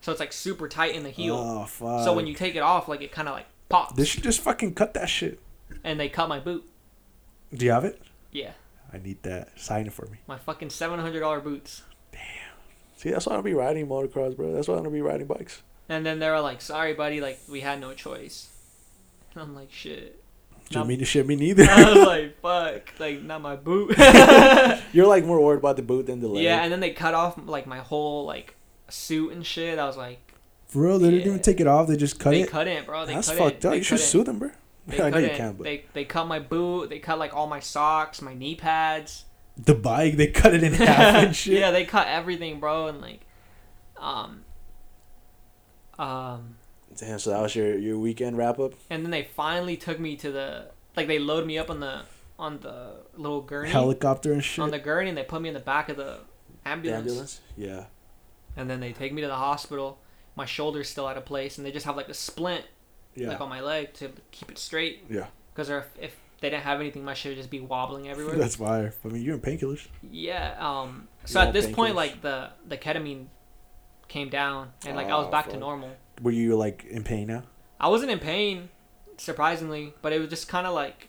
[SPEAKER 1] so it's like super tight in the heel.
[SPEAKER 2] Oh fuck.
[SPEAKER 1] So when you take it off, like it kind of like pops,
[SPEAKER 2] They should just fucking cut that shit.
[SPEAKER 1] and they cut my boot.
[SPEAKER 2] Do you have it?
[SPEAKER 1] Yeah,
[SPEAKER 2] I need that. Sign it for me.
[SPEAKER 1] my fucking seven hundred dollar boots.
[SPEAKER 2] See, that's why I don't be riding motocross, bro. That's why I don't be riding bikes.
[SPEAKER 1] And then they were like, "Sorry, buddy, like we had no choice." *laughs* And I'm like, "Shit." *laughs*
[SPEAKER 2] Do
[SPEAKER 1] Not-
[SPEAKER 2] you mean to shit me neither?
[SPEAKER 1] *laughs* I was like, "Fuck!" Like not my boot. *laughs*
[SPEAKER 2] You're like more worried about the boot than the leg.
[SPEAKER 1] yeah, and then they cut off like my whole like suit and shit. I was like,
[SPEAKER 2] For real, they didn't
[SPEAKER 1] Yeah.
[SPEAKER 2] even take it off. They just cut
[SPEAKER 1] "They
[SPEAKER 2] it.
[SPEAKER 1] couldn't, bro. They
[SPEAKER 2] That's
[SPEAKER 1] couldn't.
[SPEAKER 2] fucked up.
[SPEAKER 1] They
[SPEAKER 2] You should
[SPEAKER 1] couldn't.
[SPEAKER 2] sue them, bro.
[SPEAKER 1] They
[SPEAKER 2] *laughs* I know you
[SPEAKER 1] couldn't.
[SPEAKER 2] can, but
[SPEAKER 1] they they cut my boot. They cut like all my socks, my knee
[SPEAKER 2] *laughs*
[SPEAKER 1] pads. *laughs*
[SPEAKER 2] the bike they cut it in half and shit.
[SPEAKER 1] yeah, they cut everything, bro, and like, um, um,
[SPEAKER 2] Damn, so that was your, your weekend wrap up?
[SPEAKER 1] and then they finally took me to the like they load me up on the on the little gurney
[SPEAKER 2] Helicopter and shit.
[SPEAKER 1] on the gurney, and they put me in the back of the
[SPEAKER 2] The
[SPEAKER 1] ambulance,
[SPEAKER 2] ambulance? Yeah.
[SPEAKER 1] and then they take me to the hospital. My shoulder's still out of place, and they just have like a splint
[SPEAKER 2] Yeah.
[SPEAKER 1] like on my leg to keep it straight.
[SPEAKER 2] Yeah.
[SPEAKER 1] Because if, if they didn't have anything, my shit would just be wobbling everywhere.
[SPEAKER 2] *laughs* That's fire. I mean, you're in painkillers.
[SPEAKER 1] Yeah. Um. So
[SPEAKER 2] You're all
[SPEAKER 1] at this point,
[SPEAKER 2] painkillers.
[SPEAKER 1] like the the ketamine came down, and like I was
[SPEAKER 2] Oh,
[SPEAKER 1] back to
[SPEAKER 2] fuck.
[SPEAKER 1] normal.
[SPEAKER 2] Were you like in pain now?
[SPEAKER 1] I wasn't in pain, surprisingly, but it was just kind of like,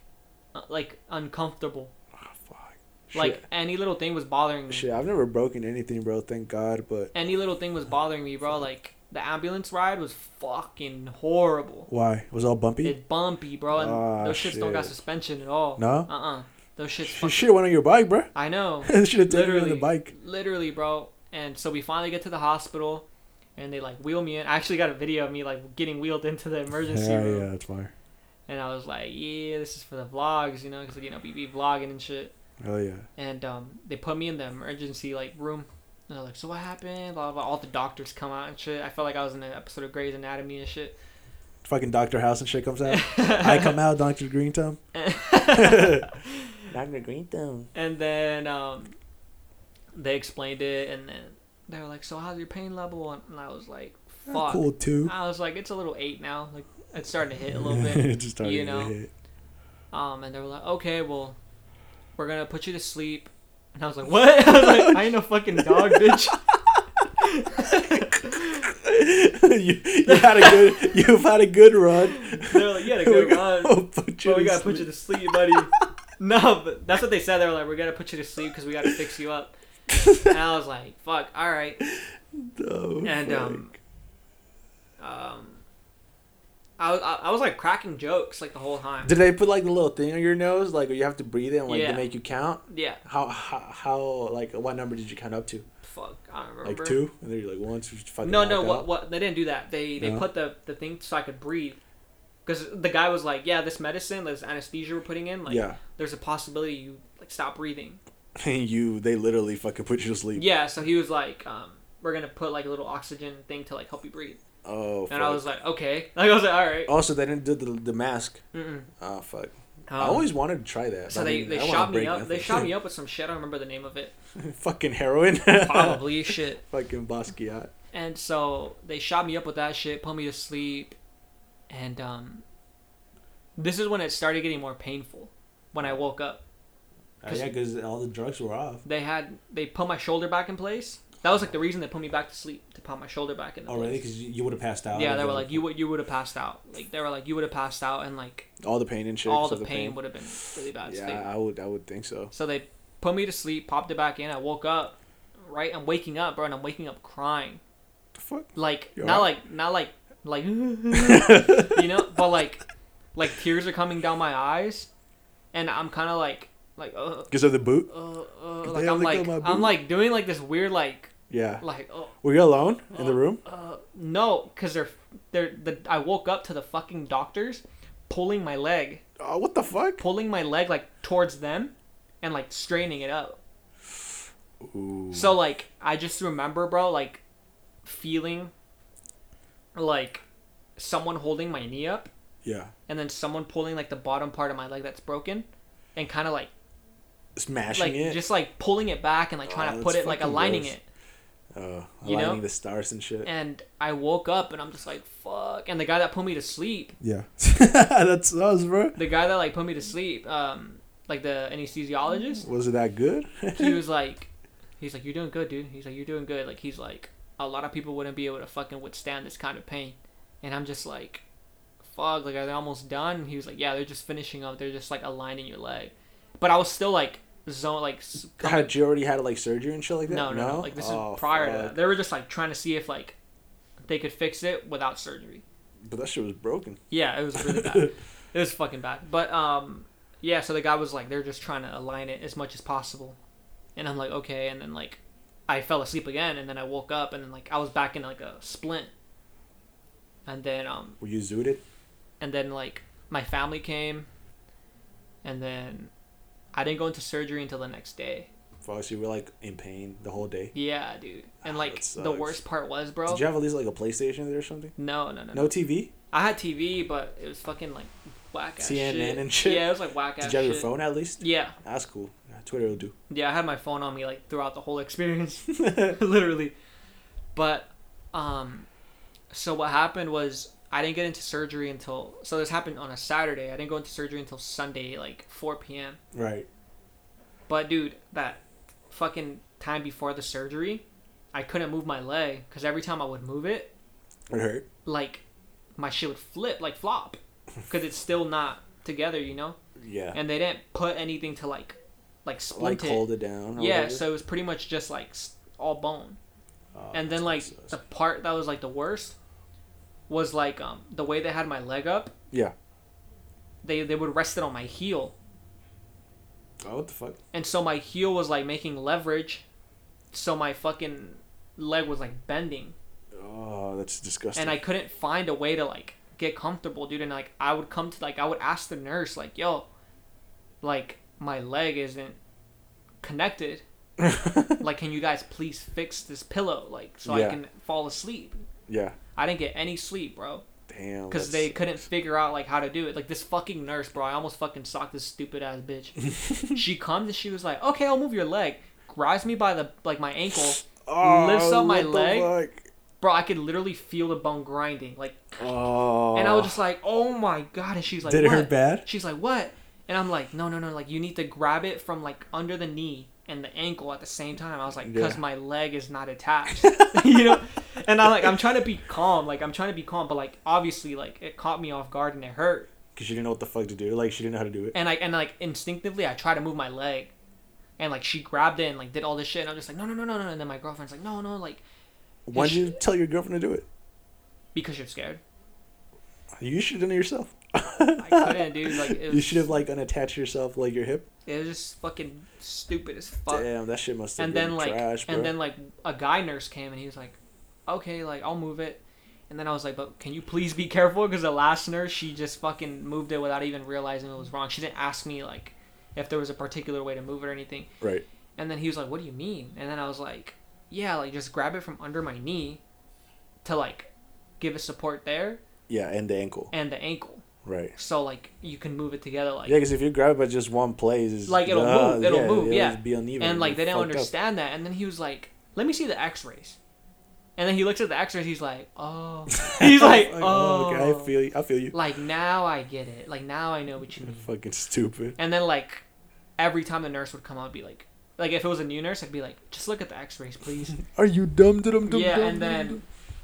[SPEAKER 1] uh, like uncomfortable.
[SPEAKER 2] Oh, fuck.
[SPEAKER 1] Like any little thing was bothering me.
[SPEAKER 2] shit. Shit, I've never broken anything, bro. Thank God. But
[SPEAKER 1] Any little thing was bothering me, bro. Like the ambulance ride was fucking horrible.
[SPEAKER 2] why? It was all bumpy?
[SPEAKER 1] It's bumpy, bro, and
[SPEAKER 2] Ah,
[SPEAKER 1] those shits don't got
[SPEAKER 2] shit.
[SPEAKER 1] suspension at all.
[SPEAKER 2] No?
[SPEAKER 1] Uh uh Those
[SPEAKER 2] *laughs*
[SPEAKER 1] shits.
[SPEAKER 2] She
[SPEAKER 1] fuck-
[SPEAKER 2] should have went on your bike, bro. *laughs*
[SPEAKER 1] I know.
[SPEAKER 2] they should have taken you on the
[SPEAKER 1] Literally.
[SPEAKER 2] bike.
[SPEAKER 1] literally bro and so we finally get to the hospital and they like wheel me in i actually got a video of me like getting wheeled into the emergency
[SPEAKER 2] Yeah,
[SPEAKER 1] room
[SPEAKER 2] yeah, that's fire.
[SPEAKER 1] and i was like yeah this is for the vlogs you know because you know we be vlogging and shit
[SPEAKER 2] Oh yeah.
[SPEAKER 1] and um they put me in the emergency like room and they're like so what happened blah blah all the doctors come out and shit i felt like i was in an episode of Grey's anatomy and shit
[SPEAKER 2] Fucking Doctor House and shit
[SPEAKER 1] *laughs*
[SPEAKER 2] comes out. I come out, Doctor Green Thumb. Doctor Green Thumb.
[SPEAKER 1] and then um they explained it and then they were like so how's your pain level and i was like fuck
[SPEAKER 2] Cool too.
[SPEAKER 1] I was like, it's a little eight now. Like it's starting to hit a
[SPEAKER 2] *laughs*
[SPEAKER 1] little bit.
[SPEAKER 2] Just started
[SPEAKER 1] you
[SPEAKER 2] to
[SPEAKER 1] know.
[SPEAKER 2] hit. *laughs*
[SPEAKER 1] Um, and they were like, okay, well, we're gonna put you to sleep. And I was like, what? *laughs* I was like, I ain't no fucking
[SPEAKER 2] *laughs*
[SPEAKER 1] dog, bitch. *laughs*
[SPEAKER 2] you, you had a good. You've had a good run.
[SPEAKER 1] They're like, you had a good
[SPEAKER 2] *laughs* We
[SPEAKER 1] run,
[SPEAKER 2] gotta
[SPEAKER 1] but
[SPEAKER 2] put you
[SPEAKER 1] we
[SPEAKER 2] to
[SPEAKER 1] gotta put you
[SPEAKER 2] sleep.
[SPEAKER 1] to sleep, buddy. *laughs* no, but that's what they said. They were like, we're gonna put you to sleep because we gotta fix you up. And I was like, fuck, all right.
[SPEAKER 2] Oh,
[SPEAKER 1] And, um,
[SPEAKER 2] fuck.
[SPEAKER 1] Um, I, was- I, I was like cracking jokes like the whole time.
[SPEAKER 2] Did they put like the little thing on your nose, like you have to breathe in, like
[SPEAKER 1] Yeah.
[SPEAKER 2] to make you count?
[SPEAKER 1] Yeah,
[SPEAKER 2] How, how how like what number did you count up to?
[SPEAKER 1] fuck, I don't remember.
[SPEAKER 2] Like two, and then you're like one, two, fucking.
[SPEAKER 1] No, no,
[SPEAKER 2] knocked
[SPEAKER 1] what,
[SPEAKER 2] out.
[SPEAKER 1] what they didn't do that. They they
[SPEAKER 2] No?
[SPEAKER 1] put the the thing so I could breathe. Because the guy was like, "Yeah, this medicine, this anesthesia we're putting in, like,
[SPEAKER 2] yeah, *laughs*
[SPEAKER 1] there's a possibility you like stop breathing."
[SPEAKER 2] and you they literally fucking put you to sleep.
[SPEAKER 1] Yeah, so he was like, um, "We're gonna put like a little oxygen thing to like help you breathe,"
[SPEAKER 2] Oh. Fuck.
[SPEAKER 1] and I was like, "Okay," *laughs* like I was like, "All right."
[SPEAKER 2] Also, they didn't do the the mask.
[SPEAKER 1] Mm-mm.
[SPEAKER 2] Oh fuck! I
[SPEAKER 1] Um,
[SPEAKER 2] always wanted to try that.
[SPEAKER 1] so they, they shot me up. They shot
[SPEAKER 2] *laughs*
[SPEAKER 1] me up with some shit. I don't remember the name of it.
[SPEAKER 2] fucking heroin. *laughs*
[SPEAKER 1] Probably shit.
[SPEAKER 2] fucking Basquiat.
[SPEAKER 1] And so they shot me up with that shit, put me to sleep, and um, this is when it started getting more painful. When I woke up,
[SPEAKER 2] Oh, yeah, because all the drugs were off.
[SPEAKER 1] they had they put my shoulder back in place. That was like the reason they put me back to sleep to put my shoulder back in.
[SPEAKER 2] Oh really?
[SPEAKER 1] place.
[SPEAKER 2] Because you, you would have passed out.
[SPEAKER 1] Yeah, they
[SPEAKER 2] if
[SPEAKER 1] were
[SPEAKER 2] you-
[SPEAKER 1] like you would you would have passed out. Like they were like you would have passed out and like
[SPEAKER 2] all the pain and shit.
[SPEAKER 1] all
[SPEAKER 2] 'cause
[SPEAKER 1] the
[SPEAKER 2] of
[SPEAKER 1] pain, would have been really bad.
[SPEAKER 2] Yeah,
[SPEAKER 1] They-
[SPEAKER 2] I would. I would think so.
[SPEAKER 1] So they put me to sleep, popped it back in. I woke up. Right, I'm waking up, bro, and I'm waking up crying.
[SPEAKER 2] The fuck?
[SPEAKER 1] Like
[SPEAKER 2] You
[SPEAKER 1] not
[SPEAKER 2] alright?
[SPEAKER 1] like not like like *laughs* you
[SPEAKER 2] *laughs*
[SPEAKER 1] know, but like like tears are coming down my eyes, and I'm kind of like like uh
[SPEAKER 2] Because of the boot.
[SPEAKER 1] uh, uh
[SPEAKER 2] They
[SPEAKER 1] like
[SPEAKER 2] only
[SPEAKER 1] I'm like
[SPEAKER 2] got my boot.
[SPEAKER 1] I'm like doing like this weird like
[SPEAKER 2] Yeah.
[SPEAKER 1] like oh
[SPEAKER 2] Were you alone in the
[SPEAKER 1] Uh,
[SPEAKER 2] room?
[SPEAKER 1] Uh, no, because they're they're the. I woke up to the fucking doctors pulling my leg,
[SPEAKER 2] Oh, what the fuck?
[SPEAKER 1] pulling my leg like towards them, and like straining it up.
[SPEAKER 2] Ooh.
[SPEAKER 1] So like I just remember, bro, like feeling like someone holding my knee up
[SPEAKER 2] yeah,
[SPEAKER 1] and then someone pulling like the bottom part of my leg that's broken and kind of like
[SPEAKER 2] smashing
[SPEAKER 1] like
[SPEAKER 2] it.
[SPEAKER 1] just like pulling it back and like
[SPEAKER 2] Oh,
[SPEAKER 1] trying to
[SPEAKER 2] that's
[SPEAKER 1] put it like
[SPEAKER 2] fucking
[SPEAKER 1] aligning
[SPEAKER 2] gross.
[SPEAKER 1] it.
[SPEAKER 2] uh,
[SPEAKER 1] you
[SPEAKER 2] aligning
[SPEAKER 1] know?
[SPEAKER 2] the stars and shit.
[SPEAKER 1] And I woke up and I'm just like fuck. And the guy that put me to sleep,
[SPEAKER 2] yeah, *laughs* that's us, bro.
[SPEAKER 1] the guy that like put me to sleep, um like the anesthesiologist,
[SPEAKER 2] Was it that good? *laughs*
[SPEAKER 1] he was like he's like you're doing good, dude. He's like you're doing good. Like he's like a lot of people wouldn't be able to fucking withstand this kind of pain. And I'm just like fuck, like are they almost done? He was like yeah, they're just finishing up. They're just like aligning your leg. But I was still like zone like s- coming-
[SPEAKER 2] Had you already had like surgery and shit like that?
[SPEAKER 1] No, no, no. Like this
[SPEAKER 2] Oh,
[SPEAKER 1] is prior to
[SPEAKER 2] fuck.
[SPEAKER 1] that. They were just like trying to see if like they could fix it without surgery.
[SPEAKER 2] But that shit was broken.
[SPEAKER 1] Yeah, it was
[SPEAKER 2] *laughs*
[SPEAKER 1] really bad. it was fucking bad. But um yeah, so the guy was like they're just trying to align it as much as possible. And I'm like, okay, and then like I fell asleep again and then I woke up and then like I was back in like a splint. And then um
[SPEAKER 2] Were you zooted?
[SPEAKER 1] and then like my family came and then I didn't go into surgery until the next day.
[SPEAKER 2] Fuck, so you were like in pain the whole day.
[SPEAKER 1] Yeah, dude. And
[SPEAKER 2] Ah,
[SPEAKER 1] like
[SPEAKER 2] that
[SPEAKER 1] the
[SPEAKER 2] sucks.
[SPEAKER 1] worst part was, bro.
[SPEAKER 2] Did you have at least like a PlayStation there or something?
[SPEAKER 1] No, no, no, no.
[SPEAKER 2] No TV?
[SPEAKER 1] I had TV, but it was fucking like whack ass
[SPEAKER 2] CNN
[SPEAKER 1] shit.
[SPEAKER 2] and shit?
[SPEAKER 1] Yeah, it was like whack ass.
[SPEAKER 2] Did you have your
[SPEAKER 1] shit.
[SPEAKER 2] phone at least?
[SPEAKER 1] Yeah,
[SPEAKER 2] That's cool. Twitter will do.
[SPEAKER 1] yeah. I had my phone on me like throughout the whole
[SPEAKER 2] *laughs*
[SPEAKER 1] experience, *laughs* literally. But, um, so what happened was I didn't get into surgery until so this happened on a Saturday. I didn't go into surgery until Sunday, like 4 p.m.
[SPEAKER 2] Right.
[SPEAKER 1] But dude, that fucking time before the surgery, I couldn't move my leg because every time I would move it,
[SPEAKER 2] It hurt.
[SPEAKER 1] like my shit would flip like flop because it's still not together you know
[SPEAKER 2] Yeah.
[SPEAKER 1] and they didn't put anything to like like splint
[SPEAKER 2] like
[SPEAKER 1] it
[SPEAKER 2] hold it down. Or
[SPEAKER 1] yeah
[SPEAKER 2] whatever.
[SPEAKER 1] so it was pretty much just like s- all bone
[SPEAKER 2] Oh,
[SPEAKER 1] and
[SPEAKER 2] that's
[SPEAKER 1] then like
[SPEAKER 2] what it
[SPEAKER 1] the
[SPEAKER 2] says.
[SPEAKER 1] part that was like the worst was like um the way they had my leg up
[SPEAKER 2] Yeah.
[SPEAKER 1] they they would rest it on my heel
[SPEAKER 2] Oh, what the fuck?
[SPEAKER 1] and so my heel was like making leverage so my fucking leg was like bending
[SPEAKER 2] Oh, that's disgusting.
[SPEAKER 1] and I couldn't find a way to like get comfortable, dude. And like I would come to like I would ask the nurse like, "Yo, like my leg isn't connected. Like, can you guys please fix this pillow like so I
[SPEAKER 2] Yeah.
[SPEAKER 1] can fall asleep?"
[SPEAKER 2] *laughs* yeah.
[SPEAKER 1] I didn't get any sleep, bro,
[SPEAKER 2] Damn.
[SPEAKER 1] because they
[SPEAKER 2] *laughs* that's-
[SPEAKER 1] couldn't figure out like how to do it. Like this fucking nurse, bro. I almost fucking socked this stupid ass
[SPEAKER 2] *laughs*
[SPEAKER 1] bitch. she comes and she was like, "Okay, I'll move your leg." Grabs me by the like my ankle,
[SPEAKER 2] Oh,
[SPEAKER 1] lifts up my
[SPEAKER 2] what the
[SPEAKER 1] leg.
[SPEAKER 2] fuck?
[SPEAKER 1] bro. I could literally feel the bone grinding, like
[SPEAKER 2] Oh.
[SPEAKER 1] And I was just like, "Oh my god!" And she's like,
[SPEAKER 2] Did it
[SPEAKER 1] what?
[SPEAKER 2] hurt bad?
[SPEAKER 1] She's like, "What?" And I'm like, "No, no, no! Like you need to grab it from like under the knee and the ankle at the same time." I was like, "Cause
[SPEAKER 2] Yeah.
[SPEAKER 1] my leg is not attached," *laughs* you know. And I like, I'm trying to be calm. Like I'm trying to be calm, but like obviously, like it caught me off guard and it hurt.
[SPEAKER 2] Because she didn't know what the fuck to do. Like, she didn't know how to do it.
[SPEAKER 1] And I and like instinctively, I try to move my leg, and like she grabbed it and like did all this shit. And I'm just like, "No, no, no, no, no!" And then my girlfriend's like, "No, no!" Like
[SPEAKER 2] Why did
[SPEAKER 1] she-
[SPEAKER 2] you tell your girlfriend to do it?
[SPEAKER 1] because you're scared.
[SPEAKER 2] You should have done it yourself.
[SPEAKER 1] I couldn't, dude.
[SPEAKER 2] *laughs*
[SPEAKER 1] Like it was,
[SPEAKER 2] You should have, like, unattached yourself, like, your hip.
[SPEAKER 1] It was just fucking stupid as fuck.
[SPEAKER 2] Damn, that shit must have
[SPEAKER 1] and
[SPEAKER 2] been
[SPEAKER 1] then like
[SPEAKER 2] trash, bro.
[SPEAKER 1] and then like a guy nurse came and he was like okay like i'll move it and then i was like but can you please be careful because the last nurse she just fucking moved it without even realizing it was wrong she didn't ask me like if there was a particular way to move it or anything
[SPEAKER 2] Right.
[SPEAKER 1] and then he was like what do you mean and then i was like yeah like just grab it from under my knee to like give it support there
[SPEAKER 2] Yeah, and the ankle.
[SPEAKER 1] and the ankle
[SPEAKER 2] Right.
[SPEAKER 1] so like you can move it together like
[SPEAKER 2] Yeah, because if you grab it by just one place, it's
[SPEAKER 1] Like, it'll
[SPEAKER 2] Ah,
[SPEAKER 1] move, it'll move, yeah.
[SPEAKER 2] be uneven.
[SPEAKER 1] and like
[SPEAKER 2] You're
[SPEAKER 1] they didn't
[SPEAKER 2] fucked up.
[SPEAKER 1] understand that and then he was like let me see the x-rays and then he looks at the x-rays he's like
[SPEAKER 2] *laughs*
[SPEAKER 1] oh *laughs* he's like oh
[SPEAKER 2] okay, I feel you. I feel you.
[SPEAKER 1] like now i get it like now i know what you mean
[SPEAKER 2] Fucking stupid.
[SPEAKER 1] and then like every time the nurse would come out I'd be like like if it was a new nurse i'd be like just look at the x-rays
[SPEAKER 2] *laughs*
[SPEAKER 1] please
[SPEAKER 2] Are you dumb? Dum dum.
[SPEAKER 1] yeah
[SPEAKER 2] dum,
[SPEAKER 1] and
[SPEAKER 2] dum,
[SPEAKER 1] then
[SPEAKER 2] dum?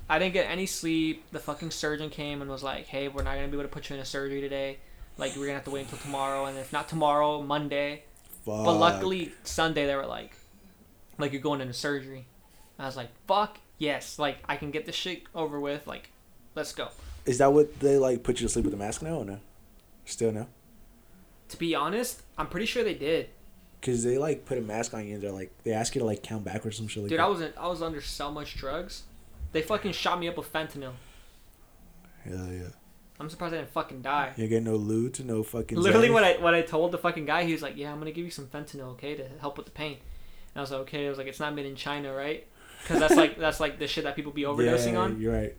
[SPEAKER 1] i didn't get any sleep the fucking surgeon came and was like hey we're not gonna be able to put you in a surgery today like we're gonna have to wait until tomorrow and if not tomorrow monday
[SPEAKER 2] Fuck.
[SPEAKER 1] but luckily Sunday they were like, like you're going into surgery. And I was like, fuck yes, like I can get this shit over with. Like, let's go.
[SPEAKER 2] is that what they like put you to sleep with a mask now or no? Still no,
[SPEAKER 1] To be honest, I'm pretty sure they did,
[SPEAKER 2] because they like put a mask on you and they're like they ask you to like count backwards or some shit like
[SPEAKER 1] dude.
[SPEAKER 2] that.
[SPEAKER 1] I was in, I was under so much drugs. They fucking shot me up with fentanyl.
[SPEAKER 2] Hell yeah.
[SPEAKER 1] I'm surprised I didn't fucking die.
[SPEAKER 2] You get no loot, no fucking.
[SPEAKER 1] Literally,
[SPEAKER 2] Xanax.
[SPEAKER 1] what I what I told the fucking guy, he was like, "Yeah, I'm gonna give you some fentanyl, okay, to help with the pain." And I was like, okay. I was like, it's not made in China, right? Because that's like *laughs* that's like the shit that people be overdosing
[SPEAKER 2] yeah,
[SPEAKER 1] on.
[SPEAKER 2] You're right.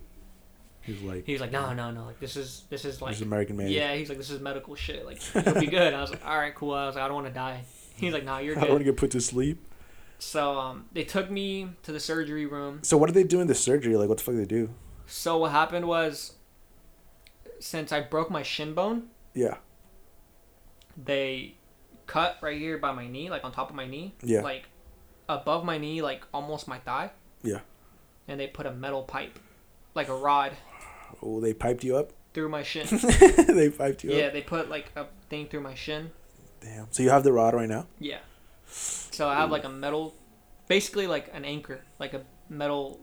[SPEAKER 2] He's like,
[SPEAKER 1] He was like, no, no, no. Like this is this is like
[SPEAKER 2] he's American man.
[SPEAKER 1] yeah. He's like, this is medical shit. Like you'll be good. I was like, all right, cool. I was like, I don't want to die. He's like, nah, you're
[SPEAKER 2] *laughs* I don't want to
[SPEAKER 1] good.
[SPEAKER 2] get put to sleep.
[SPEAKER 1] So um, they took me to the surgery room.
[SPEAKER 2] So what did they do in the surgery? Like, what the fuck did they do?
[SPEAKER 1] So what happened was, since I broke my shin bone,
[SPEAKER 2] Yeah,
[SPEAKER 1] they cut right here by my knee, like on top of my knee,
[SPEAKER 2] yeah,
[SPEAKER 1] like above my knee, like almost my thigh.
[SPEAKER 2] Yeah.
[SPEAKER 1] And they put a metal pipe, like a rod,
[SPEAKER 2] Oh, they piped you up. *laughs*
[SPEAKER 1] through my shin.
[SPEAKER 2] they piped you
[SPEAKER 1] yeah,
[SPEAKER 2] up.
[SPEAKER 1] they put like a thing through my shin.
[SPEAKER 2] Damn. So you have the rod right now.
[SPEAKER 1] Yeah. So I have like a metal, basically like an anchor, like a metal.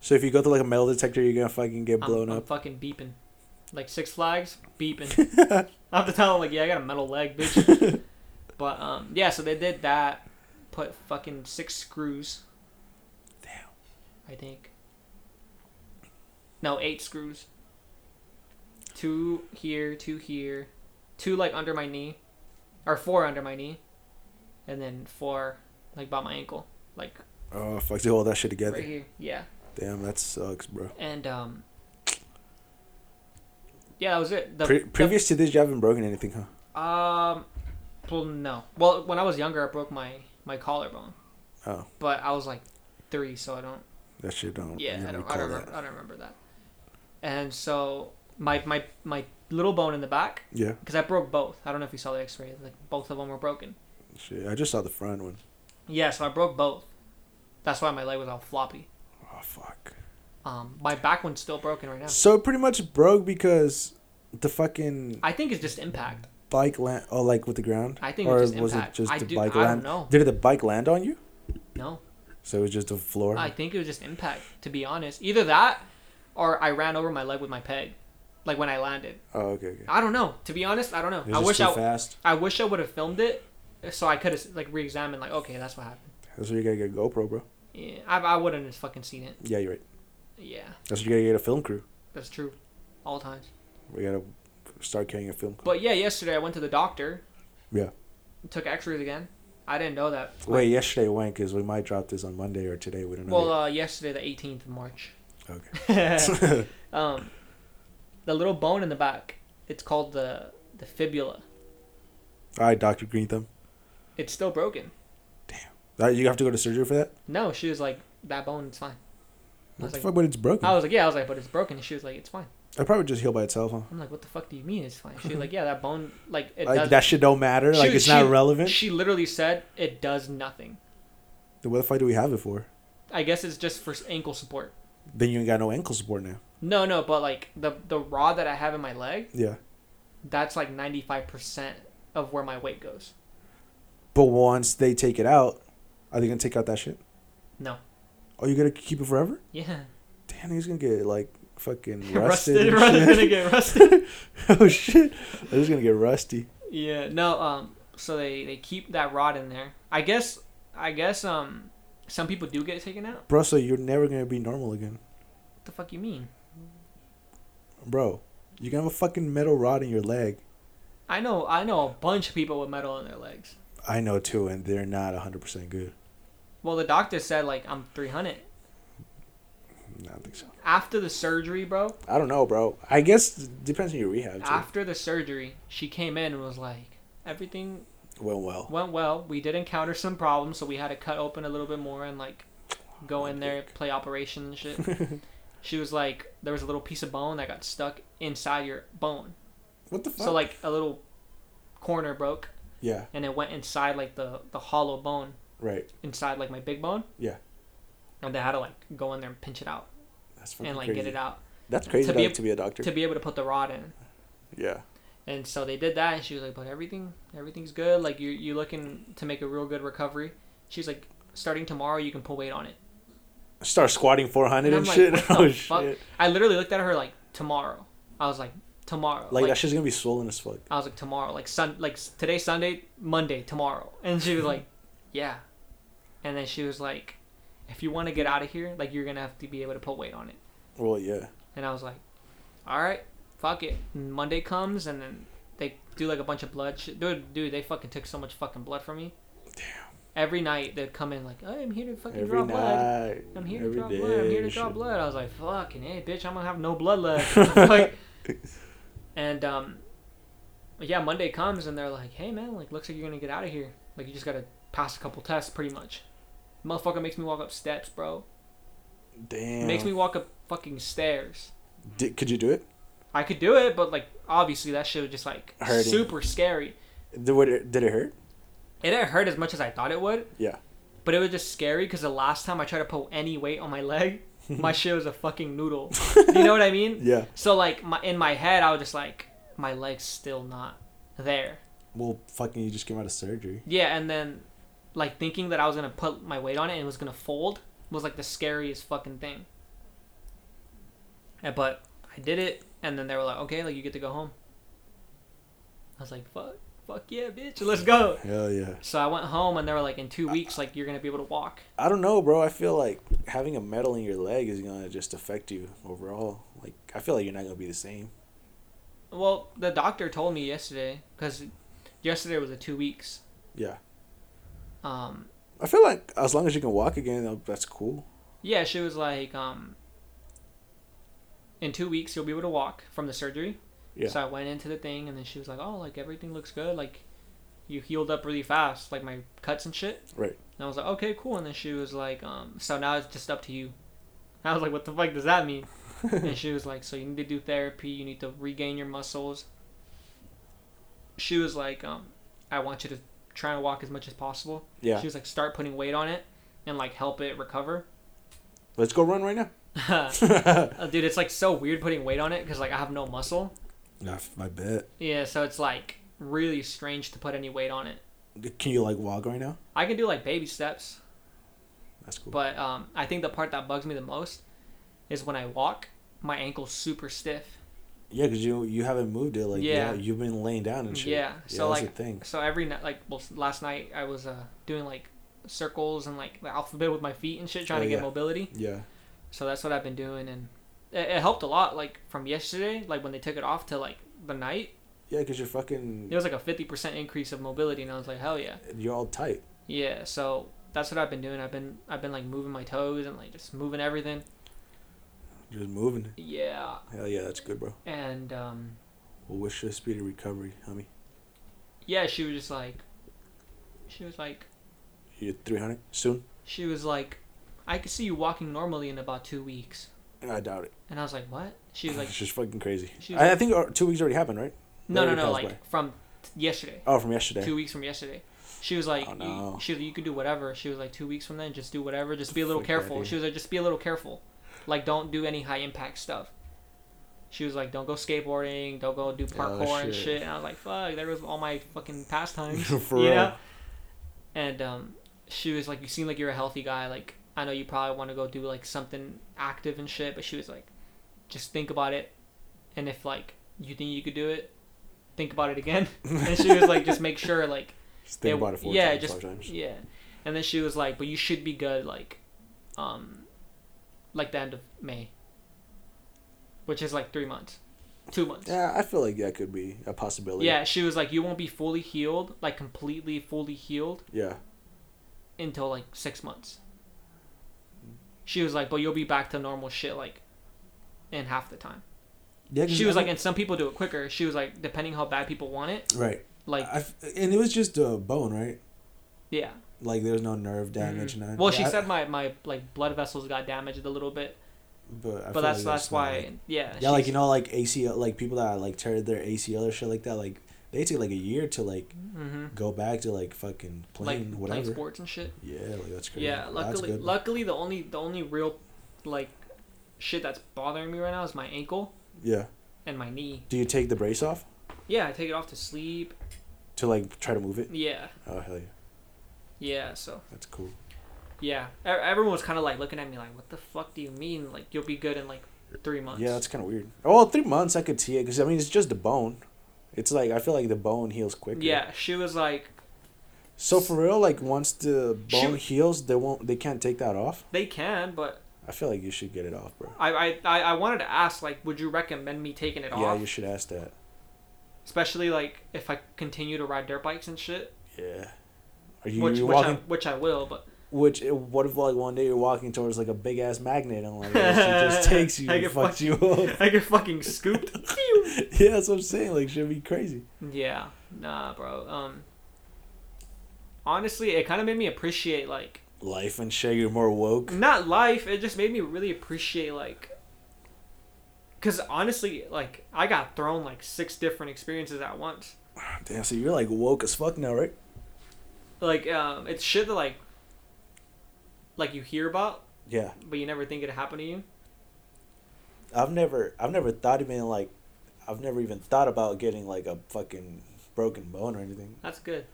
[SPEAKER 2] So if you go through like a metal detector, you're gonna fucking get
[SPEAKER 1] I'm,
[SPEAKER 2] blown
[SPEAKER 1] I'm
[SPEAKER 2] up. *laughs*
[SPEAKER 1] fucking beeping, like Six Flags beeping. I have to tell them like, yeah, I got a metal leg, bitch.
[SPEAKER 2] *laughs*
[SPEAKER 1] but um, yeah, so they did that. Put fucking six screws.
[SPEAKER 2] Damn.
[SPEAKER 1] I think. No, eight screws. Two here, two here, two like under my knee, or four under my knee, and then four like by my ankle, like
[SPEAKER 2] Oh fuck! They hold that shit together.
[SPEAKER 1] right here. Yeah,
[SPEAKER 2] Damn, that sucks, bro.
[SPEAKER 1] and um, yeah, that was it. The,
[SPEAKER 2] Pre-
[SPEAKER 1] the-
[SPEAKER 2] previous to this, you haven't broken anything, huh?
[SPEAKER 1] um, well, no. Well, when I was younger, I broke my my collarbone,
[SPEAKER 2] Oh,
[SPEAKER 1] but I was like three, so I don't
[SPEAKER 2] that shit don't. you
[SPEAKER 1] Yeah, I don't, I,
[SPEAKER 2] recall
[SPEAKER 1] don't
[SPEAKER 2] that.
[SPEAKER 1] remember, I don't remember that. And so my my my little bone in the back
[SPEAKER 2] Yeah,
[SPEAKER 1] because I broke both. I don't know if you saw the X-ray. Like both of them were broken.
[SPEAKER 2] shit. I just saw the front one.
[SPEAKER 1] Yeah, so I broke both. That's why my leg was all floppy.
[SPEAKER 2] Oh fuck.
[SPEAKER 1] Um, my back one's still broken right now.
[SPEAKER 2] So it pretty much broke because the fucking
[SPEAKER 1] I think it's just impact.
[SPEAKER 2] bike land. Oh, like with the ground.
[SPEAKER 1] I think it was just impact. I do- I don't
[SPEAKER 2] land?
[SPEAKER 1] know.
[SPEAKER 2] Did the bike land on you?
[SPEAKER 1] No,
[SPEAKER 2] So it was just a floor.
[SPEAKER 1] I think it was just impact. To be honest, either that or I ran over my leg with my peg, like when I landed.
[SPEAKER 2] oh, okay, okay.
[SPEAKER 1] I don't know. To be honest, I don't know.
[SPEAKER 2] It was
[SPEAKER 1] I
[SPEAKER 2] just
[SPEAKER 1] wish
[SPEAKER 2] too
[SPEAKER 1] I
[SPEAKER 2] fast.
[SPEAKER 1] I wish I would have filmed it uh, so I could have like re-examined. Like okay, that's what happened.
[SPEAKER 2] That's where you gotta get a GoPro, bro.
[SPEAKER 1] Yeah, I, I wouldn't have fucking seen it.
[SPEAKER 2] Yeah, you're right.
[SPEAKER 1] Yeah,
[SPEAKER 2] That's where you gotta get a film crew.
[SPEAKER 1] that's true. All times.
[SPEAKER 2] We gotta start carrying a film. Crew.
[SPEAKER 1] But yeah, yesterday I went to the doctor.
[SPEAKER 2] Yeah.
[SPEAKER 1] Took X-rays again. I didn't know that.
[SPEAKER 2] Wait, yesterday went because we might drop this on Monday or today. We don't know. *laughs*
[SPEAKER 1] Well, uh, yesterday the 18th of March.
[SPEAKER 2] Okay.
[SPEAKER 1] Okay. *laughs* um, the little bone in the back. It's called the the fibula.
[SPEAKER 2] All right, Doctor Green Thumb.
[SPEAKER 1] It's still broken.
[SPEAKER 2] That, Uh, you have to go to surgery for that.
[SPEAKER 1] No, she was like, that bone is fine. I was
[SPEAKER 2] What the
[SPEAKER 1] like, Oh.
[SPEAKER 2] fuck? But it's broken.
[SPEAKER 1] I was like, yeah. I was like, but it's broken. And she was like, it's fine.
[SPEAKER 2] It probably just heal by itself, huh?
[SPEAKER 1] I'm like, what the fuck do you mean it's fine? She was
[SPEAKER 2] *laughs*
[SPEAKER 1] like, yeah, that bone, like, it
[SPEAKER 2] Like
[SPEAKER 1] does.
[SPEAKER 2] that shit don't matter. like
[SPEAKER 1] She-
[SPEAKER 2] it's not
[SPEAKER 1] she-
[SPEAKER 2] relevant.
[SPEAKER 1] She literally said it does nothing.
[SPEAKER 2] Then what the fuck do we have it for?
[SPEAKER 1] I guess it's just for ankle support.
[SPEAKER 2] Then you ain't got no ankle support now.
[SPEAKER 1] No, no, but like the the rod that I have in my leg,
[SPEAKER 2] Yeah.
[SPEAKER 1] that's like ninety five percent of where my weight goes. *laughs*
[SPEAKER 2] But once they take it out, are they gonna take out that shit?
[SPEAKER 1] No.
[SPEAKER 2] Oh, you gotta keep it forever?
[SPEAKER 1] Yeah.
[SPEAKER 2] Damn, he's gonna get like fucking *laughs*
[SPEAKER 1] *laughs*
[SPEAKER 2] rusted.
[SPEAKER 1] Rusted,
[SPEAKER 2] and
[SPEAKER 1] rusted,
[SPEAKER 2] shit.
[SPEAKER 1] gonna get rusted.
[SPEAKER 2] *laughs* oh shit, he's gonna get rusty.
[SPEAKER 1] yeah. No. Um. So they they keep that rod in there. I guess. I guess. Um. Some people do get it taken out.
[SPEAKER 2] Bro, so you're never gonna be normal again,
[SPEAKER 1] What the fuck you mean?
[SPEAKER 2] bro. You're gonna have a fucking metal rod in your leg.
[SPEAKER 1] I know. I know a bunch of people with metal in their legs.
[SPEAKER 2] I know too, and they're not 100 percent good.
[SPEAKER 1] Well, the doctor said like I'm three hundred.
[SPEAKER 2] No, I don't think so.
[SPEAKER 1] After the surgery, bro.
[SPEAKER 2] I don't know, bro. I guess it depends on your rehab. Too.
[SPEAKER 1] After the surgery, she came in and was like, everything
[SPEAKER 2] Well, well.
[SPEAKER 1] went well. We did encounter some problems, so we had to cut open a little bit more and like go in there, play operation and
[SPEAKER 2] *laughs*
[SPEAKER 1] shit. she was like, there was a little piece of bone that got stuck inside your bone.
[SPEAKER 2] What the fuck?
[SPEAKER 1] So like a little corner broke
[SPEAKER 2] yeah,
[SPEAKER 1] and it went inside like the the hollow bone
[SPEAKER 2] right.
[SPEAKER 1] inside like my big bone.
[SPEAKER 2] Yeah.
[SPEAKER 1] And they had to like go in there and pinch it out
[SPEAKER 2] That's fucking
[SPEAKER 1] and like
[SPEAKER 2] crazy.
[SPEAKER 1] get it out
[SPEAKER 2] That's crazy
[SPEAKER 1] To
[SPEAKER 2] to
[SPEAKER 1] be
[SPEAKER 2] be,
[SPEAKER 1] a-
[SPEAKER 2] to be a doctor.
[SPEAKER 1] to be able to put the rod in.
[SPEAKER 2] yeah.
[SPEAKER 1] And so they did that, and she was like, "But everything, everything's good. Like you, you looking to make a real good recovery." She's like, "Starting tomorrow, you can put weight on it."
[SPEAKER 2] Start squatting 400 and,
[SPEAKER 1] I'm like,
[SPEAKER 2] shit.
[SPEAKER 1] "What
[SPEAKER 2] *laughs*
[SPEAKER 1] the
[SPEAKER 2] oh
[SPEAKER 1] fuck?"
[SPEAKER 2] shit.
[SPEAKER 1] I literally looked at her like, "Tomorrow." I was like, "Tomorrow."
[SPEAKER 2] Like,
[SPEAKER 1] Like,
[SPEAKER 2] that shit's gonna be swollen as fuck.
[SPEAKER 1] I was like, "Tomorrow." Like sun, like s- today, Sunday, Monday, tomorrow. And
[SPEAKER 2] *laughs*
[SPEAKER 1] she was like, "Yeah." And then she was like, "If you want to get out of here, like you're gonna have to be able to put weight on it."
[SPEAKER 2] Well, yeah.
[SPEAKER 1] And I was like, all right, fuck it. And Monday comes and then they do like a bunch of blood shit. Dude, dude, they fucking took so much fucking blood from me. Damn. every night they'd come in like, "Oh, I'm here to fucking
[SPEAKER 3] Every
[SPEAKER 1] draw blood.
[SPEAKER 3] night.
[SPEAKER 1] I'm here to
[SPEAKER 3] every
[SPEAKER 1] draw blood. I'm here to
[SPEAKER 3] day,
[SPEAKER 1] draw
[SPEAKER 3] shit.
[SPEAKER 1] blood." I was like, "Fucking hey, bitch, I'm gonna have no
[SPEAKER 3] *laughs*
[SPEAKER 1] blood left." like, and um, yeah, Monday comes and they're like, "Hey man, like looks like you're gonna get out of here. Like you just gotta pass a couple tests, pretty much." Motherfucker makes me walk up steps, bro.
[SPEAKER 3] Damn.
[SPEAKER 1] Makes me walk up fucking stairs.
[SPEAKER 3] Did, could you do it?
[SPEAKER 1] I could do it, but like obviously that shit was just like
[SPEAKER 3] Hurting.
[SPEAKER 1] super scary.
[SPEAKER 3] Did, what, did it hurt?
[SPEAKER 1] It didn't hurt as much as I thought it would.
[SPEAKER 3] Yeah.
[SPEAKER 1] But it was just scary because the last time I tried to put any weight on
[SPEAKER 3] *laughs*
[SPEAKER 1] my leg, my shit was a fucking noodle. you know what I mean?
[SPEAKER 3] Yeah.
[SPEAKER 1] So like my in my head, I was just like, my leg's still not there.
[SPEAKER 2] Well, fucking, you just came out of surgery.
[SPEAKER 1] Yeah, and then like thinking that I was gonna put my weight on it and it was gonna fold was like the scariest fucking thing. And, but I did it, and then they were like, okay, like you get to go home. I was like, fuck, fuck yeah, bitch, let's go.
[SPEAKER 3] Hell yeah.
[SPEAKER 1] So I went home, and they were like, in two weeks, like you're gonna be able to walk.
[SPEAKER 3] I don't know, bro. I feel like having a metal in your leg is gonna just affect you overall. Like, I feel like you're not gonna be the same.
[SPEAKER 1] Well, the doctor told me yesterday because yesterday was the two weeks.
[SPEAKER 3] Yeah.
[SPEAKER 1] Um,
[SPEAKER 3] I feel like as long as you can walk again, tha- that's cool.
[SPEAKER 1] yeah, she was like, um, in two weeks you'll be able to walk from the surgery.
[SPEAKER 3] Yeah.
[SPEAKER 1] So I went into the thing, and then she was like, "Oh, like everything looks good. Like you healed up really fast, like my cuts and shit."
[SPEAKER 3] Right.
[SPEAKER 1] And I was like, "Okay, cool." And then she was like, um, "So now it's just up to you." *laughs* I was like, "What the fuck does
[SPEAKER 3] *laughs*
[SPEAKER 1] that mean?" and she was like, "So you need to do therapy. You need to regain your muscles." She was like, um, "I want you to try and walk as much as possible."
[SPEAKER 3] *laughs* Yeah.
[SPEAKER 1] She was like, "Start putting weight on it and like help it recover."
[SPEAKER 3] *laughs*
[SPEAKER 1] *laughs*
[SPEAKER 3] Let's go run right now. *laughs*
[SPEAKER 1] Uh, dude, it's like so weird putting weight on it because like I have no muscle.
[SPEAKER 2] I, f- I bet.
[SPEAKER 1] Yeah, so it's like really strange to put any weight on it.
[SPEAKER 3] Can you like walk right now?
[SPEAKER 1] I can do like baby steps,
[SPEAKER 3] That's cool.
[SPEAKER 1] but um, I think the part that bugs me the most is when I walk, my ankle's super stiff.
[SPEAKER 3] Yeah, because you you haven't moved it. Like yeah,
[SPEAKER 1] Yeah.
[SPEAKER 3] you've been laying down and Oh, shit.
[SPEAKER 1] Yeah, so
[SPEAKER 3] that's
[SPEAKER 1] like-
[SPEAKER 3] the
[SPEAKER 1] *laughs*
[SPEAKER 3] thing.
[SPEAKER 1] So every night, like well, last night, I was uh, doing like circles and like the alphabet with my feet and shit, trying
[SPEAKER 3] Oh,
[SPEAKER 1] to get
[SPEAKER 3] yeah.
[SPEAKER 1] mobility.
[SPEAKER 3] Yeah,
[SPEAKER 1] So that's what I've been doing, and it, it helped a lot. Like from yesterday, like when they took it off to like the night,
[SPEAKER 3] yeah, because you're
[SPEAKER 1] it
[SPEAKER 3] fucking
[SPEAKER 1] was like a fifty percent increase of mobility, and I was like, hell yeah.
[SPEAKER 3] you're all tight.
[SPEAKER 1] Yeah, so that's what I've been doing. I've been I've been like moving my toes and like just moving everything.
[SPEAKER 3] You're just moving.
[SPEAKER 1] Yeah,
[SPEAKER 3] Hell yeah, that's good, bro.
[SPEAKER 1] and um,
[SPEAKER 3] Well, wish you a speedy recovery, homie.
[SPEAKER 1] yeah, she was just like, she was like,
[SPEAKER 3] You're 300 soon.
[SPEAKER 1] she was like, I could see you walking normally in about two weeks.
[SPEAKER 3] I doubt it.
[SPEAKER 1] And I was like, what? She
[SPEAKER 2] *laughs*
[SPEAKER 1] was like,
[SPEAKER 3] it's just fucking crazy.
[SPEAKER 1] She was
[SPEAKER 3] I, I
[SPEAKER 1] like-
[SPEAKER 3] think uh, two weeks already happened, right?
[SPEAKER 1] no, no,
[SPEAKER 3] Whatever
[SPEAKER 1] no,
[SPEAKER 3] comes
[SPEAKER 1] like
[SPEAKER 3] by.
[SPEAKER 1] from t- yesterday,
[SPEAKER 3] oh, from yesterday. *laughs*
[SPEAKER 1] two weeks from yesterday. She was like,
[SPEAKER 3] Oh,
[SPEAKER 1] you-
[SPEAKER 3] no.
[SPEAKER 1] she was like, you can do whatever. She was like, two weeks from then, just do whatever. Just be a little
[SPEAKER 3] Fuck that,
[SPEAKER 1] careful.
[SPEAKER 3] dude.
[SPEAKER 1] She was like, just be a little careful. Like, don't do any high impact stuff. She was like, don't go skateboarding. Don't go do parkour and
[SPEAKER 3] Oh, shit.
[SPEAKER 1] shit. And I was like, fuck, there was all my fucking pastimes.
[SPEAKER 3] *laughs* For
[SPEAKER 1] you
[SPEAKER 3] real.
[SPEAKER 1] know? And um, she was like, you seem like you're a healthy guy. Like, I know you probably want to go do like something active and shit, but she was like, just think about it. And if like you think you could do it, think about it
[SPEAKER 3] *laughs*
[SPEAKER 1] again. and she was like, just make sure like
[SPEAKER 3] Just think
[SPEAKER 1] they-
[SPEAKER 3] about it four
[SPEAKER 1] yeah,
[SPEAKER 3] times,
[SPEAKER 1] just-
[SPEAKER 3] five times.
[SPEAKER 1] yeah. And then she was like, "But you should be good like um like the end of May." Which is like 3 months. 2 months. Yeah.
[SPEAKER 3] Yeah, I feel like that could be a possibility.
[SPEAKER 1] she was like, "You won't be fully healed, like completely fully healed
[SPEAKER 3] Yeah.
[SPEAKER 1] until like 6 months." She was like, "But you'll be back to normal shit like in half the time."
[SPEAKER 2] Yeah, 'cause
[SPEAKER 1] She was
[SPEAKER 2] I
[SPEAKER 1] like, "And some people do it quicker." She was like, "Depending how bad people want it."
[SPEAKER 2] think- right.
[SPEAKER 1] Like,
[SPEAKER 2] I f- and it was just a bone, right?
[SPEAKER 1] yeah.
[SPEAKER 2] Like there's no nerve damage.
[SPEAKER 1] Mhm.
[SPEAKER 2] None.
[SPEAKER 1] Well, she
[SPEAKER 2] I-
[SPEAKER 1] said my my like blood vessels got damaged a little bit.
[SPEAKER 2] but, I
[SPEAKER 1] but
[SPEAKER 2] feel
[SPEAKER 1] that's
[SPEAKER 2] like
[SPEAKER 1] that's
[SPEAKER 2] not,
[SPEAKER 1] why
[SPEAKER 2] like-
[SPEAKER 1] yeah
[SPEAKER 2] yeah, like
[SPEAKER 1] she's-
[SPEAKER 2] you know, like ACL, like people that like tear their ACL or shit like that, like they take like a year to like
[SPEAKER 1] Mhm.
[SPEAKER 2] go back to like fucking
[SPEAKER 1] like
[SPEAKER 2] playing
[SPEAKER 1] playing
[SPEAKER 2] whatever.
[SPEAKER 1] sports and shit
[SPEAKER 2] yeah, like that's crazy.
[SPEAKER 1] yeah
[SPEAKER 2] that's
[SPEAKER 1] luckily
[SPEAKER 2] good.
[SPEAKER 1] luckily the only the only real like shit that's bothering me right now is my ankle
[SPEAKER 3] Yeah.
[SPEAKER 1] and my knee
[SPEAKER 3] Do you take the brace off
[SPEAKER 1] yeah i take it off to sleep
[SPEAKER 3] to like try to move it?
[SPEAKER 1] yeah
[SPEAKER 3] Oh hell yeah,
[SPEAKER 1] yeah so
[SPEAKER 3] that's cool.
[SPEAKER 1] yeah E- everyone was kind of like looking at me like what the fuck do you mean like you'll be good in like three months
[SPEAKER 3] Yeah, that's kind of weird. Oh, well, three months I could see it because I mean it's just the bone. It's like I feel like the bone heals quicker.
[SPEAKER 1] yeah she was like
[SPEAKER 3] So for real, like once the bone
[SPEAKER 1] Shoot.
[SPEAKER 3] heals, they won't. They can't take that off.
[SPEAKER 1] they can but
[SPEAKER 3] I feel like you should get it off, bro.
[SPEAKER 1] i i i I wanted to ask like would you recommend me taking it
[SPEAKER 3] Yeah,
[SPEAKER 1] off
[SPEAKER 3] you should ask that.
[SPEAKER 1] especially like if i continue to ride dirt bikes and shit
[SPEAKER 3] Yeah. Are you
[SPEAKER 1] which
[SPEAKER 3] you're
[SPEAKER 1] which I,
[SPEAKER 3] walking?
[SPEAKER 1] which I will,
[SPEAKER 3] *laughs*
[SPEAKER 1] but
[SPEAKER 3] Which eh, what if like one day you're walking towards like a big ass magnet and like that shit
[SPEAKER 1] *laughs*
[SPEAKER 3] just takes you
[SPEAKER 1] I
[SPEAKER 3] and
[SPEAKER 1] get
[SPEAKER 3] fucks
[SPEAKER 1] fucked.
[SPEAKER 3] you up?
[SPEAKER 1] *laughs* I get fucking scooped.
[SPEAKER 3] *laughs* yeah, that's what I'm saying. Like, should be crazy.
[SPEAKER 1] yeah, nah, bro. Um, honestly, it kind of made me appreciate like
[SPEAKER 3] Life and shit. You're more woke. *sighs*
[SPEAKER 1] not life. It just made me really appreciate like. Cause honestly, like I got thrown like six different experiences at once.
[SPEAKER 3] Damn, so you're like woke as fuck now, right?
[SPEAKER 1] Like um, it's shit that like. Like you hear about,
[SPEAKER 3] Yeah,
[SPEAKER 1] but you never think it happened to you.
[SPEAKER 3] I've never, I've never thought even like, I've never even thought about getting like a fucking broken bone or anything.
[SPEAKER 1] That's good.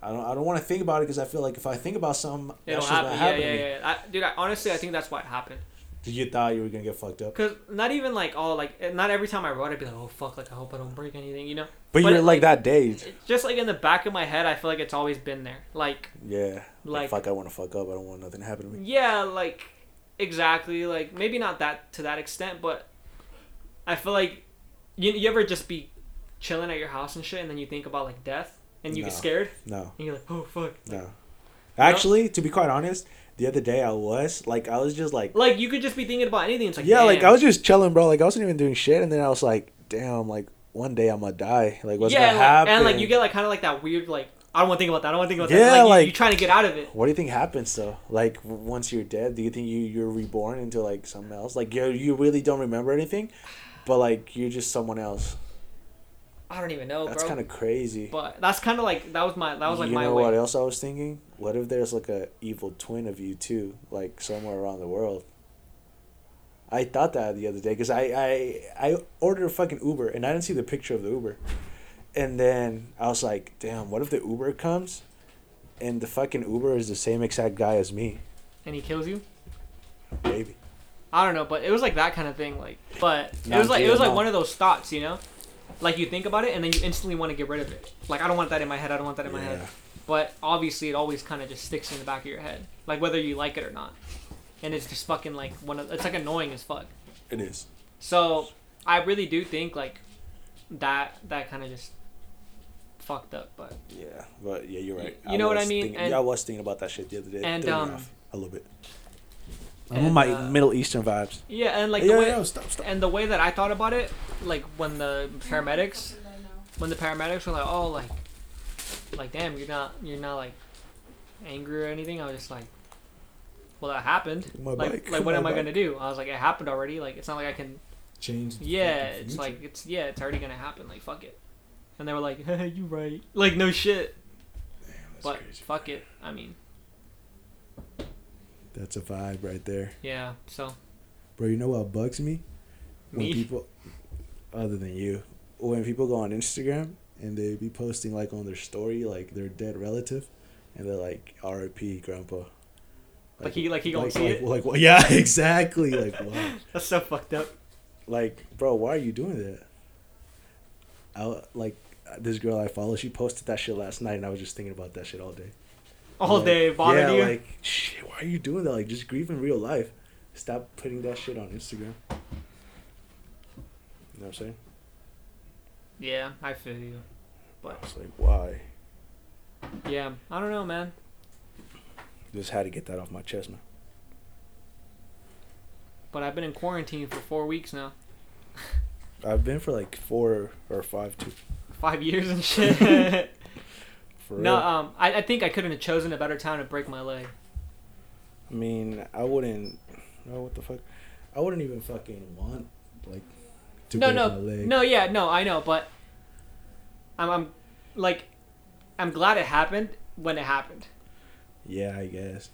[SPEAKER 3] I don't, I don't want to think about it because I feel like if I think about something,
[SPEAKER 1] It'll
[SPEAKER 3] that's just
[SPEAKER 1] happen.
[SPEAKER 3] gonna
[SPEAKER 1] Yeah,
[SPEAKER 3] happen.
[SPEAKER 1] yeah,
[SPEAKER 3] to me.
[SPEAKER 1] yeah. I, dude, I, honestly, I think that's why it happened.
[SPEAKER 3] Did you thought you were gonna get fucked up?
[SPEAKER 1] Cause not even like all like eh, not every time I rode, I'd be like, oh fuck, like I hope I don't break anything, you know.
[SPEAKER 3] But,
[SPEAKER 1] But
[SPEAKER 3] you're
[SPEAKER 1] it,
[SPEAKER 3] like that day.
[SPEAKER 1] It's just like in the back of my head, I feel like it's always been there. Like
[SPEAKER 3] Yeah. Like,
[SPEAKER 1] Like-
[SPEAKER 3] fuck, I want to fuck up. I don't want nothing to happen to me.
[SPEAKER 1] yeah, like exactly. Like maybe not that to that extent, but I feel like you you ever just be chilling at your house and shit, and then you think about like death, and you get
[SPEAKER 3] No.
[SPEAKER 1] scared,
[SPEAKER 3] No.
[SPEAKER 1] and you're like, oh fuck.
[SPEAKER 3] No. Actually, to be quite honest, the other day I was like, I was just like,
[SPEAKER 1] Like you could just be thinking about anything. It's like
[SPEAKER 3] yeah, like I
[SPEAKER 1] damn.
[SPEAKER 3] was just chilling, bro. Like I wasn't even doing shit, and then I was like, damn, like one day I'm gonna die. Like what's
[SPEAKER 1] yeah,
[SPEAKER 3] gonna
[SPEAKER 1] and, like,
[SPEAKER 3] happen?
[SPEAKER 1] and like you get like kind of like that weird like I don't want to think about that. I don't want to think about
[SPEAKER 3] Yeah,
[SPEAKER 1] that. Like,
[SPEAKER 3] like-
[SPEAKER 1] you, you're trying to get out of it.
[SPEAKER 3] What do you think happens though? Like w- once you're dead, do you think you you're reborn into like something else? Like you you really don't remember anything, but like you're just someone else.
[SPEAKER 1] I don't even know,
[SPEAKER 3] That's
[SPEAKER 1] Oh, bro.
[SPEAKER 3] kind of crazy.
[SPEAKER 1] But that's kind of like that was my that was like
[SPEAKER 3] you
[SPEAKER 1] my
[SPEAKER 3] know
[SPEAKER 1] way.
[SPEAKER 3] what else I was thinking? What if there's like a evil twin of you too, like somewhere around the world? I thought that the other day because I, I I ordered a fucking Uber and I didn't see the picture of the Uber, and then I was like, damn, what if the Uber comes, and the fucking Uber is the same exact guy as me,
[SPEAKER 1] And he kills you.
[SPEAKER 3] baby.
[SPEAKER 1] I don't know, but it was like that kind of thing. Like, but it
[SPEAKER 3] Yeah,
[SPEAKER 1] was like it
[SPEAKER 3] dude,
[SPEAKER 1] was like
[SPEAKER 3] no.
[SPEAKER 1] one of those thoughts, you know, like you think about it and then you instantly want to get rid of it. Like I don't want that in my head. I don't want that in my head.
[SPEAKER 3] Yeah.
[SPEAKER 1] But obviously, it always kind of just sticks in the back of your head, like whether you like it or not. And it's just fucking like one of it's like annoying as fuck.
[SPEAKER 3] It is.
[SPEAKER 1] So I really do think like that that kind of just fucked up, but.
[SPEAKER 3] Yeah, but yeah, you're right.
[SPEAKER 1] You know what I
[SPEAKER 3] was
[SPEAKER 1] mean?
[SPEAKER 3] thinking-
[SPEAKER 1] And-
[SPEAKER 3] yeah, I was thinking about that shit the other day. It
[SPEAKER 1] and,
[SPEAKER 3] threw me
[SPEAKER 1] um,
[SPEAKER 3] off a little bit. I'm
[SPEAKER 1] and,
[SPEAKER 3] on my
[SPEAKER 1] uh,
[SPEAKER 3] Middle Eastern vibes.
[SPEAKER 1] Yeah, and like
[SPEAKER 2] yeah,
[SPEAKER 1] the way,
[SPEAKER 2] yeah, stop, stop.
[SPEAKER 1] and the way that I thought about it, like when the paramedics, when the paramedics were like, "Oh, like, like, damn, you're not, you're not like angry or anything." I was just like, "Well, that happened.
[SPEAKER 2] My
[SPEAKER 1] like,
[SPEAKER 2] bike,
[SPEAKER 1] like, what
[SPEAKER 2] *laughs* my
[SPEAKER 1] am I
[SPEAKER 2] bike.
[SPEAKER 1] gonna do?" I was like, "It happened already. Like, it's not like I can.
[SPEAKER 2] Change. the
[SPEAKER 1] Yeah,
[SPEAKER 2] fucking
[SPEAKER 1] it's
[SPEAKER 2] future.
[SPEAKER 1] like it's yeah, it's already gonna happen. Like, fuck it." And they were like, *laughs* "You right? Like, no shit,
[SPEAKER 2] Damn, that's
[SPEAKER 1] but
[SPEAKER 2] crazy.
[SPEAKER 1] fuck it. I mean,
[SPEAKER 2] That's a vibe right there,
[SPEAKER 1] yeah. So
[SPEAKER 2] bro. You know what bugs me? When
[SPEAKER 1] me,
[SPEAKER 2] people, other than you, when people go on Instagram and they be posting like on their story like their dead relative, and they're like R.I.P. Grandpa.
[SPEAKER 1] Like he- like he gonna
[SPEAKER 2] like,
[SPEAKER 1] see
[SPEAKER 2] like,
[SPEAKER 1] it?
[SPEAKER 2] Like, yeah, *laughs* exactly. Like wow.
[SPEAKER 1] that's so fucked up.
[SPEAKER 2] like bro why are you doing that i like this girl i follow she posted that shit last night and i was just thinking about that shit all day
[SPEAKER 1] All
[SPEAKER 2] Like,
[SPEAKER 1] day bothered
[SPEAKER 2] yeah,
[SPEAKER 1] you.
[SPEAKER 2] like shit why are you doing that like just grieve in real life stop putting that shit on instagram you know what i'm saying
[SPEAKER 1] yeah, I feel you.
[SPEAKER 2] i was like why
[SPEAKER 1] Yeah, I don't know, man.
[SPEAKER 2] just had to get that off my chest man
[SPEAKER 1] But I've been in quarantine for four weeks now.
[SPEAKER 2] i've been for like four or five too
[SPEAKER 1] Five years and *laughs* shit.
[SPEAKER 2] for
[SPEAKER 1] no,
[SPEAKER 2] real.
[SPEAKER 1] um, I, I think I couldn't have chosen a better time to break my leg.
[SPEAKER 2] i mean i wouldn't no what the fuck i wouldn't even fucking want like to
[SPEAKER 1] no,
[SPEAKER 2] break
[SPEAKER 1] no,
[SPEAKER 2] my leg.
[SPEAKER 1] no, yeah, no, I know, but I'm, I'm, like, I'm glad it happened when it happened.
[SPEAKER 2] yeah i guess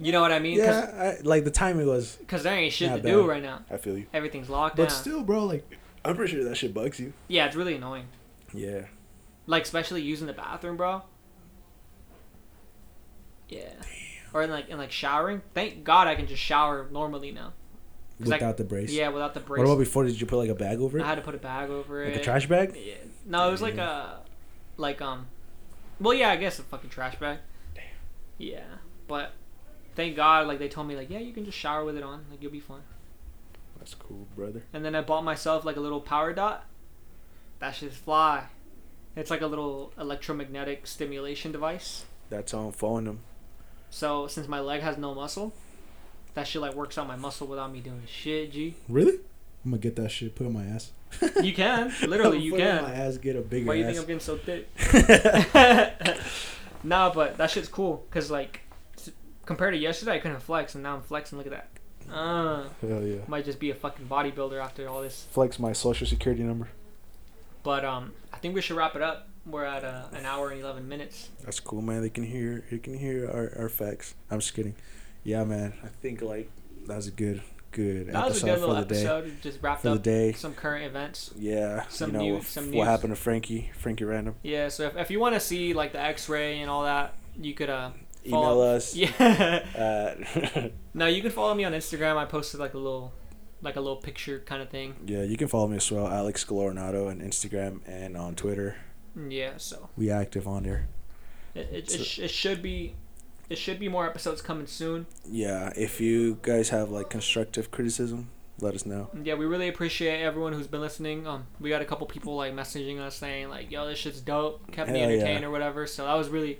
[SPEAKER 1] You know what I mean?
[SPEAKER 2] Yeah, I, like the timing was.
[SPEAKER 1] Because there ain't shit to
[SPEAKER 2] Not
[SPEAKER 1] do
[SPEAKER 2] bad.
[SPEAKER 1] right now.
[SPEAKER 2] I feel you.
[SPEAKER 1] Everything's locked
[SPEAKER 2] But
[SPEAKER 1] down.
[SPEAKER 2] still, bro, like I'm pretty sure that shit bugs you.
[SPEAKER 1] yeah, it's really annoying.
[SPEAKER 2] Yeah.
[SPEAKER 1] Like, especially using the bathroom, bro. Yeah. Or in like in like showering. Thank God I can just shower normally now. 'Cause I-
[SPEAKER 2] Without the brace.
[SPEAKER 1] Yeah, without the brace.
[SPEAKER 2] What about before? Did you put like a bag over it?
[SPEAKER 1] I had to put a bag over
[SPEAKER 2] like
[SPEAKER 1] it.
[SPEAKER 2] a trash bag?
[SPEAKER 1] Yeah. No, it was like a, like um, well, yeah, I guess a fucking trash bag.
[SPEAKER 2] Damn.
[SPEAKER 1] Yeah, but thank God, like they told me, like yeah, you can just shower with it on, like you'll be fine.
[SPEAKER 2] That's cool, brother.
[SPEAKER 1] And then I bought myself like a little power dot. That shit's fly. It's like a little electromagnetic stimulation device.
[SPEAKER 3] That's how I'm following them.
[SPEAKER 1] So since my leg has no muscle, that shit like works out my muscle without me doing shit. G.
[SPEAKER 2] Really? I'm gonna get that shit put on my ass.
[SPEAKER 1] You can *laughs* literally you
[SPEAKER 2] *laughs* Put it on My
[SPEAKER 1] can.
[SPEAKER 2] ass get a bigger
[SPEAKER 1] Why you
[SPEAKER 2] ass.
[SPEAKER 1] think I'm getting so thick? *laughs* nah, but that shit's cool because like s- compared to yesterday, I couldn't flex, and now I'm flexing. Look at that. Uh,
[SPEAKER 3] Hell yeah.
[SPEAKER 1] might just be a fucking bodybuilder after all this.
[SPEAKER 3] Flex my social security number.
[SPEAKER 1] But um, I think we should wrap it up. We're at uh, an hour and eleven minutes.
[SPEAKER 2] That's cool, man. They can hear. They can hear our, our facts. I'm just kidding. Yeah, man.
[SPEAKER 3] I think like
[SPEAKER 2] That was a good, good
[SPEAKER 1] That was a
[SPEAKER 2] episode
[SPEAKER 1] good
[SPEAKER 2] for
[SPEAKER 1] little
[SPEAKER 2] the day.
[SPEAKER 1] episode. It Just wrapped
[SPEAKER 2] For the
[SPEAKER 1] up
[SPEAKER 2] day.
[SPEAKER 1] some current events.
[SPEAKER 2] Yeah.
[SPEAKER 1] Some
[SPEAKER 2] you know
[SPEAKER 1] news-
[SPEAKER 2] what-
[SPEAKER 1] some
[SPEAKER 2] what
[SPEAKER 1] news.
[SPEAKER 2] happened to Frankie? Frankie Random.
[SPEAKER 1] Yeah, so if, if you want to see like the X-ray and all that, you could uh *laughs*
[SPEAKER 3] email
[SPEAKER 1] follow-
[SPEAKER 3] us.
[SPEAKER 1] Yeah.
[SPEAKER 3] Uh,
[SPEAKER 1] no, you can follow me on Instagram. I posted like a little, like a little picture kind of thing.
[SPEAKER 2] *laughs* Yeah, you can follow me as well, Alex Galornado, on Instagram and on Twitter.
[SPEAKER 1] Yeah, so
[SPEAKER 2] We active on there.
[SPEAKER 1] it it,
[SPEAKER 2] So-
[SPEAKER 1] it, sh- it should be, it should be more episodes coming soon.
[SPEAKER 2] Yeah, if you guys have like constructive criticism, let us know.
[SPEAKER 1] Yeah, we really appreciate everyone who's been listening. Um, we got a couple people like messaging us saying like, "Yo, this shit's dope," kept me
[SPEAKER 2] Hell yeah.
[SPEAKER 1] entertained or whatever. So that was really,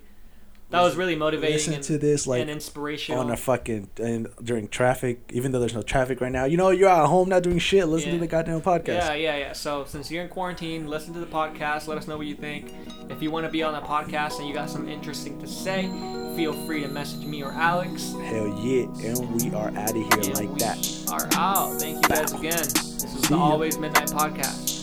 [SPEAKER 1] that was really motivating
[SPEAKER 2] Listen
[SPEAKER 1] and,
[SPEAKER 2] to this
[SPEAKER 1] and
[SPEAKER 2] like
[SPEAKER 1] inspirational.
[SPEAKER 2] on a fucking and during traffic, even though there's no traffic right now. You know, you're at home not doing shit. Listen
[SPEAKER 1] Yeah.
[SPEAKER 2] to the goddamn podcast.
[SPEAKER 1] Yeah, yeah, yeah. So since you're in quarantine, listen to the podcast. Let us know what you think. If you want to be on the podcast and you got something interesting to say, feel free to message me or Alex.
[SPEAKER 2] Hell yeah, and we are out of here
[SPEAKER 1] And
[SPEAKER 2] like
[SPEAKER 1] we
[SPEAKER 2] that.
[SPEAKER 1] are out. Thank you guys again. This is
[SPEAKER 2] See
[SPEAKER 1] the
[SPEAKER 2] ya.
[SPEAKER 1] Always Midnight Podcast.